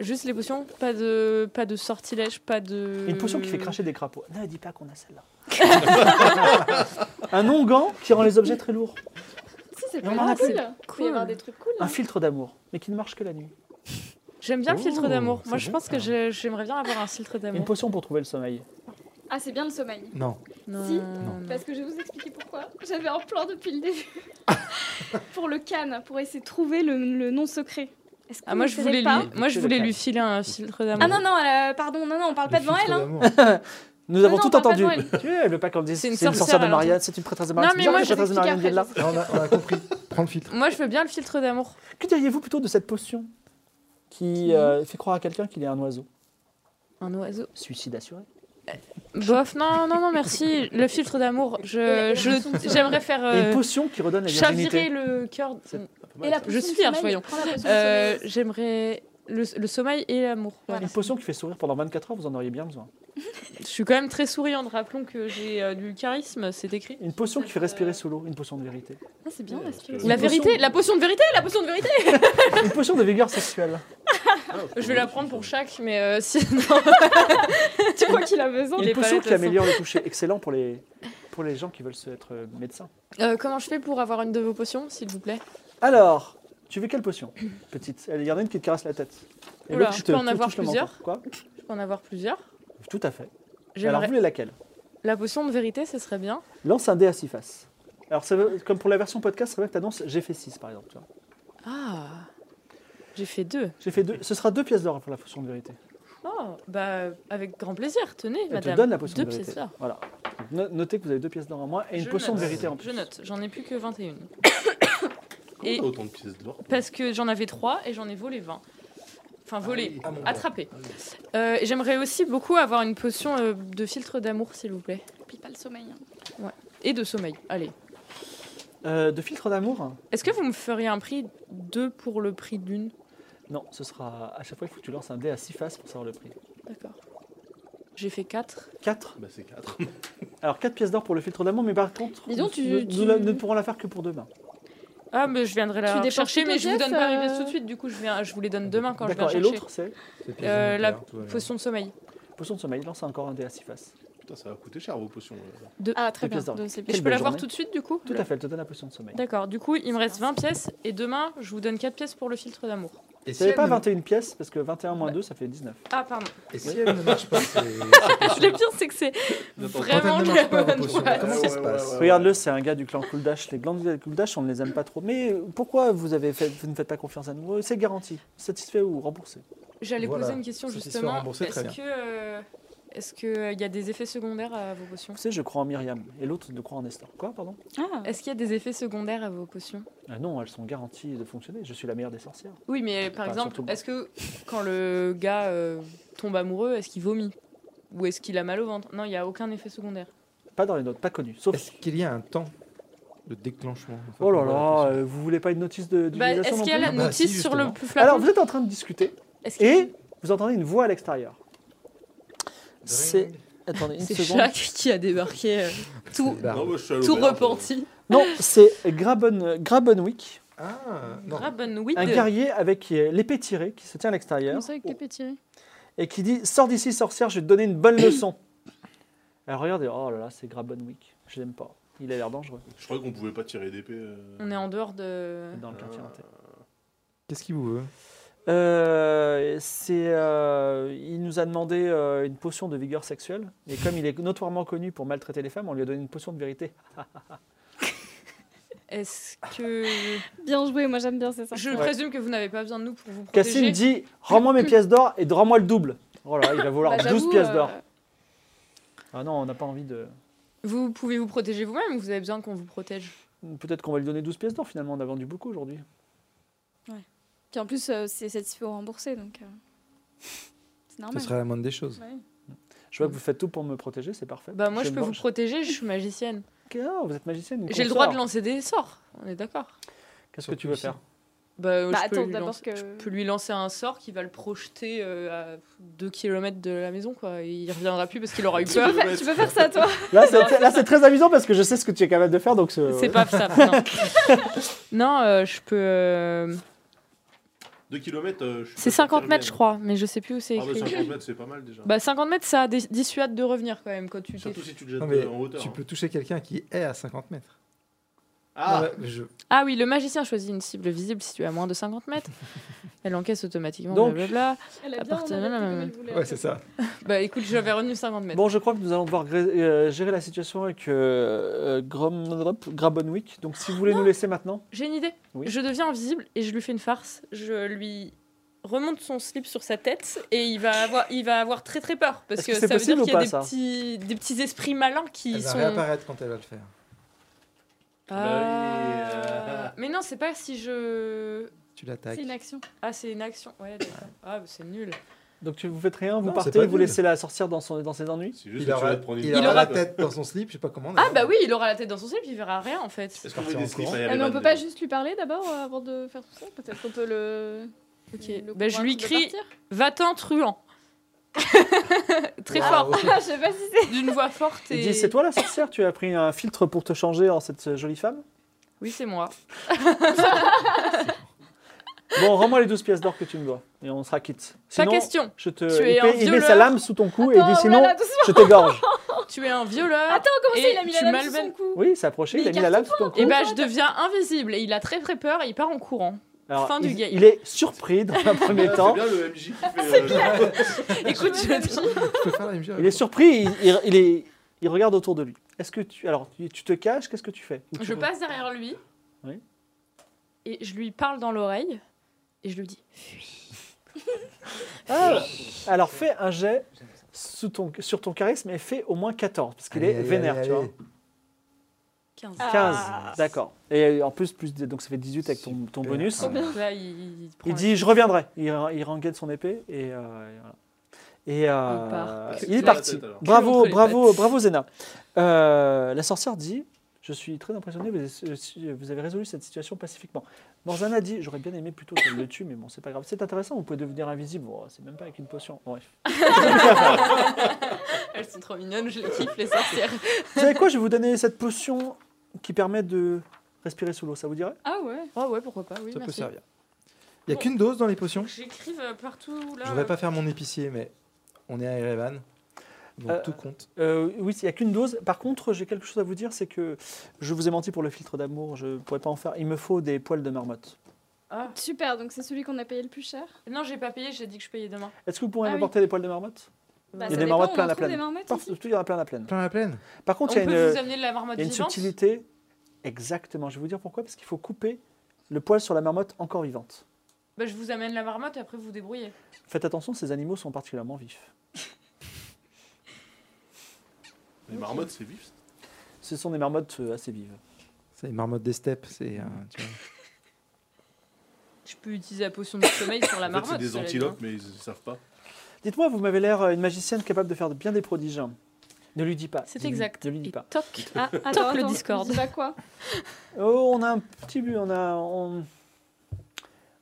Juste les potions, pas de pas de sortilège, pas de Une potion qui Hmm. fait cracher des crapauds. Ne dis pas qu'on a celle-là. un onguent qui rend les objets très lourds. Si, c'est Mais pas on en a grave, plus. Ah, cool. Il peut y avoir des trucs cool. hein. Un filtre d'amour, mais qui ne marche que la nuit. J'aime bien le Oh, filtre d'amour. Moi, c'est je bon, pense que ça. je- j'aimerais bien avoir un filtre Une d'amour. potion pour trouver le sommeil. Ah, c'est bien le sommeil. Non. Non, Si. non. Parce que je vais vous expliquer pourquoi. J'avais un plan depuis le début. pour le Cannes, pour essayer de trouver le, le nom secret. Est-ce Ah, moi, que je vous voulais, savez pas lui, moi, je C'est voulais le lui cas. filer un filtre d'amour. Ah non, non, euh, pardon, non, non, on parle pas devant elle. hein. Nous avons non, tout on parle pas entendu. de Noël. Tu vois, elle veut pas qu'on dise C'est une c'est une sorcière, sorcière de alors. Marianne, c'est une prêtresse de Non, Marianne. mais C'est bizarre moi, que je la prêtresse de Marianne vais vienne expliquer là. après, Ah, on, a, on a compris. Prends le filtre. Moi, je veux bien le filtre d'amour. Que diriez-vous plutôt de cette potion qui euh, fait croire à quelqu'un qu'il est un oiseau Un oiseau. Suicide assuré. Bof, non, non, non, merci. Le filtre d'amour, je, je- j'aimerais faire. Et une Euh, potion qui redonne la chavirer virginité. le cœur. C'est pas Et la, je suis vierge, voyons. Euh, j'aimerais le, le sommeil et l'amour. Voilà. Une potion qui fait sourire pendant 24 heures, vous en auriez bien besoin. Je suis quand même très souriante. Rappelons que j'ai euh, du charisme, c'est écrit. Une potion qui fait respirer sous l'eau, une potion de vérité. Ah, c'est bien, Ouais, respire. parce que- La Une potion- vérité, la potion de vérité, la potion de vérité. Une potion de vigueur sexuelle. Ah, Je vais la prendre pour chaque, mais euh, sinon. euh, tu crois qu'il a besoin Une des potion palettes, qui de toute améliore le toucher. Excellent pour les, pour les gens qui veulent se être euh, médecins. façon. Euh, Comment je fais pour avoir une de vos potions, s'il vous plaît Alors, tu veux quelle potion Petite. Il y en a une qui te caresse la tête. Oula, l'autre qui je peux en avoir touche le plusieurs menton. Quoi Je peux en avoir plusieurs. Tout à fait. Alors, J'aimerais... vous voulez laquelle La potion de vérité, ce serait bien. Lance un dé à six faces. Alors, ça veut- comme pour la version podcast, c'est vrai que tu annonces j'ai fait 6 par exemple. tu vois. Ah J'ai fait deux. J'ai fait deux, ce sera deux pièces d'or pour la potion de vérité. Oh, bah, avec grand plaisir, tenez, Elle madame. te donne la potion deux de vérité. pièces d'or. Voilà. Donc, no- notez que vous avez deux pièces d'or en moins et une Je potion de note. vérité en plus. Je note, j'en ai plus que 21. Et... Et autant de pièces d'or. parce que j'en avais trois et j'en ai volé 20. Enfin, volé, Ah, mon attrapé. Euh, J'aimerais aussi beaucoup avoir une potion euh, de filtre d'amour, s'il vous plaît. Puis pas le sommeil. hein. Et de sommeil, allez. Euh, de filtre d'amour Est-ce que vous me feriez un prix deux pour le prix d'une Non, ce sera à chaque fois il faut que tu lances un dé à 6 faces pour savoir le prix. D'accord. J'ai fait 4. 4 Bah, c'est 4. Alors 4 pièces d'or pour le filtre d'amour, mais par contre, Dis donc, tu- nous, tu- nous la- ne pourrons la faire que pour demain. Ah, mais je viendrai Tu la dépenses chercher, tout mais au je vous Jeff, donne pas mes euh, pièces tout de suite. Du coup, je, viens, je vous les donne demain quand je viens D'accord, et chercher. l'autre c'est Euh, la hein, potion de sommeil. Potion de sommeil, lance encore un dé à 6 faces. Putain, ça va coûter cher vos potions. euh. Ah, très Deux bien. pièces d'or. donc c'est Et bien. Quelle je peux belle l'avoir journée. tout de suite, du coup Tout à fait, elle te donne la potion de sommeil. D'accord, du coup, il me reste 20 pièces et demain, je vous donne 4 pièces pour le filtre d'amour. Et Tu si, n'avais elle pas ne- 21 pièces parce que 21 moins 2 ça fait 19. Ah, pardon. et si elle ne marche pas, c'est. c'est Ah. pas sûr. Le pire, c'est que c'est Quand vraiment elle ne marche la pas, vos bonne potions, boîte. comment Ouais, ça se ouais, passe ouais, ouais. Regarde-le, c'est un gars du clan Kuldash. Les glands du Kuldash, on ne les aime pas trop. Mais pourquoi vous, avez fait- vous ne faites pas confiance à nous C'est garanti, satisfait ou remboursé. J'allais Voilà. poser une question Ça, c'est sûr, justement. remboursé, très Est-ce bien. que. euh, Est-ce qu'il y a des effets secondaires à vos potions Vous savez, je crois en Myriam et l'autre ne croit en Esther. Quoi, pardon Ah, Est-ce qu'il y a des effets secondaires à vos potions Ah Non, elles sont garanties de fonctionner. Je suis la meilleure des sorcières. Oui, mais par Enfin, exemple, surtout moi. est-ce que quand le gars euh, tombe amoureux, est-ce qu'il vomit Ou est-ce qu'il a mal au ventre Non, il n'y a aucun effet secondaire. Pas dans les notes, pas connues. Sauf. Est-ce qu'il y a un temps de déclenchement une fois Oh là qu'on voit là, la potion euh, vous voulez pas une notice de Bah, d'utilisation est-ce non qu'il y a plus la Ah bah, si, notice sur le justement. plus Alors, flacon vous êtes en train de discuter Est-ce qu'il y a- et vous entendez une voix à l'extérieur. C'est. Attendez une C'est seconde. Jacques qui a débarqué euh, tout, C'est barbe. Non, bah, je suis à tout l'auberge, repenti. Non, c'est Graben, Grabenwick, Ah, bah. non. Grabenweed. un guerrier avec euh, l'épée tirée qui se tient à l'extérieur. comment ça avec tes petits et qui dit Sors d'ici, sorcière, je vais te donner une bonne leçon. Elle regarde et Oh là là, c'est Grabonwick, je l'aime pas. Il a l'air dangereux euh. Je croyais qu'on pouvait pas tirer d'épée. euh. On est en dehors de. dans le Euh, Ah. quartier hanté. Qu'est-ce qu'il vous veut Euh, c'est, euh, il nous a demandé euh, une potion de vigueur sexuelle, et comme il est notoirement connu pour maltraiter les femmes, on lui a donné une potion de vérité. Est-ce que. Bien joué, moi j'aime bien ces sortes. Je Ouais. présume que vous n'avez pas besoin de nous pour vous protéger. Cassine dit Rends-moi mes pièces d'or et rends-moi le double. Oh là, là, il va vouloir Bah, 12 j'avoue, pièces euh, d'or. Ah non, on n'a pas envie de. Vous pouvez vous protéger vous-même, vous avez besoin qu'on vous protège. Peut-être qu'on va lui donner 12 pièces d'or finalement, on a vendu beaucoup aujourd'hui. Puis en plus, euh, c'est satisfait ou remboursé, donc. euh, C'est Ce normal. serait la moindre des choses. Ouais. Je vois que vous faites tout pour me protéger, c'est parfait. Bah, moi, je me peux vous venge. protéger, je suis magicienne. Ah, vous êtes magicienne. une J'ai le droit de consort. lancer des sorts, on est d'accord. Qu'est-ce que tu veux faire Bah, Bah, je, peux attends, lui d'abord lancer, que- je peux lui lancer un sort qui va le projeter euh, à 2 km de la maison, quoi. Et il reviendra plus parce qu'il aura eu Tu peur. peux, faire, tu peux faire ça, toi Là, c'est, là, c'est très amusant parce que je sais ce que tu es capable de faire, donc ce- C'est pas ça, non. non, euh, je peux. euh, 2 km, C'est 50 mètres, je crois, mais je sais plus où c'est Ah, bah, écrit. 50 mètres, c'est pas mal déjà. Bah 50 mètres, ça dé- dissuade de revenir quand même quand tu t'es... Surtout si tu le jettes Non, mais euh, en hauteur. tu hein. peux toucher quelqu'un qui est à 50 mètres. Ah, Ouais, je- Ah oui, le magicien choisit une cible visible si tu es à moins de 50 mètres. Elle encaisse automatiquement, Donc- blablabla. Elle à a bien partir de arrêté là, comme même. elle voulait, Ouais, en c'est fait. ça. Bah écoute, j'avais retenu 50 mètres. Bon, je crois que nous allons devoir gré- euh, gérer la situation avec euh, euh, Grom- Grabonwick. Donc, si vous voulez nous laisser maintenant, J'ai une idée. Oui. Je deviens invisible et je lui fais une farce. Je lui remonte son slip sur sa tête et il va avoir, il va avoir très très peur parce Est-ce que, que c'est ça veut dire possible ou qu'il y a pas, des ça petits, des petits esprits malins qui Elle va sont. réapparaître quand elle va le faire. euh. Ah. Mais non, c'est pas si je. Tu l'attaques. C'est une action. Ah, c'est une action. Ouais, d'accord. Ah, mais c'est nul. Donc tu vous faites rien, vous Non, c'est partez, pas vous nul. laissez la sorcière dans, son, dans ses ennuis C'est juste Il que tu vas aura, te prendre une il balle. aura la tête dans son slip, je sais pas comment. Ah, bah oui, il aura la tête dans son slip, il verra rien en fait. Est-ce qu'on met des Partir en slips à courant. Ah, Iron mais on peut Man, pas déjà juste lui parler d'abord euh, avant de faire tout ça Peut-être qu'on peut le. Ok. le Ben, je lui convaincre de crie partir. Va-t'en, truand Très fort, Ah, je sais pas si c'est. d'une voix forte. Il Et... dit C'est toi la sorcière Tu as pris un filtre pour te changer en cette euh, jolie femme Oui, c'est moi. Bon, rends-moi les 12 pièces d'or que tu me dois et on sera quitte. Pas Sinon, question. je te. Tu il, es paie- un il met violeur. sa lame sous ton cou et il Attends, dit oh là Sinon, là, doucement. je t'égorge. Tu es un violeur. Attends, comment ça Et il a mis tu la lame sous son m'albènes. cou Oui, il s'est approché, Mais il a mis la lame sous ton cou. Et bah, je deviens invisible. Et il a très très peur et il part en courant. Alors, fin il, du game. il est surpris dans un Ah, premier temps. C'est bien le MJ qui fait. euh, Écoute, je dis Je peux faire la MJ. Il est surpris, il, il- il est- il regarde autour de lui. Est-ce que tu. Alors, tu tu te caches, qu'est-ce que tu fais Ou tu Je re- passe derrière lui. Oui. Et je lui parle dans l'oreille. Et je lui dis Ah, alors, fais un jet sous ton, sur ton charisme et fais au moins 14, parce qu'il est vénère, tu vois. 15. 15, Ah. d'accord. Et en plus, plus de- donc ça fait 18 avec ton, ton Super. bonus. Ah. Donc là, il, prend Il la- dit Je reviendrai. Il, il rengaine son épée et. euh, et voilà. Et, euh, Il part. il est Sur la parti. tête, alors. Culot Bravo, entre les bravo, pattes. bravo Zena. Euh, la sorcière dit Je suis très impressionné, vous avez résolu cette situation pacifiquement. Morzana dit J'aurais bien aimé plutôt qu'elle le tue, mais bon, c'est pas grave. C'est intéressant, vous pouvez devenir invisible. Oh, c'est même pas avec une potion. Bref. Elles sont trop mignonnes, je les kiffe, les sorcières. Vous savez quoi Je vais vous donner cette potion qui permet de respirer sous l'eau, ça vous dirait Ah ouais Ah ouais, pourquoi pas, oui, Ça peut merci. servir. Il y a qu'une dose dans les potions. J'écrive euh, partout là. Je vais pas faire mon épicier, mais on est à Erevan. Donc Euh, tout compte. Euh, oui, il n'y a qu'une dose. Par contre, j'ai quelque chose à vous dire c'est que je vous ai menti pour le filtre d'amour, je ne pourrais pas en faire. Il me faut des poils de marmotte. Ah. Super, donc c'est celui qu'on a payé le plus cher Non, j'ai pas payé, j'ai dit que je payais demain. Est-ce que vous pourriez Ah oui. m'apporter des poils de marmotte Bah, Il y a ça des dépend, marmottes on plein en la trouve des plaine. marmottes Parfait, ici Il y en a plein la plaine. Plein la plaine. Par contre, On il y peut a une. euh, vous amener de la marmotte Il y a une vivante subtilité. Exactement. Je vais vous dire pourquoi. Parce qu'il faut couper le poil sur la marmotte encore vivante. Bah, je vous amène la marmotte et après vous vous débrouillez. Faites attention, ces animaux sont particulièrement vifs. Les marmottes, c'est vif. Ce sont des marmottes euh, assez vives. C'est les marmottes des steppes. C'est. euh, tu vois. Je peux utiliser la potion de sommeil sur la En fait, marmotte. c'est des cela dit, hein. antilopes, mais ils ils savent pas. Dites-moi, vous m'avez l'air euh, une magicienne capable de faire bien des prodiges. hein. Ne lui dis pas. C'est Ne lui- exact. Ne lui dis Et pas. toc. Ah, attends, Toc le attends, Discord. je dis pas quoi Oh, on a un petit but. On a. On,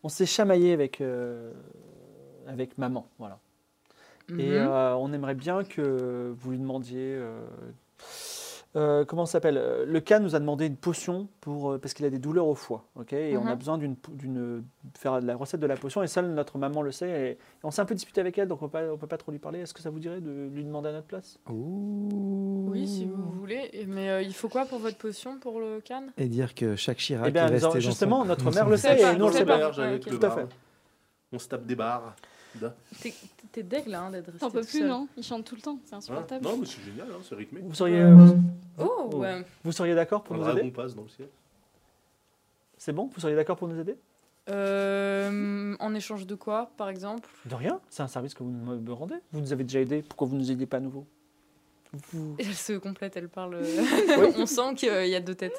on s'est chamaillé avec. euh, avec maman. Voilà. Et Mhm. euh, on aimerait bien que vous lui demandiez. euh, euh, comment ça s'appelle Euh, Le cas nous a demandé une potion pour, euh, parce qu'il a des douleurs au foie. ok et on a Mhm. besoin d'une pou- d'une- de faire la recette de la potion. Et seule notre maman le sait. Et, on s'est un peu disputé avec elle, donc on ne peut pas trop lui parler. Est-ce que ça vous dirait de lui demander à notre place Ouh. Oui, si vous voulez. Et- Mais euh, il faut quoi pour votre potion, pour le canne Et dire que chaque Chirac Eh bien, est resté nous en- Ah, dans justement, son- notre dans mère son- le sait sait pas, et nous on on le sait sait pas. pas. Berge avec ok. le Tout à bar. fait. On se tape des barres. Da. T'es- T'es deg là hein, d'être resté T'en peux tout plus, seul. non Il chante tout le temps, c'est Hein insupportable. Non, mais c'est génial, hein, c'est rythmé. Vous seriez, Oh, Oh. ouais. vous seriez d'accord pour Un nous aider dragon passe dans le ciel. C'est bon Vous seriez d'accord pour nous aider Euh, en échange de quoi, par exemple De rien. C'est un service que vous me me rendez. Vous nous avez déjà aidé. Pourquoi vous ne nous aidez pas à nouveau Vous- Elle se complète, elle parle. euh, On sent qu'il y a deux têtes.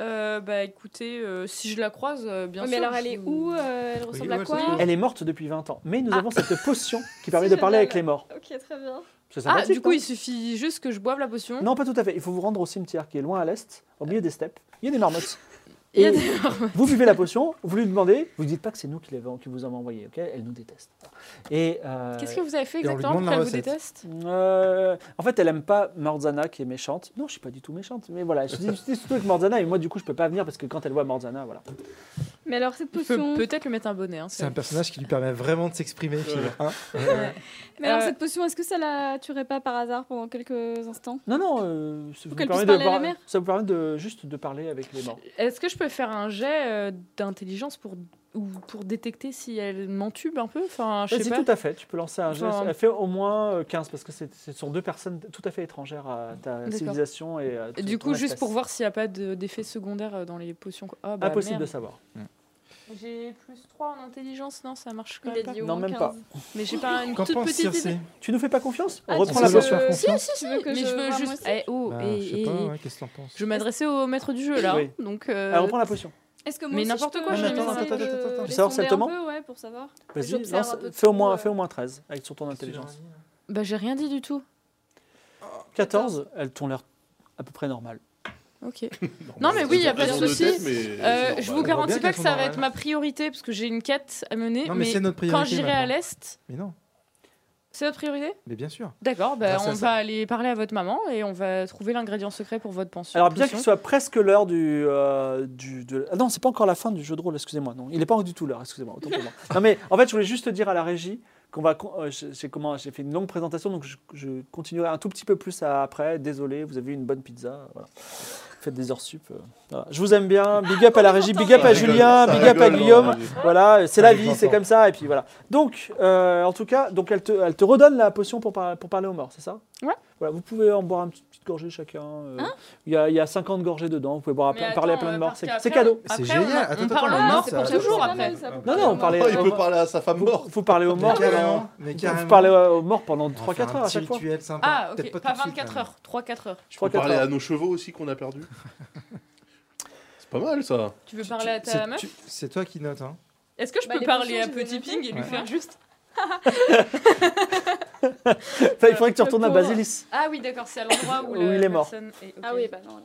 Euh, bah écoutez, euh, si je la croise, euh, bien Ouais, sûr. mais alors je elle est vous- où euh, Elle ressemble où à elle quoi se trouve Elle est morte depuis 20 ans, mais nous Ah. avons cette potion qui permet de C'est parler génial. avec les morts. Ok, très bien. C'est Ah, sympathique, du coup, non il suffit juste que je boive la potion. Non, pas tout à fait. Il faut vous rendre au cimetière qui est loin à l'est, au milieu des steppes. Il y a des marmottes. Il y a Et des- vous buvez la potion, vous lui demandez, vous ne dites pas que c'est nous qui, l'avons- qui vous avons envoyé, ok Elle nous déteste. Et euh, Qu'est-ce que vous avez fait Et on lui exactement pour demande la qu'elle vous recette. déteste euh, en fait, elle aime pas Mordzana qui est méchante. Non, je suis pas du tout méchante, mais voilà, je dis, je dis surtout que Mordzana et moi du coup je peux pas venir parce que quand elle voit Mordzana, voilà. Mais alors cette Peut- potion. Peut-être lui mettre un bonnet. hein, C'est un personnage qui lui permet vraiment de s'exprimer. Phil, hein. Mais alors Euh, cette potion, est-ce que ça la tuerait pas par hasard pendant quelques instants Non, non, euh, ça, vous qu'elle puisse permet de parler à la voir- mère ça vous permet de juste de parler avec les morts. Est-ce que je peux faire un jet euh, d'intelligence pour ou pour détecter si elle m'entube un peu Enfin, Bah, je sais Vas-y, pas. tout à fait, tu peux lancer un geste. Enfin- Elle fait au moins euh, 15 parce que c'est- ce sont deux personnes tout à fait étrangères à ta D'accord. civilisation et à Et ton- Du ton coup, juste espèce. pour voir s'il n'y a pas de- d'effet secondaire euh, dans les potions. quoi. Ah, bah, Impossible merde. de savoir. J'ai plus 3 en intelligence, non, ça marche quand Il même a pas. dit au Non, moins même pas. 15. Mais j'ai pas une Qu'en toute pense petite idée. Circé Tu nous fais pas confiance On Ah, reprend tu la veux- main. se faire Si, confiance si, si, veux que mais je je veux vois juste. moi Eh, oh, Bah, et- Je sais et- pas, et- hein, qu'est-ce que t'en penses je m'adressais au maître du jeu là. Oui. Donc, euh, Alors, on prend la potion. Est-ce que moi Mais aussi, n'importe je quoi, peux j'ai mis essayer ça. de- Attends, attends, attends, attends. les Savoir si elle te sonder un ment peu, ouais, pour savoir. Vas-y, J'observe lance- un peu fais, au tout, moins, euh. fais au moins 13 avec sur ton intelligence. bah, j'ai rien dit du tout. 14, elles t'ont l'air à peu près normales. Euh, Ok. Non, mais oui, il y a pas de souci. Euh, je vous voit garantis bien pas qu'elles que sont ça va normales. être ma priorité parce que j'ai une quête à mener. Non, mais c'est notre quand priorité j'irai à maintenant. l'Est, Mais non, c'est votre priorité mais bien sûr. D'accord, bah, Grâce à on ça. va aller parler à votre maman et on va trouver l'ingrédient secret pour votre pension. Alors, bien potion. qu'il soit presque l'heure du, euh, du. de- Ah non, c'est pas encore la fin du jeu de rôle, excusez-moi. Non, il n'est pas du tout l'heure, excusez-moi. autant pour moi. Non, mais en fait, je voulais juste te dire à la régie qu'on va. con- euh, je- c'est comment- J'ai fait une longue présentation, donc je, je continuerai un tout petit peu plus à- après. Désolé, vous avez eu une bonne pizza. voilà. Faites des heures sup. euh, voilà. Je vous aime bien. Big up à la régie, big up à Ça rigole, Julien, ça big up à rigole, Guillaume. non, Voilà, c'est la Allez, vie, j'entends. c'est comme ça. Et puis voilà. Donc, euh, en tout cas, donc elle, te, elle te redonne la potion pour, par- pour parler aux morts, c'est ça Ouais. Hein Voilà, vous pouvez en boire une petite, petite gorgée chacun. euh, Il y, a, il y a 50 gorgées dedans, vous pouvez boire à Mais plein- attends, parler à plein de euh, morts. parce C'est qu'après, c'est cadeau. on- C'est après, génial. on- Attends, on attends, parle les aux morts, morts, ça- c'est pour ça- toujours ça- après. ça- Non, non, on parlait. Oh, il aux peut morts. parler à sa femme Faut, morte. faut parler aux Mais morts. carrément, pendant- mais Vous carrément. parlez aux morts pendant On va 3-4 faire un heures à petit chaque fois. rituel sympa. Ah, ok, Peut-être pas, tout de suite, hein. 24 quand même. heures, 3-4 heures. Je Faut crois que parler à nos chevaux aussi qu'on a perdus. C'est pas mal ça. Tu veux parler à C'est- ta meuf tu- C'est toi qui notes, hein Est-ce que je Bah, peux les parler à potions, j'ai Petit déjà fait. Ping et lui Ouais. faire juste il faudrait que tu retournes à Le pauvre. Basilis. Ah oui, d'accord, c'est à l'endroit où, Où la il est mort. personne est- ok. Ah oui, bah non, alors.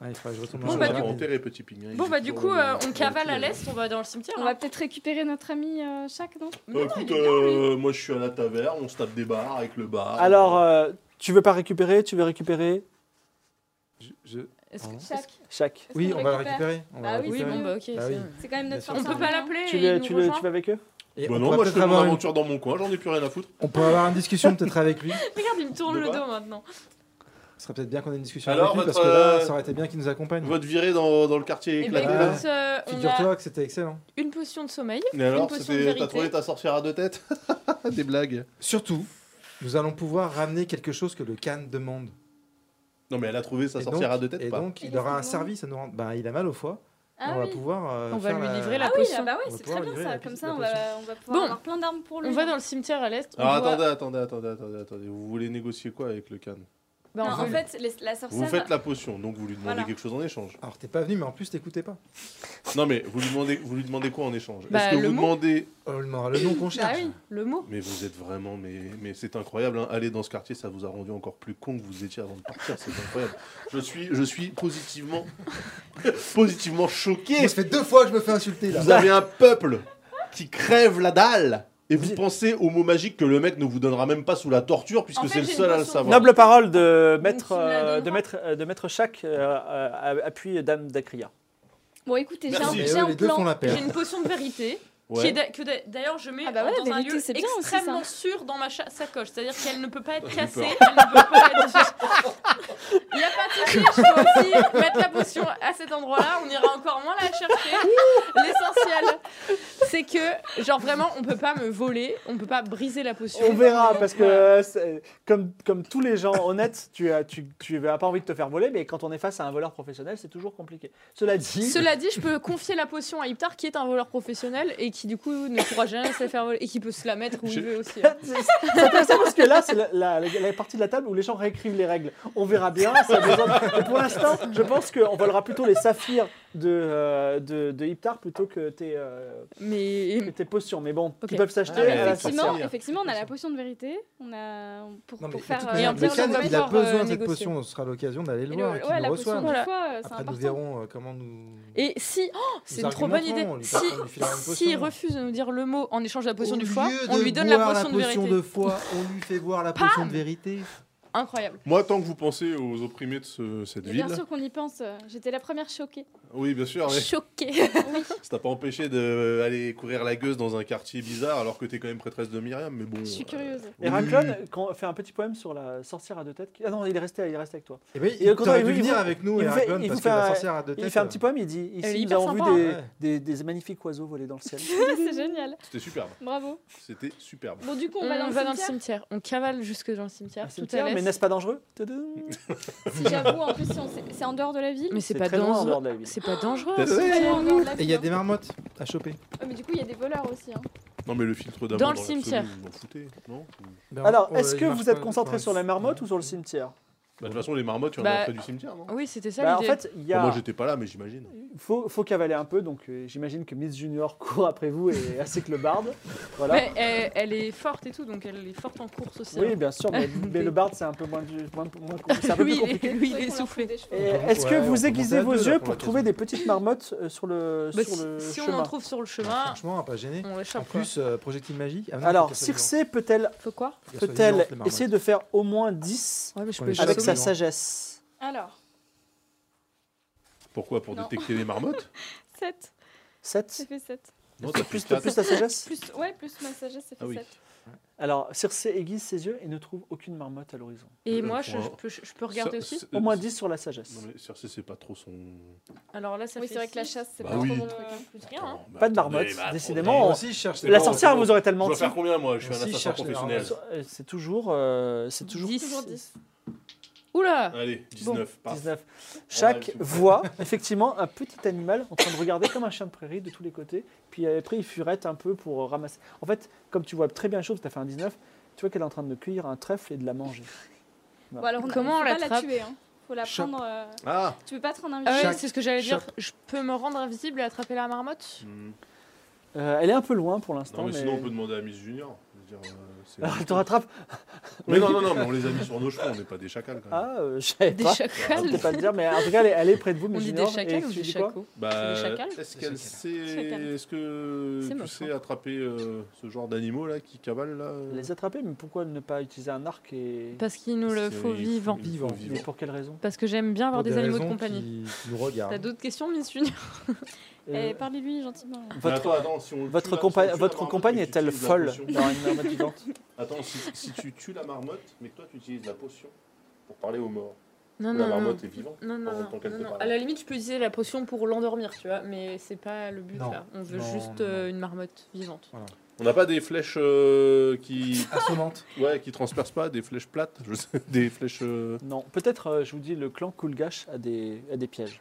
Ah, il faudrait que je retourne Bon, dans bah, le du jardin. enterré petit ping. hein, il Bon, est bah, du toujours, coup, euh, euh, on cavale à tranquille. l'est, on va dans le cimetière. On hein. va peut-être récupérer notre ami euh, chaque, non Bah, Non, écoute, il est bien, lui. euh, moi je suis à la taverne, on se tape des bars avec le Ah, bar. Alors, euh, tu veux pas récupérer Tu veux récupérer Je- je- Est-ce que- Chaque. chaque. Est-ce Oui, qu'on on le va le récupère récupérer. on va Bah le oui, Oui, c'est récupérer. bon, bah, ok. Bah oui. c'est- C'est quand même notre Bien force. sûr. On peut pas l'appeler Tu, et le- il tu, nous le- rejoint. tu vas avec eux Bah Et on non, pourrait moi je peut-être fais mon avoir une- aventure dans mon coin, j'en ai plus rien à foutre. on pourrait avoir une discussion peut-être avec lui. Regarde, il me tourne De le quoi dos maintenant. Ce serait peut-être bien qu'on ait une discussion Alors, avec lui, parce votre, que là, euh, ça aurait été bien qu'il nous accompagne. Votre virée dans, dans le quartier Eh ben, éclaté. éclaté. écoute, euh, on a Figure-toi que c'était excellent. une potion de sommeil. Mais alors, potion de c'était- vérité. t'as trouvé ta sorcière à deux têtes Des blagues. Surtout, nous allons pouvoir ramener quelque chose que le Khan demande. Non, mais elle a trouvé sa Et sorcière donc- à deux têtes Et pas. donc, Et il qu'est-ce qu'il aura un demande service à nous rendre. Bah, il a mal au foie. Ah on va oui. pouvoir. euh, On va faire lui livrer la Ah oui, ah potion. bah On ouais, va c'est pouvoir très bien livrer la ça. piste- Comme la ça, on va, on va pouvoir Bon. avoir plein d'armes pour lui. On va dans le cimetière à l'est. on Alors doit- attendez, attendez, attendez, attendez, attendez. Vous voulez négocier quoi avec le can Bah, on Non, veut en le- fait, les- la sorcière. Vous faites la potion, donc vous lui demandez Voilà. quelque chose en échange. Ah, Alors, t'es pas venu, mais en plus, t'écoutais pas. Non, mais vous lui demandez, vous lui demandez quoi en échange Bah, Est-ce que le vous mot. demandez. On lui demandera Oh, le nom qu'on Bah cherche. oui, le mot. Mais vous êtes vraiment. Mais, mais c'est incroyable. hein. Aller dans ce quartier, ça vous a rendu encore plus con que vous étiez avant de partir. C'est incroyable. Je suis, je suis positivement, positivement choqué. Moi, ça fait deux fois que je me fais insulter là. Vous avez un peuple qui crève la dalle. Et vous Vous- pensez au mot magique que le mec ne vous donnera même pas sous la torture, puisque En fait, c'est le j'ai une seul à le Ah, potion. savoir. Noble parole de maître, tu me la euh, de donneras. maître, euh, de maître chaque appui Dame d'Akria. Bon, écoutez, j'ai un, Merci. Et j'ai eux, un Eh les deux plan. font la paire. J'ai une potion de vérité. Ouais. Qui est d'a- que d'a- d'ailleurs je mets Ah bah ouais, dans la un vérité, lieu c'est bien aussi, ça. extrêmement sûr dans ma cha- sacoche. C'est-à-dire qu'elle ne peut pas être J'ai eu cassée, peur. elle ne peut pas être... Il n'y a pas de souci, je peux aussi mettre la potion à cet endroit-là, on ira encore moins la chercher. L'essentiel, c'est que, genre vraiment, on peut pas me voler, on peut pas briser la potion. On verra, parce que Voilà. euh, c'est- comme, comme tous les gens honnêtes, tu as, tu, tu n'as pas envie de te faire voler, mais quand on est face à un voleur professionnel, c'est toujours compliqué. Cela dit, Cela dit, je peux confier la potion à Iptar, qui est un voleur professionnel et qui du coup ne pourra jamais se la faire voler et qui peut se la mettre où Je- il veut aussi. hein. c'est c'est intéressant parce que là, c'est la, la- la partie de la table où les gens réécrivent les règles. On verra bien. ça a besoin de- Mais pour l'instant, je pense qu'on volera plutôt les saphirs de, euh, de, de Iptar plutôt que tes, euh, Mais que tes potions. Mais bon, Ok. Ah ils peuvent s'acheter. Ouais, à la Effectivement, sorcière. effectivement, on a la potion de vérité. On a on- pour, Non, mais pour de faire. toute euh, manière, Et en le plus, on Khan, va il a devoir, besoin euh, de cette négocier. potion. Ce sera l'occasion d'aller le et le- voir. et qu'il ouais, nous la reçoive. potion du Voilà. foie, euh, c'est Après, nous important. verrons euh, comment nous. Et si, oh, c'est Nous une trop bonne idée. argumenterons, on lui Si, fera- on lui filera une si potion. il refuse de nous dire le mot en échange de la potion Au du foie, lieu on de lui donne la boire potion de vérité. foie, on lui fait boire la Pam potion de vérité. Incroyable. Moi, tant que vous pensez aux opprimés de ce- cette Mais ville, bien sûr qu'on y pense. euh, J'étais la première choquée. oui, bien Ah sûr, mais Choquée. ça t'a pas empêché d'aller courir la gueuse dans un quartier bizarre alors que t'es quand même prêtresse de Myriam, mais bon. Je suis euh, curieuse. Héraclone quand- fait un petit poème sur la sorcière à deux têtes. qui- Ah non, il est resté, il est resté avec toi. Et Eh oui, Et il quand t'aurait on- dû oui, venir il- avec nous il et fait- Aragorn il parce vous que fait la un- sorcière a deux têtes. Il fait un petit poème, il dit Elle est Ici, nous hyper avons vu sympa, des, euh, hein. des- des magnifiques oiseaux voler dans le ciel. c'est génial. C'était superbe. Bravo. C'était superbe. Bon, du coup, Mm, On, on va dans le va dans le cimetière. cimetière. On cavale jusque dans le cimetière. Un tout cimetière, à l'est. mais mais n'est-ce pas dangereux Si j'avoue, en plus, si on sait- c'est en dehors de la ville. Mais c'est C'est pas très loin en dehors dangereux. de la ville. C'est pas dangereux. T'as- C'est en dehors de la Et il ville, y a hein. des marmottes à choper. Ouais, mais du coup, il y a des voleurs aussi. hein. Non, mais le filtre d'amande Dans le l'absolu, cimetière. Vous vous en foutez, non Ben, Alors, est-ce que vous êtes concentré sur la marmotte ou sur le cimetière Bah, De toute façon, les marmottes, il y en Bah, a près du cimetière, non Oui, c'était ça Bah, En l'idée. fait, il y Bon, a... Moi, j'étais pas là, mais j'imagine. faut, faut cavaler un peu, donc euh, j'imagine que Miss Junior court après vous et assez que le barde. Voilà. Mais elle, elle est forte et tout, donc elle est forte en course aussi. hein. Oui, bien sûr, mais, mais le barde, c'est un peu moins, moins- moins- c'est un peu plus Lui, il est- compliqué. lui, il C'est vrai est qu'on leur fout soufflé. des Et cheveux. Est-ce Ouais, que on peut vous monter aiguisez à vos deux, là, yeux pour pour la trouver des petites marmottes euh, sur le, Bah, sur si le si on chemin Ah, en trouve sur le chemin, Franchement, pas gêné. on l'échappe. En quoi. plus, euh, projectile magique. Ah non, faut Alors, qu'elles soient Circé peut-elle Faut quoi vivantes. Qu'elles soient peut-elle vivantes, les marmottes. essayer de faire au moins 10 Ouais, mais je On peux les jamais avec sa Absolument. sagesse Alors, Pourquoi Pour Non. détecter les marmottes 7. J'ai 7 fait 7. Non, t'as plus, plus t'as quatre. plus ta sagesse Plus, ouais, plus ma sagesse, ça fait Ah oui. 7. Alors, Circé aiguise ses yeux et ne trouve aucune marmotte à l'horizon. Et Euh, moi, faut je, je un- peux, je peux regarder Ça- aussi Euh, c'est- Au moins 10 sur la sagesse. Non, mais Cersei, c'est pas trop son. Alors là, ça Oui, fait c'est vrai que la six. chasse, c'est Bah pas oui. trop mon Euh, truc. plus rien, hein. Attends, Pas de bah, marmotte, attendez, bah, décidément. Moi aussi, je cherche les La marmottes. sorcière vous aurait tellement Je dois menti. faire combien, moi Je suis Moi un aussi, je assassin cherche les professionnel. marmottes. Euh, C'est toujours, euh, c'est toujours Dix. Toujours 10. Oula Allez, 19. paf. 19. Ouais, Chaque c'est bon. voit effectivement un petit animal en train de regarder comme un chien de prairie de tous les côtés. Puis euh, après, il furette un peu pour euh, ramasser. En fait, comme tu vois très bien la chose, tu as fait un 19, tu vois qu'elle est en train de cueillir un trèfle et de la manger. Bon, alors, on a- Comment on faut pas l'attrape la tuer. Hein. Faut la Choc. prendre. euh, Ah Tu peux pas te rendre Ah ouais, invisible. c'est ce que j'allais dire. Je peux me rendre invisible et attraper la marmotte Hmm. Euh, elle est un peu loin pour Non, l'instant. mais Mais Ah, sinon, on peut demander à Miss Junior. Je veux dire, euh, c'est- Alors, elle te rattrape. Mais non, non, non, mais on les a mis sur nos cheveux, on n'est pas des chacals quand même. Ah, euh, je savais Des pas. Je chacals sais pas te dire, mais en tout cas, elle est, elle est près de vous. On mais dit des j'ignore. Et chacals ou tu des dis quoi chacos Bah, C'est des chacals est-ce qu'elle Des sait. Chacals. Est-ce que C'est tu moche, sais hein. attraper euh, ce genre d'animaux là qui cabalent là euh Les attraper, mais pourquoi ne pas utiliser un arc et, Parce qu'il nous le C'est- faut il vivant. il Vivant. faut et pour quelle raison Parce que j'aime bien Pour avoir des, animaux de raisons compagnie. qui nous T'as regardent. d'autres questions, Miss Junior Euh, Eh, Parlez-lui gentiment. là. Mais Votre, attends, attends, si on tue votre la- si on compa- tue la votre marmotte compagne et que tu est-elle utilises la folle potion- dans une arme vivante Attends, si, si tu tues la marmotte, mais que toi tu utilises la potion pour parler aux morts, Non, la non, non. marmotte est vivante. Non, non, pendant non, tant qu'elle non, te non. parle. À la limite, je peux utiliser la potion pour l'endormir, tu vois, mais c'est pas le but Non. là. On veut Non, juste non, euh, non. une marmotte vivante. On n'a pas des flèches euh, qui, Assommante. ouais, qui transpercent pas, des flèches plates, je sais, des flèches. euh, Non, peut-être, euh, je vous dis, le clan Kulgash a des, a des pièges.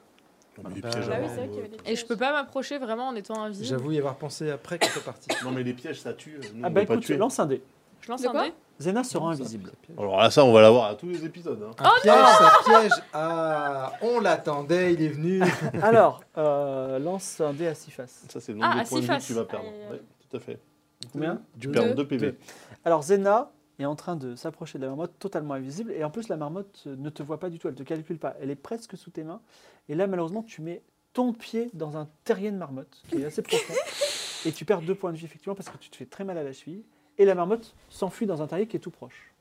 non, mais les Bah, pièges Bah à oui, la c'est vrai qu'il y avait des Et je peux pas m'approcher vraiment en étant invisible. J'avoue y avoir pensé après qu'on soit parti. Non, mais les pièges ça tue. Ah Nous, on bah veut pas écoute, tuer. lance un dé. Je lance De un quoi dé. Zena sera invisible. Alors là, ça, on va l'avoir à tous les épisodes. hein. Un Oh piège, un piège. Ah, on l'attendait, il est venu. Ah, Alors, euh, lance un dé à six faces. Ça, c'est le nombre Ah, à de points de six vie que faces. tu vas perdre. Aïe, aïe, aïe. Ouais, tout à fait. Combien Tu Deux. perds 2 PV. Alors Zena est en train de s'approcher de la marmotte totalement invisible et en plus la marmotte euh, ne te voit pas du tout, elle te calcule pas, elle est presque sous tes mains et là malheureusement tu mets ton pied dans un terrier de marmotte qui est assez profond et tu perds deux points de vie effectivement parce que tu te fais très mal à la cheville et la marmotte s'enfuit dans un terrier qui est tout proche.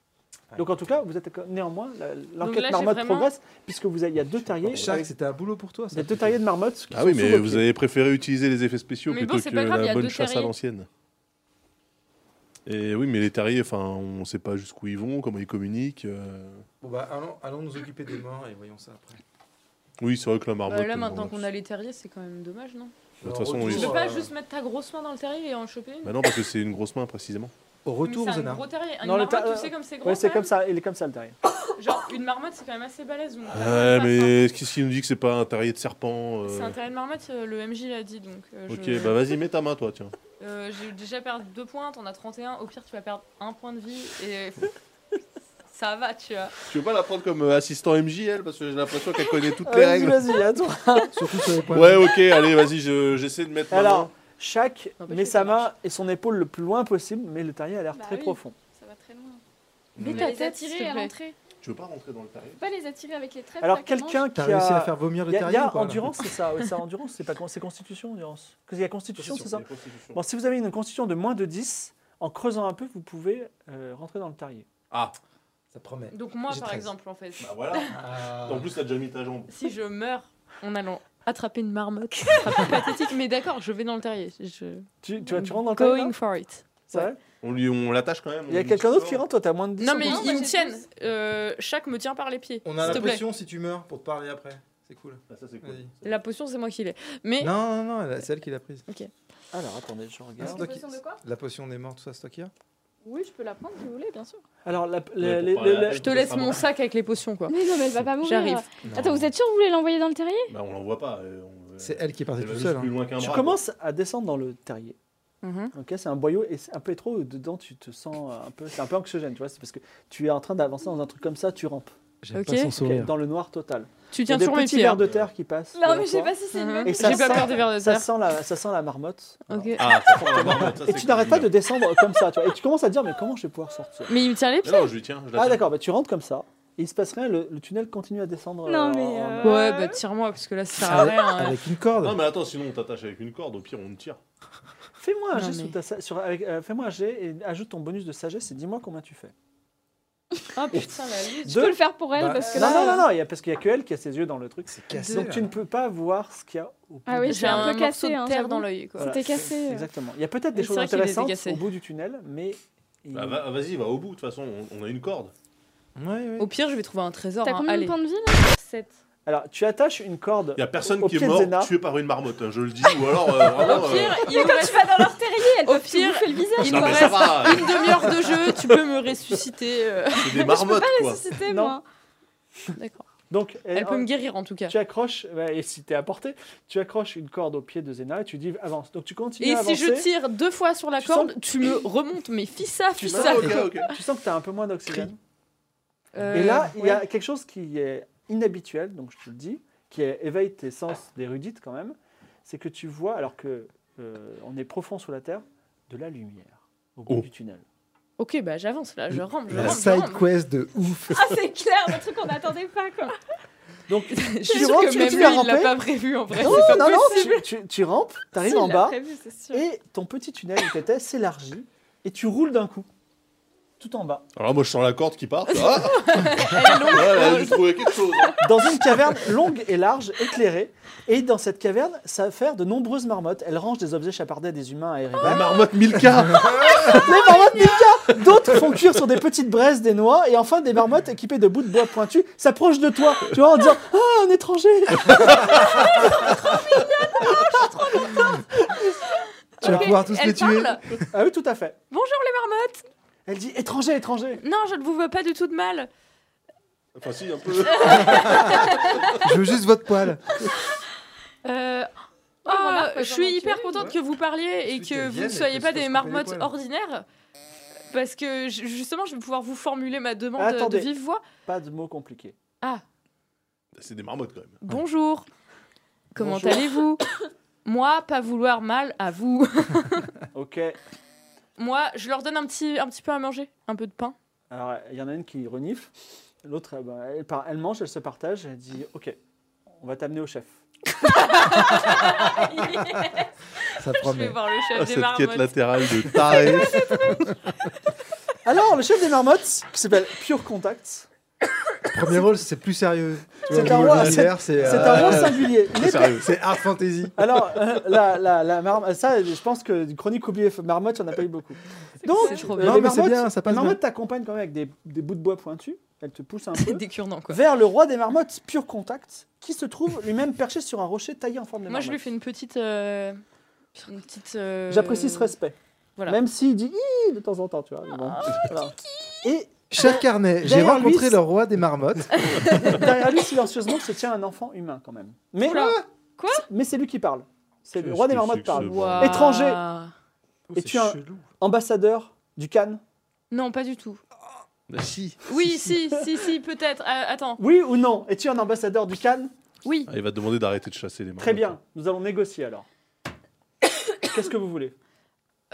Ouais. Donc en tout cas, vous êtes néanmoins, la- là, l'enquête j'ai marmotte vraiment- progresse puisque vous avez, il y a deux terriers, Chaque, avec- c'était un boulot pour toi. il Ça. y a deux terriers de marmotte qui Ah sont oui, sous mais vos vous pieds. avez préféré utiliser les effets spéciaux Mais bon, plutôt c'est que pas grave, il y la a bonne deux chasse à terriers. l'ancienne. Et oui, mais les terriers, enfin, on sait pas jusqu'où ils vont, comment ils communiquent. euh. Bon bah allons, allons nous occuper des morts et voyons ça après. Oui, c'est vrai que la Bah, marmotte. là, euh, maintenant bon, qu'on a les terriers, c'est quand même dommage, non De toute façon, Retour, oui. Tu Ils peux sont- pas euh, juste mettre ta grosse main dans le terrier et en choper une Bah non, parce que c'est une grosse main précisément. euh, Au Mais c'est retour, un Zena. gros terrier. Une Non, le marmotte, ter- euh, tu sais comme c'est gros. Ouais, c'est quand comme même. ça, il est comme ça le terrier. Genre, une marmotte, c'est quand même assez balèze. donc on va Ah, Ouais, pas faire ça. mais qu'est-ce qu'il nous dit que c'est pas un terrier de serpent euh, C'est un terrier de marmotte, euh, le MJ l'a dit donc. euh, Ok, je- bah vas-y, mets ta main, toi, tiens. Euh, J'ai déjà perdu 2 points, t'en as 31. Au pire, tu vas perdre un point de vie et. Ça va, tu vois. Tu veux pas la prendre comme euh, assistant MJ, elle, parce que j'ai l'impression qu'elle connaît toutes Euh, les Euh, Vas-y, règles. vas-y, attends. Surtout sur les points. Ouais, ok, allez, vas-y, je- j'essaie de mettre ma Alors, main. chaque Bah Non, bah, parce met que sa ça marche. main et son épaule le plus loin possible, mais le terrier a l'air Bah très oui. profond. Ça va très loin. Mets On ta va les tête, s'il te attirer à plaît. l'entrée. Tu veux pas rentrer dans le terrier Faut pas les attirer avec les traits. Alors, quelqu'un qui T'as a. réussi à faire vomir le Il y a, terrier il y a ou pas, là endurance, c'est ça. ouais, c'est endurance, c'est pas con- c'est constitution, endurance. Parce qu'il y a constitution, c'est ça. Bon, si vous avez une constitution de moins de 10, en creusant un peu, vous pouvez euh, rentrer dans le terrier. Ah, Ça promet. Donc, moi, J'ai par 13. exemple, en fait, bah voilà. Ah. En plus, t'as déjà mis ta jambe. si je meurs en allant attraper une marmotte, ce sera pas pathétique, mais d'accord, je vais dans le terrier. Je... Tu, tu, vas- tu rentres dans le terrier Going là for it. C'est vrai On lui, on l'attache quand même. Il y a quelqu'un d'autre qui rentre, toi, t'as moins de 10. Non, en mais plus. moi, ils me j'ai tiennent. douze. Euh, chaque me tient par les pieds. On a s'il te la plaît. potion si tu meurs pour te parler après. C'est cool. Ah, ça, c'est cool. Vas-y. La potion, c'est moi qui l'ai. Mais Non, non, non, elle- c'est elle qui l'a prise. Alors, attendez, je regarde. C'est toi qui- de quoi La potion des morts, tout ça, c'est toi qui as Oui, je peux la prendre si vous voulez, bien sûr. Alors, la- la- Ouais, pour les- parler à les- elle. Je te laisse mon sac avec les potions, quoi. Mais non, mais elle va pas mourir. J'arrive. Attends, vous êtes sûr que vous voulez l'envoyer dans le terrier Bah, on l'envoie pas. euh, on- C'est elle qui est partie elle va toute juste seule. plus hein. loin qu'un tu bras, commences à descendre dans le terrier. Mhm. Ok, c'est un boyau et c'est un peu étroit. où Dedans, tu te sens un peu, c'est un peu anxiogène, tu vois. C'est parce que tu es en train d'avancer dans un truc comme ça, tu rampes J'aime Ok. pas son ok, sourire. dans le noir total. Il Tu y a tiens des sur mes petits pieds. hein. vers de terre qui passent. Non, devant mais je sais toi. pas si c'est une Mhm. bonne Et J'ai ça pas peur sent- des vers de Ça terre. sent la, ça sent la marmotte. Ok. quoi. Ah, ça prend la barre, ça, Et c'est tu cool. n'arrêtes pas de descendre comme ça, tu vois. Et tu commences à te dire, mais comment je vais pouvoir sortir Mais il me tient les Mais pieds. Non, je lui tiens. je la Ah tiens. d'accord, bah, tu rentres comme ça. Et il se passe rien, le, le tunnel continue à descendre. euh, Non, mais, en- euh, Ouais, bah tire-moi, parce que là, ça sert à Ah Avec- rien. hein. Avec une corde. Non, mais attends, sinon on t'attache avec une corde, au pire on te tire. Fais-moi un Non, jet mais- sous ta sa- sur- avec- euh, fais-moi un jet et ajoute ton bonus de sagesse et dis-moi combien tu fais. Oh, Ah putain, la lune. Je peux le faire pour elle Bah, parce que Non, là. euh, non, non, non, il y a- parce qu'il n'y a que elle qui a ses yeux dans le truc. C'est cassé. Donc tu ne peux pas voir ce qu'il y a au bout. Ah oui, du- j'ai un peu cassé, morceau hein, de terre j'avoue. dans l'œil, quoi. Voilà. C'était cassé. Exactement. Il y a peut-être des C'est choses vrai qu'il les a intéressantes cassés. au bout du tunnel, mais. il- Bah, va- vas-y, va au bout, de toute façon, on, on a une corde. Ouais, ouais. Au pire, je vais trouver un trésor. T'as hein. combien de Allez. points de vie Alors, tu attaches une corde. Il y a personne Au qui est pied de mort Zena. tué par une marmotte, hein, je le dis, ou alors euh, vraiment. Au euh, pire, il Mais me quand reste tu vas dans leur terrier, elle Au peut te pire, bouffer le visage. il non, me mais ça reste va, une demi-heure de jeu, tu peux me ressusciter. euh. c'est des marmottes quoi. C'était Non. moi. D'accord. Donc, elle, Elle peut me guérir en tout cas. tu accroches, ouais, et si t'es à portée, tu accroches une corde au pied de Zena et tu dis avance. Donc tu continues Et à si avancer. je tire deux fois sur la Tu corde, tu me remontes, mais fissa, Tu fissa. Ah, ok, ok. Tu sens que tu as un peu moins d'oxygène. Euh, Et là, il y a ouais. quelque chose qui est inhabituel, donc je te le dis, qui est- éveille tes sens d'érudite quand même, c'est que tu vois, alors que euh, on est profond sous la terre, de la lumière au bout Oh. du tunnel. Ok, bah j'avance là, je rampe, je La rampe. je side rampe. quest de ouf. Ah, c'est clair, le truc qu'on n'attendait pas, quoi. Donc, Je suis Tu sûre rampes, que tu même lui, continues à il l'a ramper. pas prévu en vrai. non, c'est pas Oh, non, non, possible. tu, tu- tu rampes, tu arrives Si, il en l'a bas, prévu, c'est sûr. et ton petit tunnel où tu étais s'élargit, et tu roules d'un coup, tout en bas, Alors moi je sens la corde qui part. Ah Ouais, elle a dû trouver quelque chose. hein. dans une caverne longue et large, éclairée, et dans cette caverne, ça va faire de nombreuées marmottes. Elles rangent des objets chapardés à des humains à La marmotte Milka Les marmottes Milka D'autres font cuire sur des petites braises des noix et enfin des marmottes équipées de bouts de bois pointus s'approchent de toi, tu vois, en disant « Ah, un étranger !» Tu vas pouvoir tous les Elle tuer. parle Ah oui, tout à fait. Bonjour les marmottes Elle dit « Étranger, étranger Non, je ne vous veux pas du tout de mal Enfin si, un peu. Je veux juste votre poil. Euh, Ouais, ah, remarque, je suis j'en ai hyper tué, contente ouais. que vous parliez et Celui qui que vous ne vienne, soyez elle pas peut se des faire marmottes couper les hein. ordinaires. Parce que ju- justement, je vais pouvoir vous formuler ma demande Attendez. de vive voix. !» Pas de mots compliqués. C'est des marmottes quand même. Bonjour. Comment Bonjour. allez-vous Moi, pas vouloir mal à vous. Ok. Moi, je leur donne un petit, un petit peu à manger, un peu de pain. Alors, il y en a une qui renifle, l'autre, euh, bah, elle, par- elle mange, elle se partage, elle dit « Ok, on va t'amener au chef. Ah, Ça je vais promet. voir le chef Ah, des cette quête marmottes. latérale de taré. » Alors, le chef des marmottes, qui s'appelle Pure Contact, Premier rôle, c'est plus sérieux. Tu C'est vois, un le rôle- rôle militaire, c'est c'est euh, un rôle singulier. Il est Sérieux. C'est hard fantasy. Alors, euh, la, la, la marmotte, ça, je pense que du chronique oubliée marmotte, il n'y en a pas eu beaucoup. Donc, C'est trop euh, bien. les Non, mais c'est marmottes- bien, ça passe les marmottes t'accompagnent quand même avec des, des bouts de bois pointus. Elle te pousse un peu Des cure-dents, quoi. vers le roi des marmottes, pur contact, qui se trouve lui-même perché sur un rocher taillé en forme de Moi, je lui marmotte. fais une petite. euh, une petite euh, J'apprécie ce respect. voilà. Ah, Même s'il dit Ih de temps en temps, tu vois. mais bon. Voilà. Et Cher Carnet, j'ai Derrière rencontré lui, le roi des marmottes. derrière lui, silencieusement, se tient un enfant humain quand même. Mais, Oula. Quoi mais c'est lui qui parle. C'est le Qu'est-ce roi des que c'est marmottes que parle. ce- Waouh. Étranger. Oh, Et tu as- Ambassadeur du Cannes. Non, pas du tout. Bah si. Oui, si, si, si, peut-être. Euh, attends, Oui ou non Es-tu un ambassadeur du Cannes oui. Ah, il va te demander d'arrêter de chasser les marmottes. Très bien, nous allons négocier alors. Qu'est-ce que vous voulez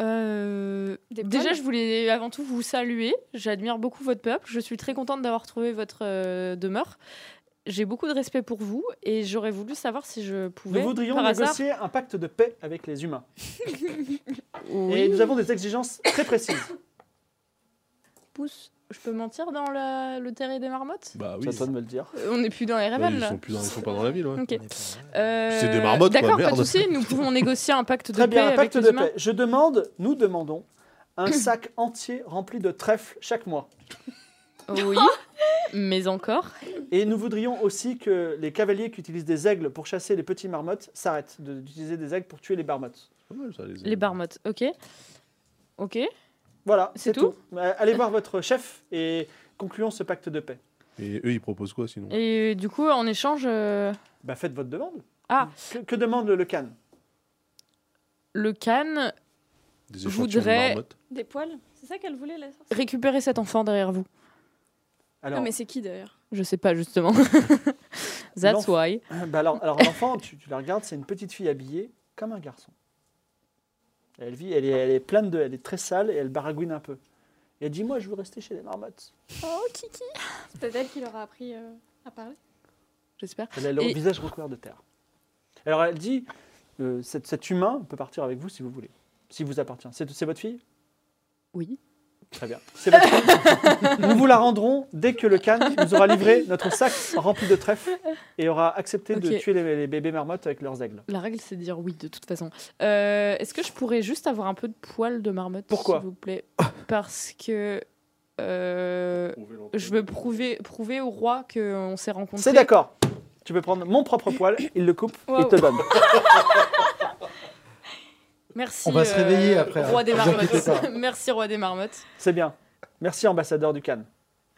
Euh, Des déjà, poils je voulais avant tout vous saluer. J'admire beaucoup votre peuple. Je suis très contente d'avoir trouvé votre euh, demeure. J'ai beaucoup de respect pour vous et j'aurais voulu savoir si je pouvais. Nous voudrions par hasard- négocier un pacte de paix avec les humains. Oui. Et nous avons des exigences très précises. Ah Pousse. Je peux mentir dans la- le terrain des marmottes Bah C'est oui. à toi de me le dire. Euh, On n'est plus dans les Bah, révèles ils, là. sont plus dans- ils sont pas dans la ville, ouais. Ok. Puis Euh, c'est des marmottes, quoi, D'accord, pas de merde. souci. Nous pouvons négocier un pacte de Très paix bien, un avec pacte les de humains. paix. Je demande, nous demandons, un sac entier rempli de trèfle chaque mois. Oui. Mais encore. Et nous voudrions aussi que les cavaliers qui utilisent des aigles pour chasser les petits marmottes s'arrêtent de- d'utiliser des aigles pour tuer les marmottes. Pas mal, ça, Les barmottes, ok. Ok. Voilà, C'est c'est tout. Euh, Allez voir votre chef et concluons ce pacte de paix. Et eux, ils proposent quoi sinon Et euh, du coup, en échange, euh, Bah, faites votre demande. Ah. Que, que demande le Khan le Khan Des Je échantillons de voudrais- marmottes Des poils C'est ça qu'elle voulait, la sorcière récupérez cet enfant derrière vous. Alors, Ah, mais c'est qui d'ailleurs Je sais pas justement. That's L'enf- why. bah alors, alors, l'enfant, tu, tu la regardes, c'est une petite fille habillée comme un garçon. Elle vit, elle est, elle est pleine de, elle est très sale et elle baragouine un peu. Et elle dit, moi, je veux rester chez les marmottes. Oh, Kiki C'est peut-être elle qui leur a appris euh, à parler. J'espère. Elle a le Et- visage recouvert de terre. Alors elle dit, euh, cet, cet humain peut partir avec vous si vous voulez, s'il vous appartient. C'est c'est votre fille Oui. Très bien. C'est votre fille. nous vous la rendrons dès que le Khan nous aura livré notre sac rempli de trèfle et aura accepté de Ok. tuer les, les bébés marmottes avec leurs aigles. La règle, c'est de dire oui de toute façon. Euh, Est-ce que je pourrais juste avoir un peu de poils de marmotte, Pourquoi s'il vous plaît Parce que euh, je veux prouver, prouver au roi qu'on s'est rencontrés. C'est d'accord. Tu peux prendre mon propre poil, il le coupe, il Wow. te donne. Merci. euh, On va se réveiller après, hein. Roi des Vous inquiétez pas. marmottes. Merci, roi des marmottes. C'est bien. Merci ambassadeur du Khan.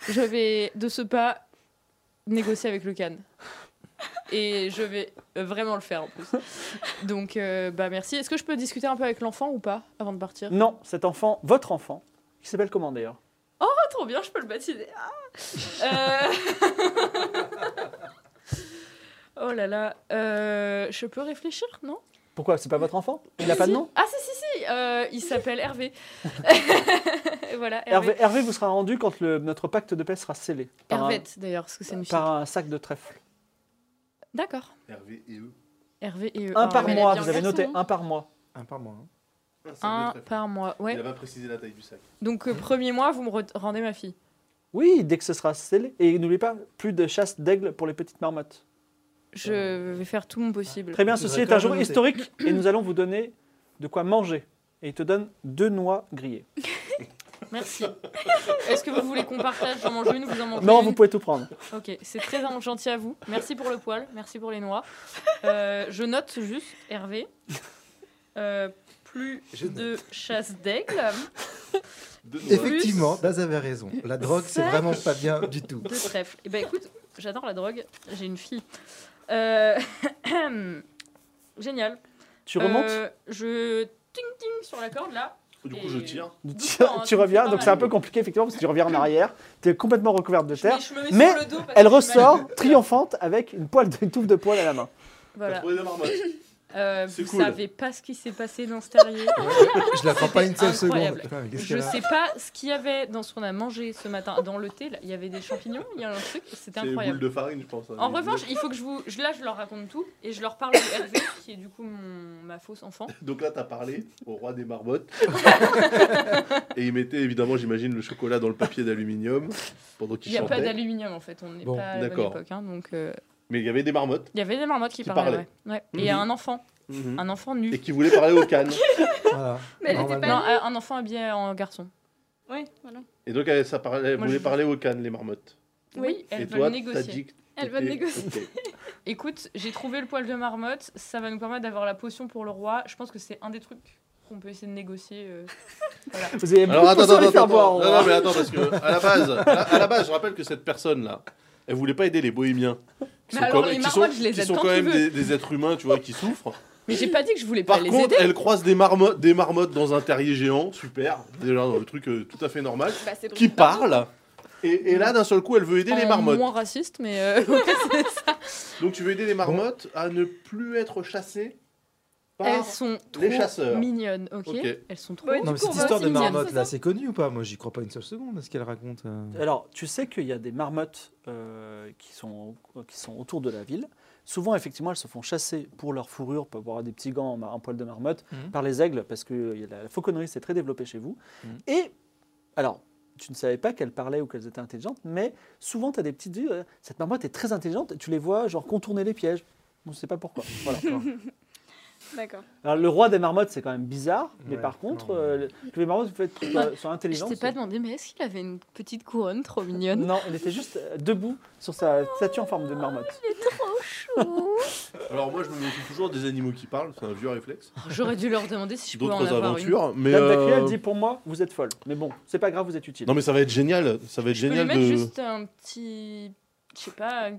Je vais de ce pas négocier avec le Khan. Et je vais euh, vraiment le faire en plus. Donc, euh, bah merci. Est-ce que je peux discuter un peu avec l'enfant ou pas avant de partir Non, cet enfant, votre enfant, qui s'appelle comment d'ailleurs Ah, trop bien, je peux le baptiser. Ah. Euh, oh là là. euh, je peux réfléchir, non Pourquoi C'est pas votre enfant Il n'a pas de nom Ah, si, si, si. euh, il s'appelle Hervé. voilà, Hervé, Hervé. Hervé vous sera rendu quand le- notre pacte de paix sera scellé. Par un- Hervette, d'ailleurs, parce que c'est une fille. par un sac de trèfle. D'accord. Hervé et eux. Hervé et Un ah, par ouais. mois, bien vous avez garçon, noté, hein. un par mois. Un par mois. hein. Ah, c'est Un très fort. par mois, ouais. Il a pas précisé la taille du sac. Donc, Mmh. euh, premier mois, vous me re- rendez ma fille. Oui, dès que ce sera scellé. Et n'oubliez pas, plus de chasse d'aigle pour les petites marmottes. Je vais faire tout mon possible. Mmh. Très bien, Ce ceci serait est un quand jour même noté. historique et nous allons vous donner de quoi manger. Et il te donne deux noix grillées. Merci. Est-ce que vous voulez qu'on partage J'en mange une, vous en mangez Non, une vous pouvez tout prendre. Ok, c'est très gentil à vous. Merci pour le poil, merci pour les noix. Euh, je note juste, Hervé, euh, plus Je note. de chasse d'aigle, Deux noix. Effectivement, Daz avait raison. La drogue, c'est Ça- vraiment pas bien du tout. de trèfle. Et ben écoute, j'adore la drogue, j'ai une fille. Euh, Génial. Tu remontes, Euh, Je ting-ting sur la corde là. Du coup, je tire. tu, doucement, tu hein, ça me fait reviens, pas donc mal. c'est un peu compliqué effectivement parce que tu reviens en arrière, tu es complètement recouverte de Je mets- terre. je me mets Mais sur le dos parce que Elle j'ai mal. ressort triomphante avec une, poêle de- une touffe de poils à la main. T'as Voilà. trouvé des marmottes. Euh, C'est vous cool. savez pas ce qui s'est passé dans ce terrier. Je la prends pas une seule Incroyable. seconde. Putain, mais qu'est-ce Je qu'elle a sais pas ce qu'il y avait dans ce qu'on a mangé ce matin. Dans le thé, là, il y avait des champignons, il y a un truc, c'était C'est une boule incroyable. de farine, je pense. hein, En revanche, il faut que je vous. je- Là, je leur raconte tout et je leur parle de Hervé, qui est du coup mon- ma fausse enfant. Donc là, t'as parlé au roi des marmottes. et il mettait évidemment, j'imagine, le chocolat dans le papier d'aluminium pendant Il qu'il n'y a pas chantait. d'aluminium en fait, on n'est Bon, pas à la bonne d'accord. époque. hein, donc, euh, Mais il y avait des marmottes. il y avait des marmottes qui, Qui parlaient. ouais. Ouais. Et Mhm. un enfant, un enfant Et nu. qui voulait parler au canne. Voilà. Mais elle était Normalement. pas Non, un un enfant habillé en garçon. Ouais, voilà. Et donc, elle, ça parlait, elle Moi, voulait je- parler au canne, les marmottes. Oui, et elles toi, veulent t'as négocier. dit que Elle va t'étais- négocier. Ok. Écoute, j'ai trouvé le poil de marmotte, ça va nous permettre d'avoir la potion pour le roi. Je pense que c'est un des trucs qu'on peut essayer de négocier. euh, Vous avez beaucoup Alors attends, de attends, choses à attends. faire boire. non, on va. non, mais attends, parce que à la base, à la, à la base, je rappelle que cette personne-là, elle voulait pas aider les bohémiens. Qui Mais alors, les qui marmottes, je les qui aide sont quand quand tu même veux. des, des êtres humains, tu vois, qui souffrent. Mais j'ai pas dit que je voulais pas Par les contre, aider. elle croise des marmottes, des marmottes dans un terrier géant, super, déjà un truc euh, tout à fait normal, Bah, c'est qui drôle. parle. Et, et là, d'un seul coup, elle veut aider les En marmottes. Euh, Moins raciste, mais euh, c'est ça. Donc, tu veux aider les marmottes à ne plus être chassées par elles sont trop Ah, les chasseurs. mignonnes, ok, Ok. Elles sont trop. Bon, et Non, du mais coup, on cette va histoire au de cimetière, marmotte c'est là, ça c'est connu ou pas Moi, j'y crois pas une seule seconde à ce qu'elle raconte. euh. Alors, tu sais qu'il y a des marmottes euh, qui, sont, qui sont autour de la ville. Souvent, effectivement, elles se font chasser pour leur fourrure, pour avoir des petits gants en, ma- en poil de marmotte, Mhm. par les aigles, parce que euh, la, la fauconnerie, c'est très développé chez vous. Mhm. Et, alors, tu ne savais pas qu'elles parlaient ou qu'elles étaient intelligentes, mais souvent, tu as des petites... euh, cette marmotte est très intelligente, et tu les vois, genre, contourner les pièges. On ne sait pas pourquoi. Voilà. D'accord. Alors, le roi des marmottes, c'est quand même bizarre, mais Ouais, par contre, non. euh, le- que les marmottes fait, euh, sont Je intelligentes. t'ai pas demandé, mais est-ce qu'il avait une petite couronne trop mignonne Non, il était juste euh, debout sur sa statue en forme de marmotte. Alors moi, je me méfie toujours des animaux qui parlent, c'est un vieux réflexe. J'aurais dû leur demander si je pouvais en D'autres avoir une. aventures, mais... Dame d'accueil, euh, elle dit pour moi, vous êtes folle. Mais bon, c'est pas grave, vous êtes utile. Non mais ça va être génial, ça va être Je peux lui génial mettre de... juste un petit. Je sais pas.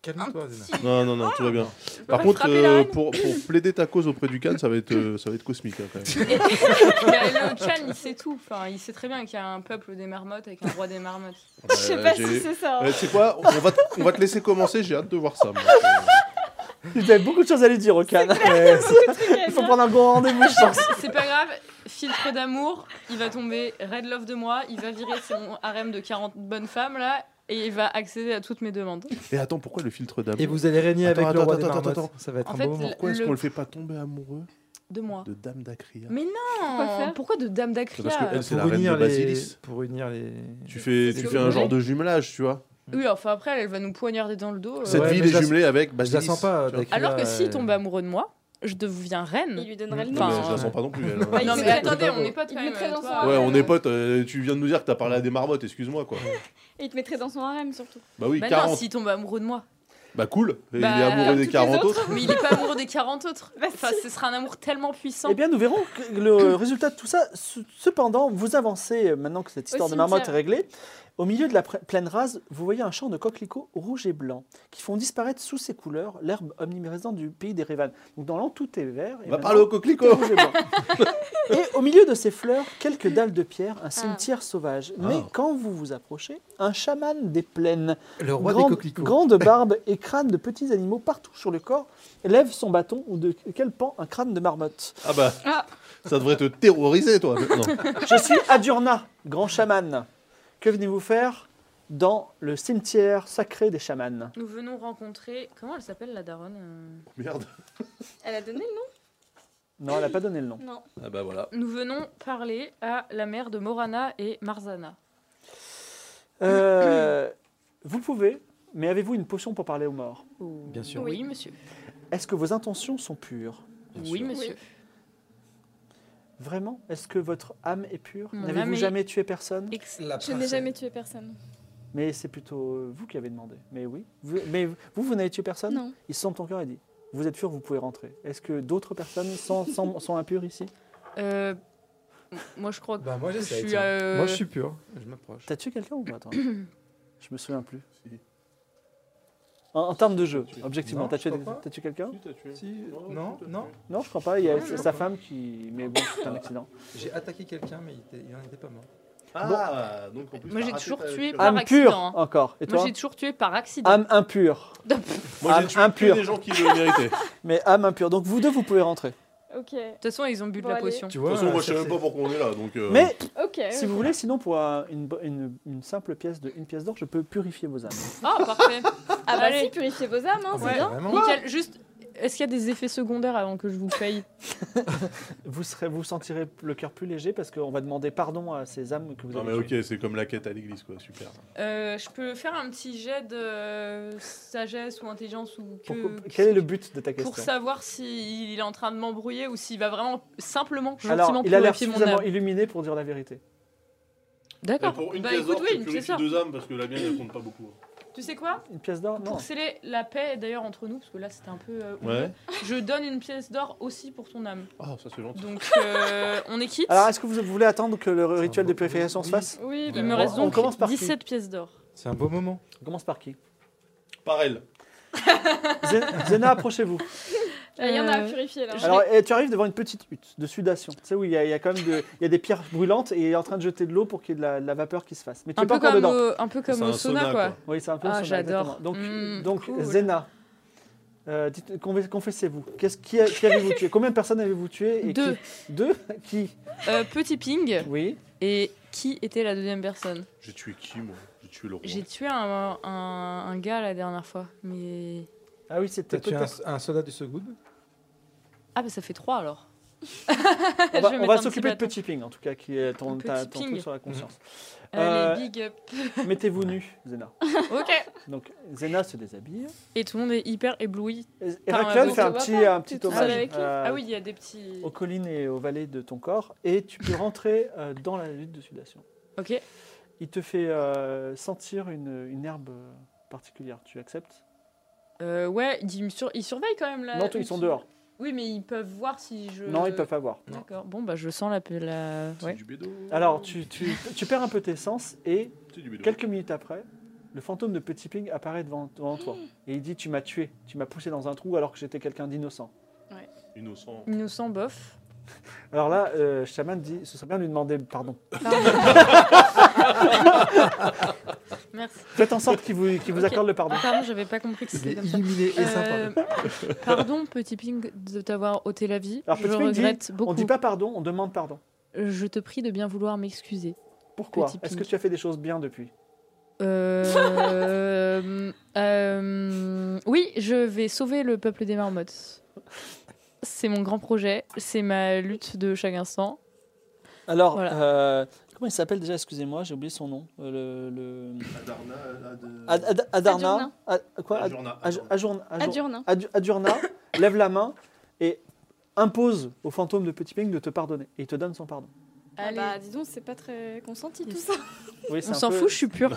Calme-toi, Zena. Non, non, non, tout va bien. je Ah, peux Par pas contre, frapper la euh, reine. pour, pour plaider ta cause auprès du Cannes, ça va être, euh, ça va être cosmique. hein, quand même. Et- le Chan, il sait tout. Enfin, il sait très bien qu'il y a un peuple des marmottes avec un roi des marmottes. Euh, Je sais pas j'ai- si c'est Oh. ça. hein. Euh, tu sais quoi on va, te, on va te laisser commencer, j'ai hâte de voir ça. moi. Euh, Vous avez beaucoup de choses à lui dire, au Cannes. Il faut prendre un bon rendez-vous, je pense. C'est pas grave, filtre d'amour, il va tomber red love de moi, il va virer son harem de 40 bonnes femmes là. Et il va accéder à toutes mes demandes. Et attends, pourquoi le filtre d'amour Et vous allez régner Attends, avec le roi attends, des attends, marmottes. attends. Ça va être En un fait, bon moment. Pourquoi est-ce le- qu'on le fait pas tomber amoureux De moi. de Dame d'Acria Mais non faire Pourquoi de Dame Parce que d'Acria elle, c'est la reine de Basilis. pour unir les. Tu fais, Parce tu que fais un vous genre voulez- de jumelage, tu vois. Oui, enfin après, elle va nous poignarder dans le dos. euh. Cette euh, Ouais, ville mais est je la- jumelée avec Ah, Je la Basilis. sens pas. euh, tu vois. Dakila, Alors que s'il elle- tombe amoureux de moi, je deviens Il reine. lui donnera le Non, nom. mais je la sens pas non plus. elle, hein. Ouais, Non il mais mettrait- attendez, on est potes il quand même. mettrait dans toi. son Ouais, on est ouais. potes. euh, tu viens de nous dire que t'as parlé à des marmottes, excuse-moi quoi. Et il te mettrait dans son harem surtout. Bah oui, Bah non, 40. s'il tombe amoureux de moi. Bah cool. Et Bah, il est amoureux toutes des les 40 autres. Mais il est pas amoureux des 40 autres. Bah, Enfin, ce sera un amour tellement puissant. Eh bien, nous verrons que le résultat de tout ça. C- Cependant, vous avancez, euh, maintenant que cette histoire de cimetière. marmotte est réglée. Au milieu de la pr- plaine rase, vous voyez un champ de coquelicots rouges et blancs qui font disparaître sous ses couleurs l'herbe omniprésente du pays des Révanes. Donc, dans l'an, tout est vert. eh ben, et On va maintenant, parler au tout est coquelicot. rouge et blanc. Et au milieu de ces fleurs, quelques dalles de pierre, un cimetière sauvage. Mais Ah. quand vous vous approchez, un chaman des plaines Le roi Grande- des coquelicots. Grande barbe et crâne de petits animaux partout sur le corps. Lève son bâton ou de quel pan un crâne de marmotte. Ah bah, Ah. ça devrait te terroriser toi maintenant. Je suis Adurna, grand chaman. Que venez-vous faire dans le cimetière sacré des chamans Nous venons rencontrer. Comment elle s'appelle la daronne euh Merde. Elle a donné le Non, elle n'a pas donné le nom. nom Non. Ah bah voilà. Nous venons parler à la mère de Morana et Marzana. Euh, vous pouvez, mais avez-vous une potion pour parler aux morts Bien sûr. Oui, monsieur. Est-ce que vos intentions sont pures Oui, monsieur. Vraiment Est-ce que votre âme est pure Mon N'avez-vous âme est- jamais tué personne Ex- La Je n'ai princesse. jamais tué personne. Mais c'est plutôt euh, vous qui avez demandé. Mais oui. Vous- mais vous, vous n'avez tué personne Non. Il sent ton cœur et dit Vous êtes sûr, vous pouvez rentrer. Est-ce que d'autres personnes sont, sont, sont impures ici Euh, moi, je crois que Bah, moi, je j'essaye. suis. tiens. euh, Moi, je suis pur. Je m'approche. T'as tué quelqu'un ou pas toi Je me souviens plus. En, en termes de jeu, objectivement, Non, t'as je tué, crois pas. t'as tué quelqu'un Si, non, non. Non, je crois pas. Il y a Non, c'est non. sa femme qui. Mais bon, c'est un accident. J'ai attaqué quelqu'un, mais il était- il n'en était pas mort. Ah, donc en plus, Moi, t'as j'ai raté toujours ta- tué tu Par vois. Âme accident, pure hein. encore. Et Moi, toi Ah, j'ai toujours tué par accident. Âme impure. Moi, âme j'ai tué impure. des gens qui le méritaient. Mais âme impure. Donc vous deux, vous pouvez rentrer. Ok. De toute façon, ils ont bu de Bon, la allez. potion. Tu De vois toute façon, moi, je ça, sais même c'est- pas pourquoi on est là. Donc, euh, Mais Ok. Eh si vous voulez, sinon pour euh, une, bo- une- une simple pièce de une pièce d'or, je peux purifier vos âmes. Ah, parfait. Ah bah Allez. si, purifiez vos âmes, hein, Ah, c'est bah, bien. vraiment. Nickel, juste. Est-ce qu'il y a des effets secondaires avant que je vous paye Vous serez, vous sentirez le cœur plus léger parce qu'on va demander pardon à ces âmes que vous Non, avez. mais tuées. ok, c'est comme la quête à l'église, quoi. Super. Euh, Je peux faire un petit jet de euh, sagesse ou intelligence ou que. Pourquoi- quel est le but de ta question pour savoir s'il est en train de m'embrouiller ou s'il va vraiment simplement gentiment Alors, il a l'air purifier mon suffisamment âme. illuminé pour dire la vérité. D'accord. Et pour une Bah pièce écoute, d'or, oui, tu une pièce purifies d'or. deux âmes parce que la mienne, elle compte pas beaucoup. Tu sais quoi Une pièce d'or Non. Pour sceller la paix d'ailleurs entre nous, parce que là c'était un peu. euh, houleux, Je donne une pièce d'or aussi pour ton âme. Ah, ça, c'est gentil. Donc euh, on est quitte. Alors, est-ce que vous voulez attendre que le rituel de bon, purification se oui. fasse Oui, bah, Il me On- reste on donc commence par qui 17 pièces d'or. C'est un beau moment. On commence par qui Par elle. Zé- Zéna, approchez-vous. il y en a à Euh, purifier là. je- Alors, eh, tu arrives devant une petite hutte de sudation. Tu sais, où il y, a- il y a quand même de- il y a des pierres brûlantes et il est en train de jeter de l'eau pour qu'il y ait de la, de la vapeur qui se fasse. Mais tu Un n'es pas peu, encore comme dedans. au, un peu comme C'est au un sauna, sauna, quoi. quoi. Oui, c'est un peu Ah, le sauna, j'adore. exactement. Donc, Mm, donc cool. Zéna, euh, dites- conf- confessez-vous. Qu'est-ce qui, a- qui avez-vous tué Combien de personnes avez-vous tué et qui- Deux. Deux Qui Euh, petit ping. Oui. Et qui était la deuxième personne J'ai tué qui, moi J'ai tué le roi. J'ai tué un, un- un gars la dernière fois. Mais. Ah oui, T'as c'était tué un, peut-être. un soldat du Sogoud Ah, bah ça fait 3 alors. On va, on Je vais va mettre un s'occuper de Petit petit Ping, en tout cas, qui est ton, Petit ta- ton Ping. truc sur la conscience. bâton. Allez, Euh, big up. Mettez-vous nu, Zena. ok. Donc, Zena se déshabille. Et tout le monde est hyper ébloui. Et- Enfin, Héraclène euh, fait on un te petit, voit pas, un t'es petit toute hommage seule avec lui. euh, Ah oui, il y a des petits. aux collines et aux vallées de ton corps. Et tu peux rentrer euh, dans la lutte de sudation. Ok. Il te fait euh, sentir une, une herbe euh, particulière. Tu acceptes Euh, ouais, ils, me sur- ils surveillent quand même là. Non, toi, ils sont dehors. Oui, mais ils peuvent voir si Euh, je. Non, ils peuvent pas voir. D'accord. Bon, bah je sens la. la... C'est Ouais. du bédo. Alors, tu, tu- tu perds un peu tes sens et C'est du bédo. quelques minutes après, le fantôme de Petit Ping apparaît devant, devant toi. Et il dit Tu m'as tué, tu m'as poussé dans un trou alors que j'étais quelqu'un d'innocent. Innocent. Innocent bof. Alors là, euh, Shaman dit Ce serait bien de lui demander pardon. Merci. Faites en sorte qu'il vous, qu'il vous Ok. Ah, accorde le pardon. Pardon, j'avais pas compris que Il c'était est comme ça. illuminé et Euh, sympa. pardon, petit Ping, de t'avoir ôté la vie. Alors, je Petit Ping regrette beaucoup. On dit pas pardon, on demande pardon. Je te prie de bien vouloir m'excuser. Pourquoi Petit Est-ce que Ping. tu as fait des choses bien depuis Euh, euh, oui, je vais sauver le peuple des marmottes. C'est mon grand projet, c'est ma lutte de chaque instant. Alors, Voilà. euh, comment il s'appelle déjà Excusez-moi, j'ai oublié son nom. Euh, le, le- Adarna. Ad- Ad- Ad- Adarna. Adjurna. Ad- quoi Ad- Ajurna, Aj- Ajurna. Ajurna. Ajur- Adurne. Adu- Adurna lève la main et impose au fantôme de Petit Ping de te pardonner. Et il te donne son pardon. Ah Allez. bah, dis donc, c'est pas très consenti tout Yes. ça. Oui, c'est On un s'en peu- fout, je suis pure.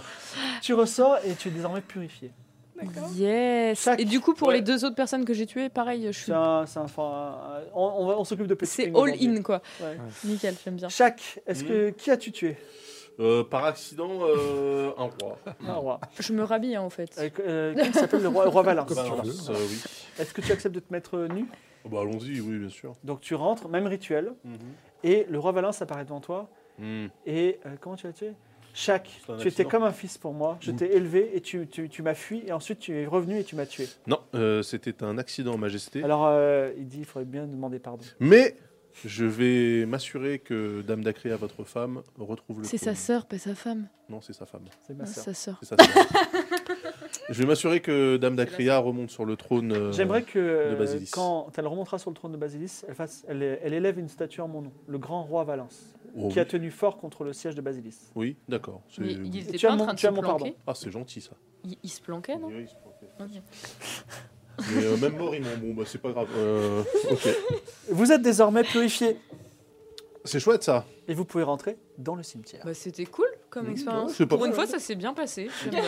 Tu ressors et tu es désormais purifié. D'accord. Yes. Chaque- Et du coup, pour Ouais. les deux autres personnes que j'ai tuées, pareil, je suis. C'est un- c'est un fan- un- on, on va- on s'occupe de Petit C'est Ping. all aujourd'hui. in quoi. Ouais. Nickel, j'aime bien. Chaque, est-ce que qui as-tu tué Euh, par accident, euh, un roi. Un Ah, roi. Je me rhabille hein, en fait. Euh, euh, qui s'appelle le roi, roi Valin Comme tu Balance, veux. euh, oui. Est-ce que tu acceptes de te mettre euh, nu Oh, bah, allons-y, oui, bien sûr. Donc tu rentres, même rituel, Mhm. et le roi Valin s'apparaît devant toi. Mhm. Et euh, comment tu l'as tué Chaque, C'est un tu étais accident. comme un fils pour moi. Je Mm. t'ai élevé et tu, tu, tu m'as fui. Et ensuite, tu es revenu et tu m'as tué. Non, euh, c'était un accident, Majesté. Alors, euh, il dit il faudrait bien demander pardon. Mais je vais m'assurer que Dame Dacré, à votre femme, retrouve le. C'est trône. sa sœur, pas sa femme. Non, c'est sa femme. C'est ma Non, sœur. sa sœur. Ah, C'est sa sœur. je vais m'assurer que Dame Dacria remonte sur le trône. euh, J'aimerais que euh, Basilis. quand elle remontera sur le trône de Basilis, elle, fasse, elle, elle élève une statue en mon nom, le grand roi Valence, oh, qui a oui. tenu fort contre le siège de Basilis. Oui, d'accord. c'est- Mais il était Tu as pas en mon- train de tu se as mon pardon. planquer. Ah, c'est gentil ça. Il, il se planquait, Eh, non Ok. Mais euh, même mort, ils m'ont. Bon, bah, c'est pas grave. Euh, ok. Vous êtes désormais purifié C'est chouette ça. et vous pouvez rentrer dans le cimetière. Bah, c'était cool comme Mmh, ouais, expérience. c'est pas Pour une fois, mal. ça s'est bien passé. J'aime bien.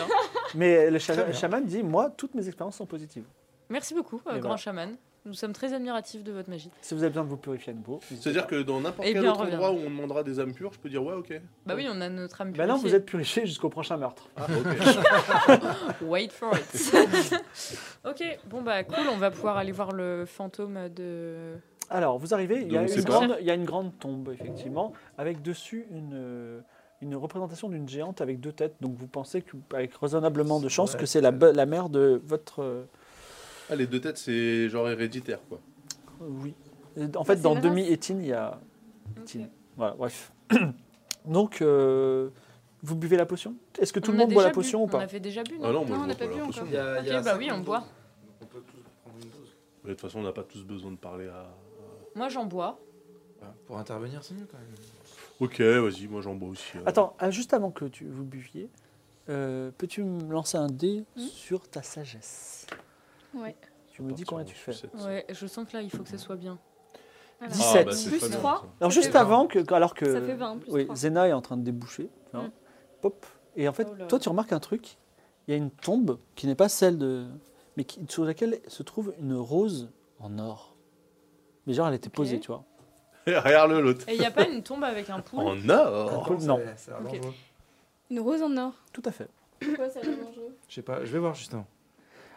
Mais le cha- Très bien. chaman dit Moi, toutes mes expériences sont positives. Merci beaucoup, euh, Et grand voilà. chaman. Nous sommes très admiratifs de votre magie. Si vous avez besoin de vous purifier à nouveau. n'hésitez C'est-à-dire pas. que dans n'importe Eh quel bien, autre reviens. endroit où on demandera des âmes pures, je peux dire ouais, ok. Bah oui, on a notre âme Maintenant, vous purifiée. êtes purifié jusqu'au prochain meurtre. Ah, ok. Wait for it. ok, bon bah cool, on va pouvoir aller voir le fantôme de... Alors, vous arrivez, il y, a Donc, une c'est grande, il y a une grande tombe, effectivement, avec dessus une, euh, une représentation d'une géante avec deux têtes. Donc, vous pensez que, avec raisonnablement de chance Ouais. que c'est la, be- la mère de votre. euh, Ah, les deux têtes, c'est genre héréditaire quoi. oui. Euh, En fait, C'est dans la Demi race. Etine, il y a. Étine. Voilà, bref. Donc, euh, vous buvez la potion Est-ce que tout On le a monde boit la déjà bu, potion ou pas On a fait déjà bu, non Ah non, moi Non, on je bois n'a pas pas bu la encore. potion. Il y a- il y a Ok, bah oui, cinquante on boit. doses, donc on peut tous prendre une dose. Mais De toute façon, on n'a pas tous besoin de parler à. Moi j'en bois. Bah, Pour intervenir, c'est mieux quand même. Ok, vas-y, moi j'en bois aussi. euh. Attends, ah, juste avant que tu, vous buviez, euh, peux-tu me lancer un dé Hmm sur ta sagesse Ouais. Tu me dis combien tu fais. Ouais, je sens que là, il faut que ça soit bien. Alors, 17. bah, c'est Plus très bien, trois. ça. Alors Ça juste fait avant que, alors que Ça fait 20 plus oui, 3. Zena est en train de déboucher, hein, Mm. pop. Et en fait, Oh là. toi tu remarques un truc. Il y a une tombe qui n'est pas celle de, mais qui, sur laquelle se trouve une rose en or. Mais genre elle était Ok. posée, tu vois. Regarde-le l'autre. Et il n'y a pas une tombe avec un poule En or Cool, non. Ça- ça a l'air Ok. dangereux. Une rose en or. Tout à fait. Pourquoi ça a l'air dangereux Je sais pas, je vais voir justement.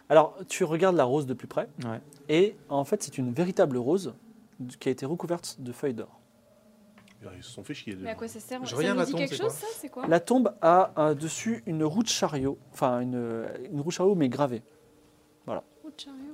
Alors tu regardes la rose de plus près. Ouais. Et en fait, c'est une véritable rose qui a été recouverte de feuilles d'or. Ah. Ils se sont fait chier. Mais à déjà. quoi ça sert Je Ça regarde nous la dit tombe, quelque c'est chose, quoi ça C'est quoi La tombe a euh, dessus une roue de chariot, enfin une, une roue de chariot mais gravée. Oh, tiens, rien.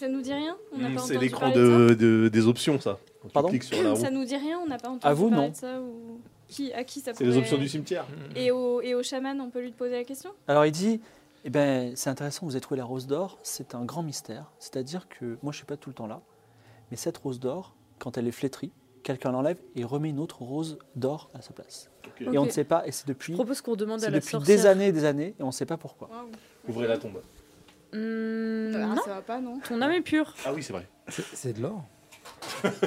Ça nous dit rien On n'a Hmm, pas C'est entendu l'écran parler de de, de- des options, ça. Quand tu Pardon cliques sur la ça. roue. Ça nous dit rien, on n'a pas entendu À vous, parler non. de ça ou... qui, À qui ça C'est pourrait... les options du cimetière. Et au, et au chaman, on peut lui poser la question Alors il dit, eh ben, c'est intéressant, vous avez trouvé la rose d'or, c'est un grand mystère. C'est-à-dire que, moi je ne suis pas tout le temps là, mais cette rose d'or, quand elle est flétrie, quelqu'un l'enlève et remet une autre rose d'or à sa place. Ok. Et on Ok. ne sait pas, et c'est depuis, Je propose qu'on demande c'est à la depuis sorcière. des années et des années, et on ne sait pas pourquoi. Ouvrez la tombe. Hmm, Ah, non, ça va pas, non ton âme est pure. Ah oui, c'est vrai. C'est de l'or. Ok.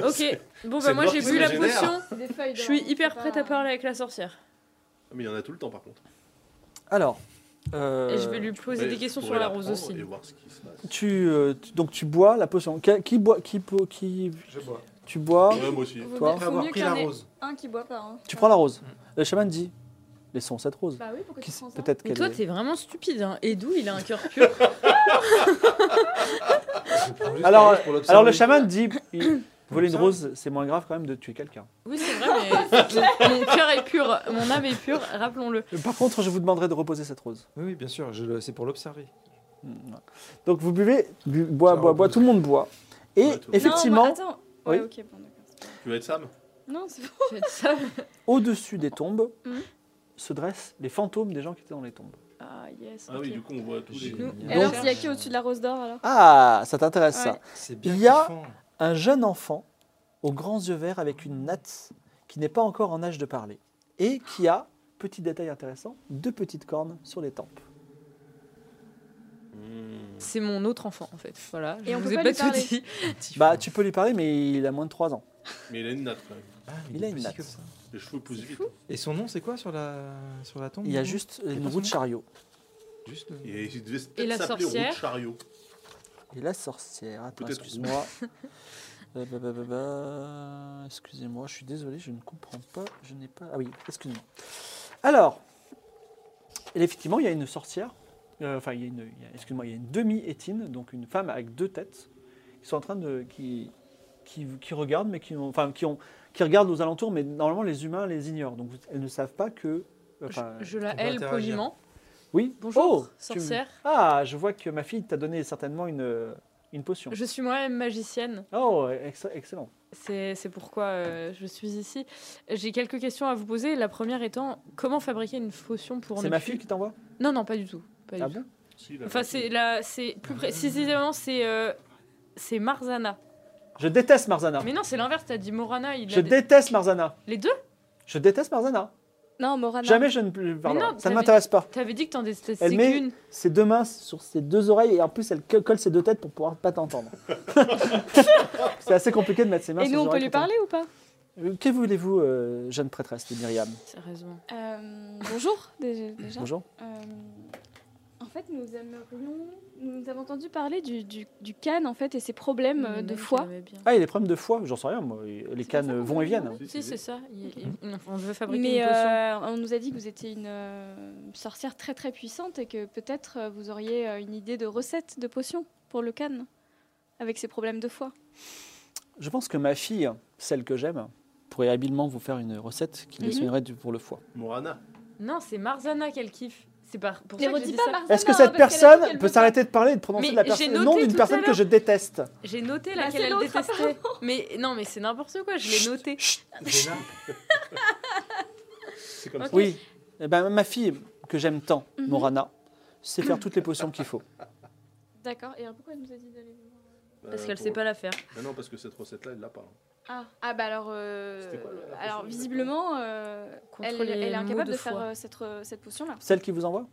Bon c'est bah moi le j'ai bord bu qui la se régénère. potion. Des feuilles Je suis d'or, hein, hyper c'est prête pas- à parler avec la sorcière. Ah, Mais il y en a tout le temps, par contre. Alors, euh, Et je vais lui poser Mais des questions vous sur pourrez la rose prendre aussi. Et voir ce qui se passe. tu, euh, tu- donc tu bois la potion. Qui, qui boit qui, po- qui, Je bois. Tu bois, Ouais, moi aussi. Vaut Toi mieux- Après vaut avoir mieux pris qu'il y la en ait rose. Un qui boit par un. tu prends la rose. Le chaman dit, laissons cette rose. Bah oui, pourquoi Qui tu sait- prends ça Peut-être Mais qu'elle toi est- t'es vraiment stupide. Hein. Et d'où il a un cœur pur Alors, euh, Alors le chaman dit, il- voler une ça. rose, c'est moins grave quand même de tuer quelqu'un. Oui c'est vrai mais mon cœur est pur, mon âme est pure, rappelons-le. Par contre, je vous demanderai de reposer cette rose. Oui, oui, bien sûr, je le- c'est pour l'observer. Mm, ouais. Donc vous buvez, bu- bois, Ça bois, repose. bois, tout le monde boit. Et Ouais, tout le monde. effectivement, Non, bah, attends. Ouais, Oui. ok, bon, d'accord. Tu veux être Sam Non, c'est bon. Faites ça. au-dessus des tombes Mhm. se dressent les fantômes des gens qui étaient dans les tombes. Ah yes. Ah oui, du coup, on voit tous les. J'ai- Nous- Et Donc- alors, il y a qui au-dessus de la rose d'or alors Ah, ça t'intéresse ça. Ouais. C'est Il y a- kiffant. Un jeune enfant aux grands yeux verts avec une natte qui n'est pas encore en âge de parler et qui a, petit détail intéressant, deux petites cornes sur les tempes. Hmm. C'est mon autre enfant en fait. Voilà. Je Et on vous peut ai pas pas lui tout parler. dit. Bah, tu peux lui parler, mais il a moins de 3 ans. Mais il a une natte quand même. Ah, il est a une petit natte. comme ça. Les cheveux poussent vite. Et son nom, c'est quoi sur la, sur la tombe Il y a non juste a une pas roue de son nom chariot. Juste, euh, Et il devait Et la peut-être s'appeler Roux de sorcière Chariot. Et la sorcière, attends, Peut-être- excuse-moi. Euh, bah, bah, bah, bah, excusez-moi, je suis désolé, je ne comprends pas. Je n'ai pas. Ah oui, excuse-moi. Alors, et effectivement, il y a une sorcière. euh, Enfin, il y a une. il y a- excuse-moi, il y a une demi-étine, donc une femme avec deux têtes, qui sont en train de. qui, qui, qui regardent, mais qui ont. Enfin, qui ont. qui regardent aux alentours, mais normalement les humains les ignorent. Donc elles ne savent pas que. enfin, Je la On peut hèle interagir. poliment. Oui. Bonjour, Oh, tu me- sorcière. Ah, je vois que ma fille t'a donné certainement une, une potion. Je suis moi-même magicienne. Oh, ex- excellent. C'est c'est pourquoi euh, je suis ici. J'ai quelques questions à vous poser. La première étant, comment fabriquer une Bah, potion pour C'est ne ma plus- fille qui t'envoie Non, non, pas du tout. Pas du Ah tout. bon Si, il a Enfin, une c'est natte. là, c'est plus précisément, c'est euh, c'est Marzana. Je déteste Marzana. Mais non, c'est l'inverse. T'as dit Morana. Il a Ah. Je des- déteste Marzana. les deux. Je déteste Marzana. Non, Morana. Jamais je ne plus pardon, non, ça ne t'avais- m'intéresse pas. T'avais dit que t'en détestais Elle met- qu'une. Ses deux mains sur ses deux oreilles et en plus elle co- colle ses deux têtes pour pouvoir pas t'entendre. C'est assez compliqué de mettre ses mains Et sur les nous, on peut oreilles lui quand parler ou pas on- Euh, Que voulez-vous, euh, jeune prêtresse de Myriam Sérieusement. Euh, Bonjour, déjà. déjà. Bonjour. Euh, en fait, nous aimerions. Nous avons entendu parler du, du, du Cannes, en fait, et ses problèmes Mm, euh, de foi. Ah, il y a des problèmes de foie, j'en sais rien, moi. Les pas ça cannes qu'on vont et dit, viennent. Si, Si, si, c'est ça. Il- il- On veut fabriquer Mais une potion. euh, on nous a dit que vous étiez une euh, sorcière très très puissante et que peut-être euh, vous auriez euh, une idée de recette de potion pour le Cannes, avec ses problèmes de foie. Je pense que ma fille, celle que j'aime, pourrait habilement vous faire une recette qui les Mhm. soignerait du- pour le foie. Morana. Non, c'est Marzana qu'elle kiffe. C'est pas pour Mais ça que j'ai redis dit pas ça. Marzana, Est-ce que hein, cette parce qu'elle a dit personne peut qu'elle veut pas- s'arrêter de parler et de prononcer Mais la j'ai personne- le noté nom tout d'une à personne que l'heure. je déteste J'ai noté Bah, laquelle c'est elle l'autre, détestait. Mais non, mais c'est n'importe quoi. Je l'ai noté. Zéna. C'est comme Ok. ça. Oui. Eh ben, ma fille, que j'aime tant, Mhm. Morana, sait faire toutes les potions qu'il faut. D'accord, et alors pourquoi elle nous a dit d'aller voir Parce Euh, qu'elle pour- sait pas la faire. Mais non, parce que cette recette-là, elle l'a pas. hein. ah. ah, bah alors. euh, C'était quoi, la- la alors, potion visiblement, euh, Contre elle, les elle est maux incapable de de, faire foie. euh, cette, re- cette potion-là. Celle qui vous envoie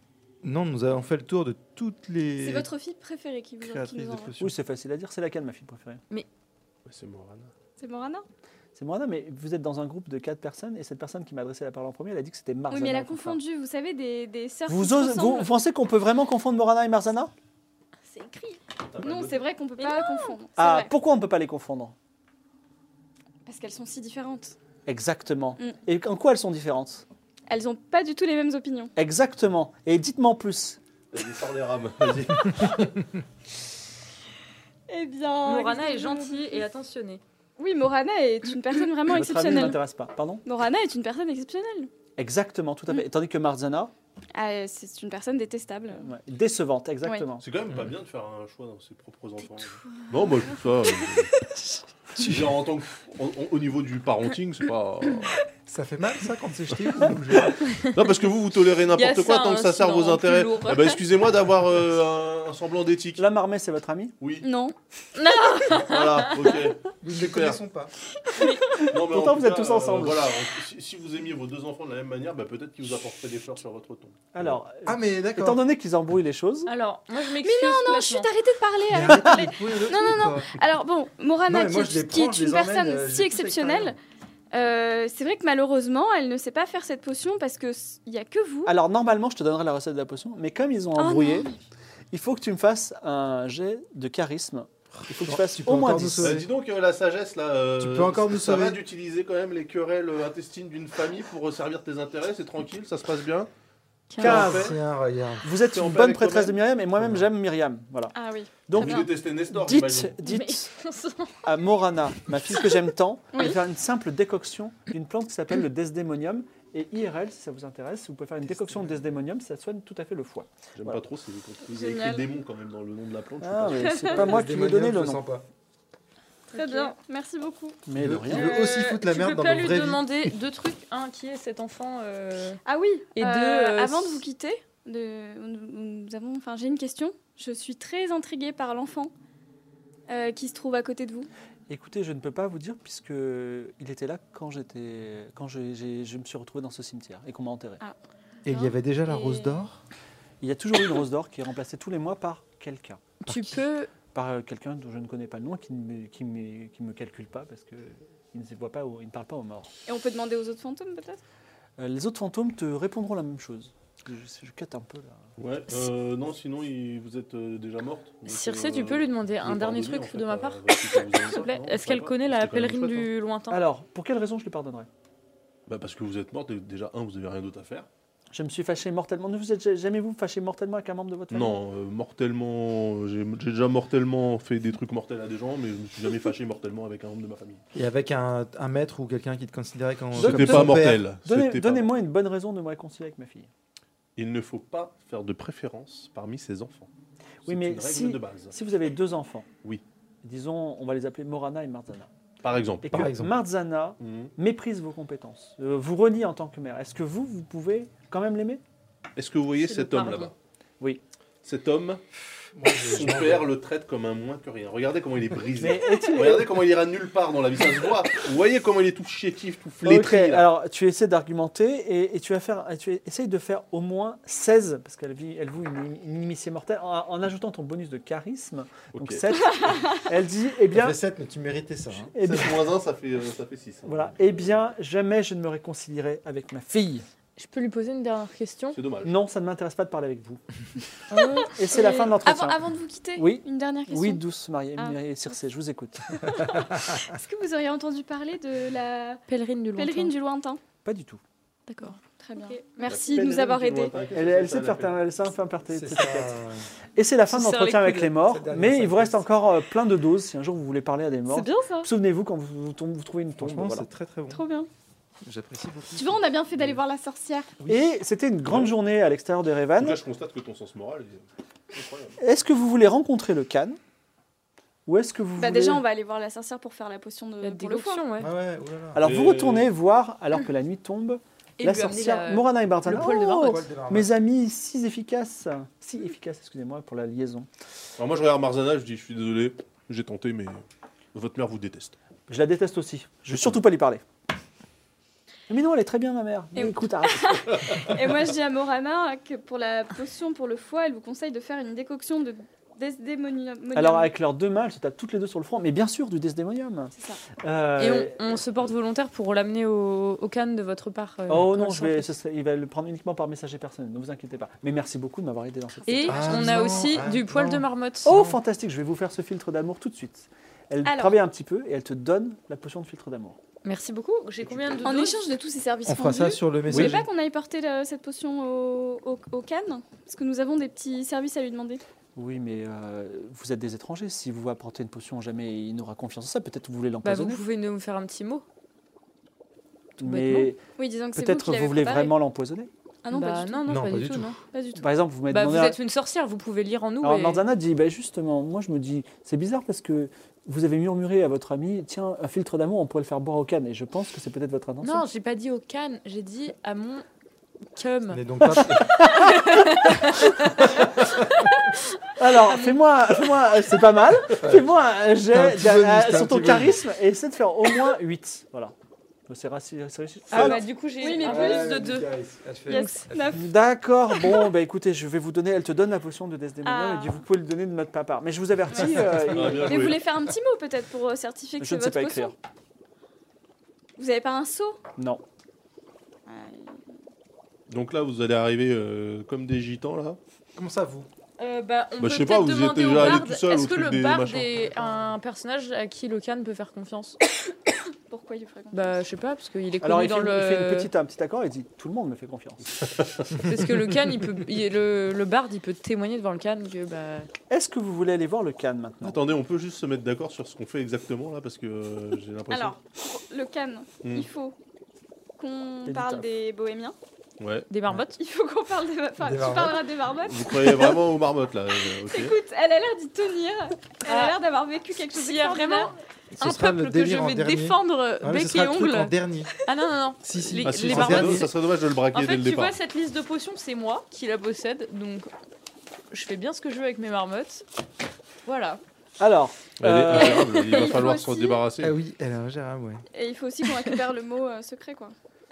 Non, nous avons fait le tour de toutes les C'est votre fille préférée qui, vous, qui créatrices nous de envoie. potions. Oui, c'est facile à dire. C'est laquelle, ma fille préférée Mais c'est Morana. C'est Morana C'est Morana, mais vous êtes dans un groupe de quatre personnes et cette personne qui m'a adressé la parole en premier, elle a dit que c'était Marzana. Oui, mais elle a qu'on confondu, vous savez, des, des parle. sœurs. Vous, qui se osez- vous ressemblent. pensez qu'on peut vraiment confondre Morana et Marzana C'est écrit. T'as pas Non, le- c'est vrai qu'on peut pas confondre. c'est Ah, vrai, pourquoi on ne peut pas les confondre parce qu'elles sont si différentes. Exactement. Mm. Et en quoi elles sont différentes Elles ont pas du tout les mêmes opinions. Exactement. Et dites-moi en plus. Vas-y, sors les rames. Vas-y. Eh bien. Morana est gentille et attentionnée. Oui, Morana est une personne vraiment Votre avis ne exceptionnelle. m'intéresse pas. Pardon Morana est une personne exceptionnelle. Exactement, tout à fait. Tandis que Marzana, Ah, c'est une personne détestable. ouais, décevante, exactement. C'est quand même pas Mm. bien de faire un choix dans ses propres enfants. Non, moi, je trouve ça. euh, je- Genre, en tant que- en- en- au niveau du parenting, c'est pas. Ça fait mal ça quand c'est jeté Non, parce que vous, vous tolérez Y a n'importe ça, quoi tant hein, que ça sert sinon, vos intérêts. plus lourd. Eh ben, excusez-moi d'avoir euh, un, un semblant d'éthique. La marmée, c'est votre ami Oui, Non. voilà, ok. Nous ne les connaissons pas. Non, mais en Pourtant, tout vous êtes cas, tous euh, ensemble. voilà, on- si, si vous aimiez vos deux enfants de la même manière, bah, peut-être qu'ils vous apporteraient des fleurs sur votre tombe. Alors, Ah mais d'accord. étant donné qu'ils embrouillent les choses, Alors, moi je m'excuse. Non, je suis complètement. arrêtée Ah, de parler. Mais avec- arrêtez de pourrir le Non, truc, non, quoi. Alors bon, Morana, Non, mais qui, moi, je les qui prends, est je une les emmène, personne euh, je si les pousse avec exceptionnelle, euh, c'est vrai que malheureusement, elle ne sait pas faire cette potion parce que s- il y a que vous. alors normalement, je te donnerai la recette de la potion, mais comme ils ont Oh embrouillé, il faut que tu me fasses un jet de charisme. Il faut que tu fasses Tu peux au moins encore nous 10. sauver. Euh, dis donc, euh, la sagesse, là, euh, Tu peux encore nous ça va sauver. d'utiliser quand même les querelles euh, intestines d'une famille pour euh, servir tes intérêts, c'est tranquille, ça se passe bien. Quinze. Parfait. Tiens, regarde. Vous êtes T'es en une paix bonne avec prêtresse de toi-même Myriam et moi-même j'aime Myriam. Voilà. Ah oui. Donc Vous bien. détestez Nestor, dites, j'imagine. dites à Morana, ma fille que j'aime tant, de faire une simple décoction d'une plante qui s'appelle le desdémonium. Et IRL, si ça vous intéresse, vous pouvez faire une décoction de desdémonium, ça soigne tout à fait le foie. J'aime Voilà. pas trop, c'est vous avez écrit Génial. démon quand même dans le nom de la plante. je suis Ah, pas sûr. mais c'est pas moi qui lui ai donné le nom. Très bien, merci beaucoup. Mais de rien. Il veut aussi foutre la tu merde peux dans pas nos lui vraies vies. demander deux trucs. Un, qui est cet enfant euh, Ah oui. Et Et deux, euh, avant de s- vous quitter, de- nous, nous avons, enfin, j'ai une question. Je suis très intriguée par l'enfant euh, qui se trouve à côté de vous. Écoutez, je ne peux pas vous dire puisque il était là quand j'étais, quand je, j'ai- je me suis retrouvé dans ce cimetière et qu'on m'a enterré. Et il y avait déjà la Et- rose d'or. Il y a toujours eu une rose d'or qui est remplacée tous les mois par quelqu'un, Par Tu qui peux. par euh, quelqu'un dont je ne connais pas le nom, qui ne me, qui me, qui me calcule pas parce que il ne se voit pas, aux- il ne parle pas aux morts. Et on peut demander aux autres fantômes peut-être. Euh, les autres fantômes te répondront la même chose. Je, je quête un peu là. Ouais, euh, non, sinon, il- vous êtes euh, déjà morte. donc, Circe, euh, tu peux lui demander vous un dernier pardonnez, truc en fait, de ma euh, part votre fille que vous aimez. S'il te plaît, Non, est-ce pas qu'elle grave, connaît c'était la quand même pèlerine chouette, hein. du lointain Alors, pour quelle raison je lui pardonnerais Bah, parce que vous êtes morte, et déjà, un, vous avez rien d'autre à faire. Je me suis fâché mortellement. Ne vous êtes ja- jamais vous fâché mortellement avec un membre de votre famille Non, euh, mortellement, j'ai j'ai déjà mortellement fait des trucs mortels à des gens, mais je me suis jamais fâché mortellement avec un membre de ma famille. Et avec un, un maître ou quelqu'un qui te considérait comme. C'était comme C'était son pas père. mortel. Donnez- c'était pas Donnez-moi une bonne raison de me réconcilier avec ma fille. mortel. Il ne faut pas faire de préférence parmi ses enfants. Oui, C'est mais une règle si- de base. Si vous avez deux enfants, Oui. disons, on va les appeler Morana et Marzana, Par exemple. et Par que exemple. Marzana Mhm. méprise vos compétences, euh, vous renie en tant que mère, est-ce que vous, vous pouvez quand même l'aimer Est-ce que vous voyez C'est cet le homme pardon. là-bas Oui. Cet homme, Moi, je- son père le traite comme un moins que rien. Regardez comment il est brisé. Mais est-il- Regardez comment il ira nulle part dans la vie. Ça se voit. Vous voyez comment il est tout chétif, tout Ok, flétri. là. alors tu essaies d'argumenter et, et tu vas faire, et tu essayes de faire au moins 16, parce qu'elle vit, elle voue une, une inimitié mortelle, en, en ajoutant ton bonus de charisme, donc Ok. 7, elle dit, eh Ça bien, fait 7, mais tu méritais ça. hein. eh bien, 7 moins 1, ça fait, euh, ça fait 6. voilà, eh bien, jamais je ne me réconcilierai avec ma fille. Je peux lui poser une dernière question C'est dommage. Non, ça ne m'intéresse pas de parler avec vous. Euh, Et c'est la fin de l'entretien. Avant, avant de vous quitter, Oui. une dernière question. Oui, douce Marie Ah. Mireille et Circe, je vous écoute. Est-ce que vous auriez entendu parler de la Pèlerine du lointain. pèlerine du lointain Pas du tout. D'accord. Très bien. Ok. Merci de nous avoir aidés. Elle, elle sait faire, ta- elle sait faire ta- C'est tes- ça. Et c'est la fin de Je serre les l'entretien avec coudes. les morts. Cette dernière Mais il vous synthèse. reste encore euh, plein de doses si un jour vous voulez parler à des morts. C'est bien ça. Souvenez-vous quand vous, vous tombez- vous trouvez une tombe. Franchement, voilà. c'est très très bon. Trop bien. J'apprécie beaucoup. Tu vois, on a bien fait d'aller voir la sorcière. Et c'était une grande journée à l'extérieur de En tout Revan. cas, je constate que ton sens moral est incroyable. Est-ce que vous voulez rencontrer le Khan Ou est-ce que vous Bah voulez... déjà, on va aller voir la sorcière pour faire la potion de La pour le foie. décoction, ouais. Ah ouais, oulala. Alors vous Euh, retournez voir, alors que la nuit tombe, Et la lui amener sorcière la- Morana et Bartana. le poil de Oh, Barbe. Poil de barbe. mes amis, si efficaces. Si efficaces, excusez-moi pour la liaison. Alors moi je regarde Marzana, je dis je suis désolé, j'ai tenté mais votre mère vous déteste. Je la déteste aussi. Je veux surtout pas lui parler. Mais non, elle est très bien, ma mère. Mais oui. écoute, arrête. Et moi, je dis à Morana que pour la potion pour le foie, elle vous conseille de faire une décoction de desdémonium. Alors, avec leurs deux mains, elles se tapent toutes les deux sur le front. Mais bien sûr, du desdémonium. C'est ça. Euh, Et on, on se porte volontaire pour l'amener au, au Cannes de votre part. euh, Oh quand non, elle je sera vais, prête. ce serait- il va le prendre uniquement par messager personnel, ne vous inquiétez pas. Mais merci beaucoup de m'avoir aidé dans cette... Et Ah, on a non, aussi ah, du poil non. de marmotte. Oh, fantastique, je vais vous faire ce filtre d'amour tout de suite. Elle Alors. travaille un petit peu et elle te donne la potion de filtre d'amour. Merci beaucoup. J'ai combien de En doses échange de tous ces services On fera ça rendus, sur le vous voulez message. pas qu'on aille porter euh, cette potion au, au, au Cannes Parce que nous avons des petits services à lui demander. Oui, mais euh, vous êtes des étrangers. Si vous apportez une potion, jamais il n'aura confiance en ça. Peut-être vous voulez Bah, vous l'empoisonner. pouvez nous faire un petit mot. mais Oui, disons que c'est vous peut-être qui vous, l'avez voulez préparé. vraiment l'empoisonner. Ah non, pas Bah, du tout. non, non, Non, pas, pas du du tout. tout. non. Pas du tout. Par exemple, vous m'avez Bah, vous demandé. êtes une sorcière, vous pouvez lire en nous. Alors et- Nordana dit bah justement, moi je me dis, c'est bizarre parce que vous avez murmuré à votre ami, tiens, un filtre d'amour, on pourrait le faire boire au canne. Et je pense que c'est peut-être votre intention. Non, j'ai pas dit au Cannes, j'ai dit à mon cum. N'est donc pas. Alors, fais-moi, fais-moi, euh, c'est pas mal. Fais-moi un un jet petit bonus, d'un- t'as un sur ton petit bonus. charisme et essaie de faire au moins 8. Voilà. C'est rassi- c'est réussi. Ah bah du coup j'ai Oui, mais un plus de deux. Yes, neuf. D'accord, bon, bah écoutez, je vais vous donner, elle te donne la potion de Desdemona, Ah. elle dit vous pouvez le donner de notre papa. Mais je vous avertis, euh, il- Ah, bien Mais joué. vous voulez faire un petit mot peut-être pour euh, certifier que je c'est ne sais votre pas écrire. potion Vous avez pas un seau Euh, Non. Donc là, vous allez arriver euh, comme des gitans, là. Comment ça, vous Euh, bah, on Bah, peut je sais pas, peut-être vous y demander êtes au déjà allé barde, tout seul au est-ce que truc le des barde machins. est un personnage à qui le Cannes peut faire confiance Pourquoi il ferait Bah je sais pas, parce qu'il est connu Alors il fait, dans le... il fait une petite, un petit accord et dit tout le monde me fait confiance. Parce que le Cannes, il peut... il est- le, le barde, il peut témoigner devant le Cannes que bah... Est-ce que vous voulez aller voir le canne maintenant Attendez, on peut juste se mettre d'accord sur ce qu'on fait exactement, là, parce que euh, j'ai l'impression... Alors, pour le canne, Hmm. il faut qu'on Des parle litafs. des bohémiens. Ouais. des barbottes. Il faut qu'on parle des. Enfin, Des tu marmottes. parleras des marmottes. Vous croyez vraiment aux marmottes, là euh, ok. Écoute, elle a l'air d'y tenir. Elle Ah. a l'air d'avoir vécu quelque chose S'il y a d'extraordinaire. un peuple que je vais défendre euh, Ah, mais ce bec sera et le truc en ongle. dernier. Ah non, non, non. Si, si. Les- Ah, si, les ça, barbottes- serait dommage- ça serait dommage de le braquer En dès fait, le tu vois, départ. cette liste de potions, c'est moi qui la possède, donc je fais bien ce que je veux avec mes marmottes. Voilà. Alors, Elle est Euh, ingérable, il va il faut falloir s'en aussi- débarrasser. Ah oui, elle est ingérable, ouais. Et il faut aussi qu'on récupère le mot euh, secret, quoi.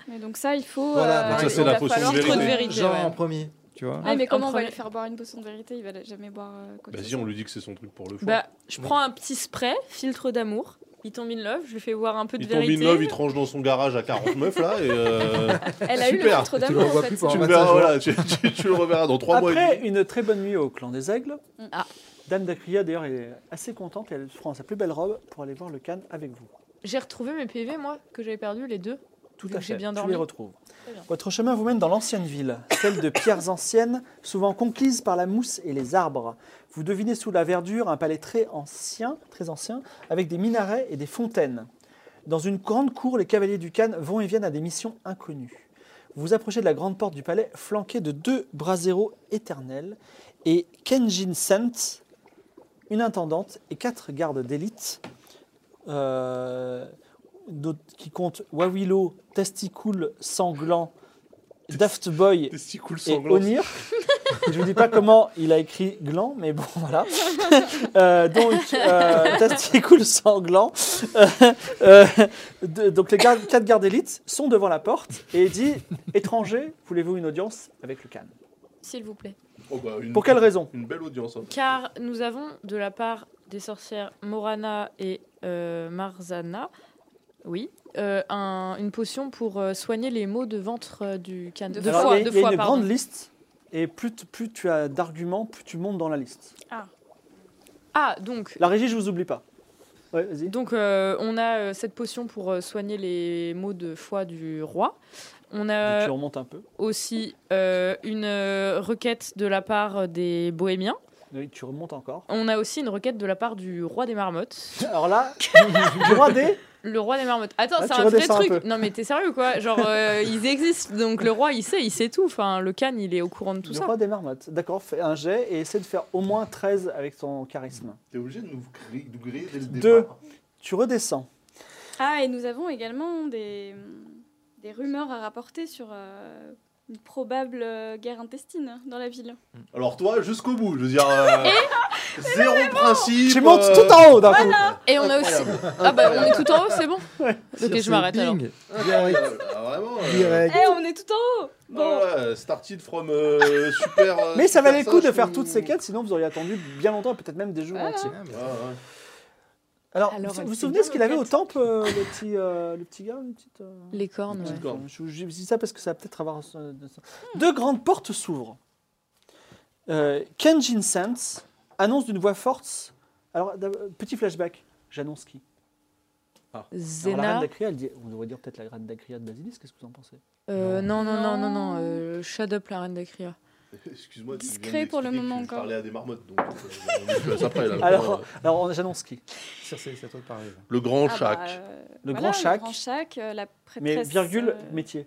Mais donc ça, il faut. euh, Voilà, donc ça, il c'est va la potion falloir- de Trop de vérité. vérité, Genre ouais. en premier, tu vois. Ouais, Ah, mais En comment on va premier. lui faire boire une potion de vérité Il va jamais boire. euh, quoi que ce Vas-y, soit. Bah, on lui dit que c'est son truc pour le foie. Bah, je prends un petit spray, filtre d'amour, il tombe in love, je lui fais voir un peu de il tombe vérité. in love, il tranche dans son garage à 40 meufs, là, et... euh, Elle a eu le Super. titre Tu le d'amour. en revois fait. plus pendant tu, le 25 verras, jours. voilà, tu, tu- tu le reverras dans 3 mois et après demi. une très bonne nuit au clan des aigles, Ah. Dame d'Acria d'ailleurs est assez contente et elle prend sa plus belle robe pour aller voir le canne avec vous. J'ai retrouvé mes PV, moi, que j'avais perdu, les deux. Tout Donc à j'ai fait, bien tu dormi. les retrouves. Très bien. Votre chemin vous mène dans l'ancienne ville, celle de pierres anciennes, souvent conquises par la mousse et les arbres. Vous devinez sous la verdure un palais très ancien, très ancien, avec des minarets et des fontaines. Dans une grande cour, les cavaliers du Cannes vont et viennent à des missions inconnues. Vous vous approchez de la grande porte du palais, flanquée de deux braseros éternels et Kenjin Sent, une intendante et quatre gardes d'élite. euh, d'autres qui comptent Wawilo, Testicool, Sanglant, Daft Boy Testicule et sanglant. Onir. Je vous dis pas comment il a écrit gland, mais bon voilà. Euh, donc euh, Testicool Sanglant. Euh, euh, de- donc les gardes- quatre gardes élites sont devant la porte et dit étranger, voulez-vous une audience avec le Khan S'il vous plaît. Oh, bah, une- Pour quelle raison Une belle audience. hein. Car nous avons, de la part des sorcières Morana et euh, Marzana, oui, euh, un- une potion pour euh, soigner les maux de ventre euh, du Cannes. De Alors, foie, il y a, il de y a foie, une pardon. grande liste et plus, t- plus tu as d'arguments, plus tu montes dans la liste. Ah, donc, La régie, je vous oublie pas. Ouais, vas-y. Donc euh, on a euh, cette potion pour euh, soigner les maux de foie du roi. On a Tu remontes un peu. aussi euh, une euh, requête de la part des bohémiens. Oui, tu remontes encore. On a aussi une requête de la part du roi des marmottes. Alors là, du roi des. Le roi des marmottes. Attends, Là, c'est tu un vrai redescends un truc. peu. non mais t'es sérieux quoi Genre euh, ils existent donc le roi il sait, il sait tout. Enfin le can il est au courant de tout le ça. roi des marmottes. D'accord, fais un jet et essaie de faire au moins 13 avec ton charisme. T'es obligé de nous griller, de griller dès le Deux. départ. Tu redescends. Ah, et nous avons également des, mm, des rumeurs à rapporter sur euh, une probable euh, guerre intestine dans la ville. Alors toi, jusqu'au bout, je veux dire... euh, Zéro principe. Tu montes euh, tout en haut d'un coup. Et on a aussi Ah bah on est tout en haut, c'est bon. OK, je m'arrête alors. Ping, Incroyable. Ah, vraiment euh, direct. Eh, on est tout en haut Bon, ah ouais, started from euh, super. euh, Mais ça super valait le coup de sage faire ou- toutes ces quêtes, sinon vous auriez attendu bien longtemps, peut-être même des jours entiers. Ah, mais- Ah, ouais. Alors, Alors, vous elle vous fait souvenez bien ce qu'il nos avait au quêtes. temple, euh, le, petit, euh, le petit gars une petite, euh, Les cornes. Petite ouais. corne. Je, je dis ça parce que ça va peut-être avoir. euh, de ça. Deux grandes portes s'ouvrent. Euh, Kenjin Sands annonce d'une voix forte. Alors, d'ab- petit flashback. J'annonce qui Alors, la Zena. reine d'Acria, elle dit. On devrait dire peut-être la reine d'Acria de Basilis, qu'est-ce que vous en pensez Euh, non non non non non, Non. euh, Shut up la reine d'Acria. Excuse-moi. tu viens de Discret pour le m'expliquer que moment je encore. parlais à des marmottes, donc. euh, on discute après, là. Euh, Alors, alors on- j'annonce qui Circe, c'est à toi de parler. là. le grand ah chac. bah, euh, Le voilà, grand chac. Le grand chac, euh, la Mais prêtresse. virgule, euh, métier.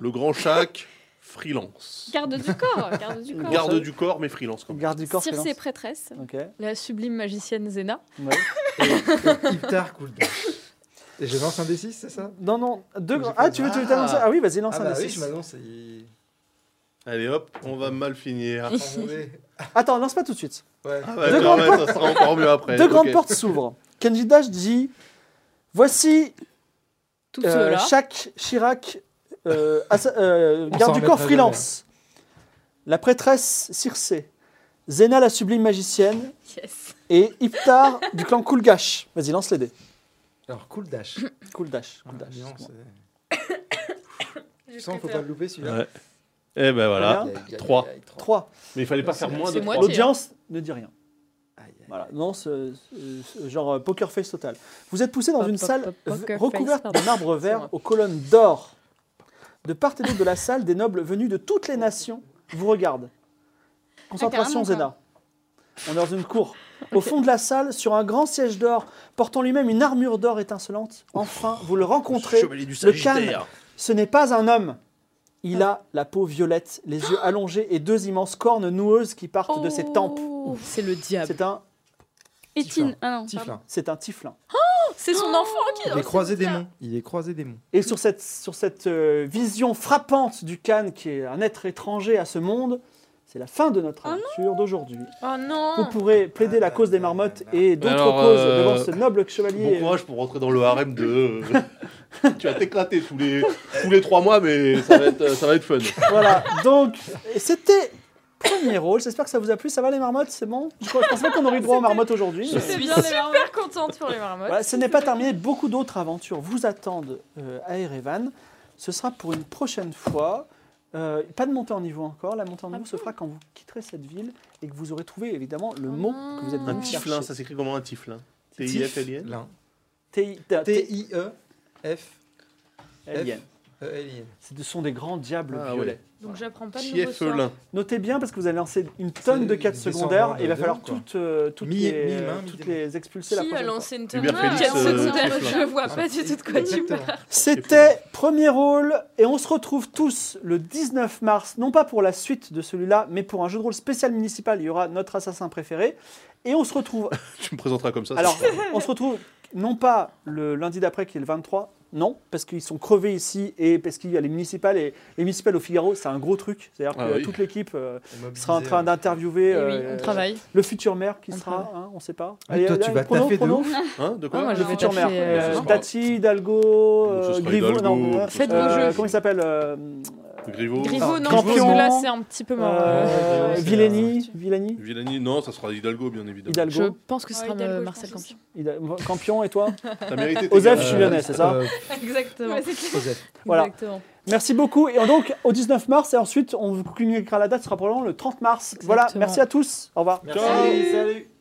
Le grand chac freelance. Garde du corps, garde du corps. Garde du corps, mais freelance quand même. Garde du corps, Circe freelance. et prêtresse. Ok. La sublime magicienne Zena. ouais. Iptar Euh, cool. Et je lance un D6, c'est ça Non, non. Deux... Ou j'ai Ah, pas- tu veux tu veux Ah. t'annoncer Ah oui, vas-y, Ah lance un bah des oui, six. je m'annonce. il- Allez hop, on va mal finir. Attendez. Attends, lance pas tout de suite. Ouais. Ah ouais, Deux quand grandes même, ça sera encore mieux après. Deux ok. grandes portes s'ouvrent. Kenji Dash dit Voici Tout euh, cela. Jacques Chirac, euh, assa- euh, On garde s'en du corps remettra freelance. La prêtresse Circé. Zena, la sublime magicienne. Yes. Et Iptar du clan Kulgash. Vas-y, lance les dés. Alors, cool dash. Kuldash. Ah, Kuldash. non, excuse-moi. c'est- Tu sens, faut pas le louper celui-là. Ouais. Eh ben voilà. Combien Aïe, aïe, aïe, Trois. aïe, trois. Trois. Mais il fallait pas faire moins de c'est moi 3. qui- L'audience ne dit rien. Aïe, aïe. Voilà, non, ce- ce- ce- genre euh, poker face total. Vous êtes poussé dans Pop, une pop, salle pop, poker v- face, recouverte pardon. d'un marbre C'est vert moi. aux colonnes d'or. De part et d'autre de la salle, des nobles venus de toutes les nations vous regardent. Concentration, Ah, carrément, Zena. On est dans une cour. Au fond de la salle, sur un grand siège d'or, portant lui-même une armure d'or étincelante, enfin, vous le rencontrez. du Sagittaire. Ce n'est pas un homme. Il a la peau violette, les yeux allongés et deux immenses cornes noueuses qui partent de ses tempes. Oh, C'est le diable. C'est un, Étine. Ah non, pardon. Tiflin. c'est un tiflin. Oh, C'est son enfant qui. Il est croisé démon. Il est croisé démon. Et sur cette, sur cette euh, vision frappante du Khan, qui est un être étranger à ce monde, c'est la fin de notre Oh non. aventure d'aujourd'hui. Oh Vous non. pourrez plaider Ah la là cause des là marmottes là là. et d'autres Alors, causes euh, devant ce noble Bon chevalier. courage pour rentrer dans le harem de. tu vas t'éclater tous les tous les trois mois, mais ça va être ça va être fun. Voilà, donc, et c'était premier rôle. J'espère que ça vous a plu. Ça va les marmottes, c'est bon Je crois- je pense pas qu'on aurait eu droit aux marmottes aujourd'hui. Je mais- suis super contente pour les marmottes. Voilà, ce n'est pas terminé. Beaucoup d'autres aventures vous attendent euh, à Erevan. Ce sera pour une prochaine fois. Euh, pas de montée en niveau encore. La montée en Ah niveau se fera quand vous quitterez cette ville et que vous aurez trouvé évidemment le Oh mot non. que vous êtes Un venu tiflin, chercher. ça s'écrit comment un tiflin T-I-F-L-I-N Tiflin. T- T- E T- T-I-E-F-E-L-I-N. Alien. Ah, Ce sont des grands diables Ah ouais. violets. Donc j'apprends pas de nouveau Tiefelin. Notez bien parce que vous allez lancer une tonne de C'est quêtes des descendants secondaires et il va de falloir démons, quoi. toutes, euh, toutes, Mi- les, mi-humain, toutes mi-démon. les expulser la Qui a prochaine fois. lancé une tonne Hubert Félix, Quête euh, secondaire, Tiflin. Je vois pas du tout de quoi tu parles. C'était premier rôle et on se retrouve tous le 19 mars, non pas pour la suite de celui-là, mais pour un jeu de rôle spécial municipal. Il y aura notre assassin préféré et on se retrouve. Tu me présenteras comme ça. ça Alors, sera- on se retrouve non pas le lundi d'après qui est le 23. Non, parce qu'ils sont crevés ici et parce qu'il y a les municipales et les municipales au Figaro, c'est un gros truc. C'est-à-dire Ah que oui. toute l'équipe euh, sera en train d'interviewer Eh oui, euh, on travaille. le futur maire qui On sera, hein, on ne sait pas. Oui, Ah, toi, tu allez, vas pronom, taffer de pronom. ouf. Hein De Ah, quoi moi, Le Alors, futur on maire. fait, euh, euh, ce sera- Dati, Hidalgo, Ce euh, sera Griveaux, Hidalgo, non, euh, ce sera- Faites vos jeux. comment il s'appelle euh, Griveaux. Ah, Griveaux, non, Ah, Campion. parce que là c'est un petit peu mort. euh, ouais, c'est Villeni, Villeni, Villani, non, ça sera Hidalgo, bien évidemment. Je Hidalgo, pense que ce sera euh, Ouais, Hidalgo, je Marcel pense aussi. Campion. Hida- Campion et toi T'as mérité. tes Osef, gars. je suis lyonnais, c'est ça Euh, Exactement. Joseph. Voilà. Exactement. Merci beaucoup. Et donc, au 19 mars, et ensuite, on vous communiquera la date, ce sera probablement le 30 mars. Voilà, Exactement. merci à tous. Au revoir. Ciao. Salut.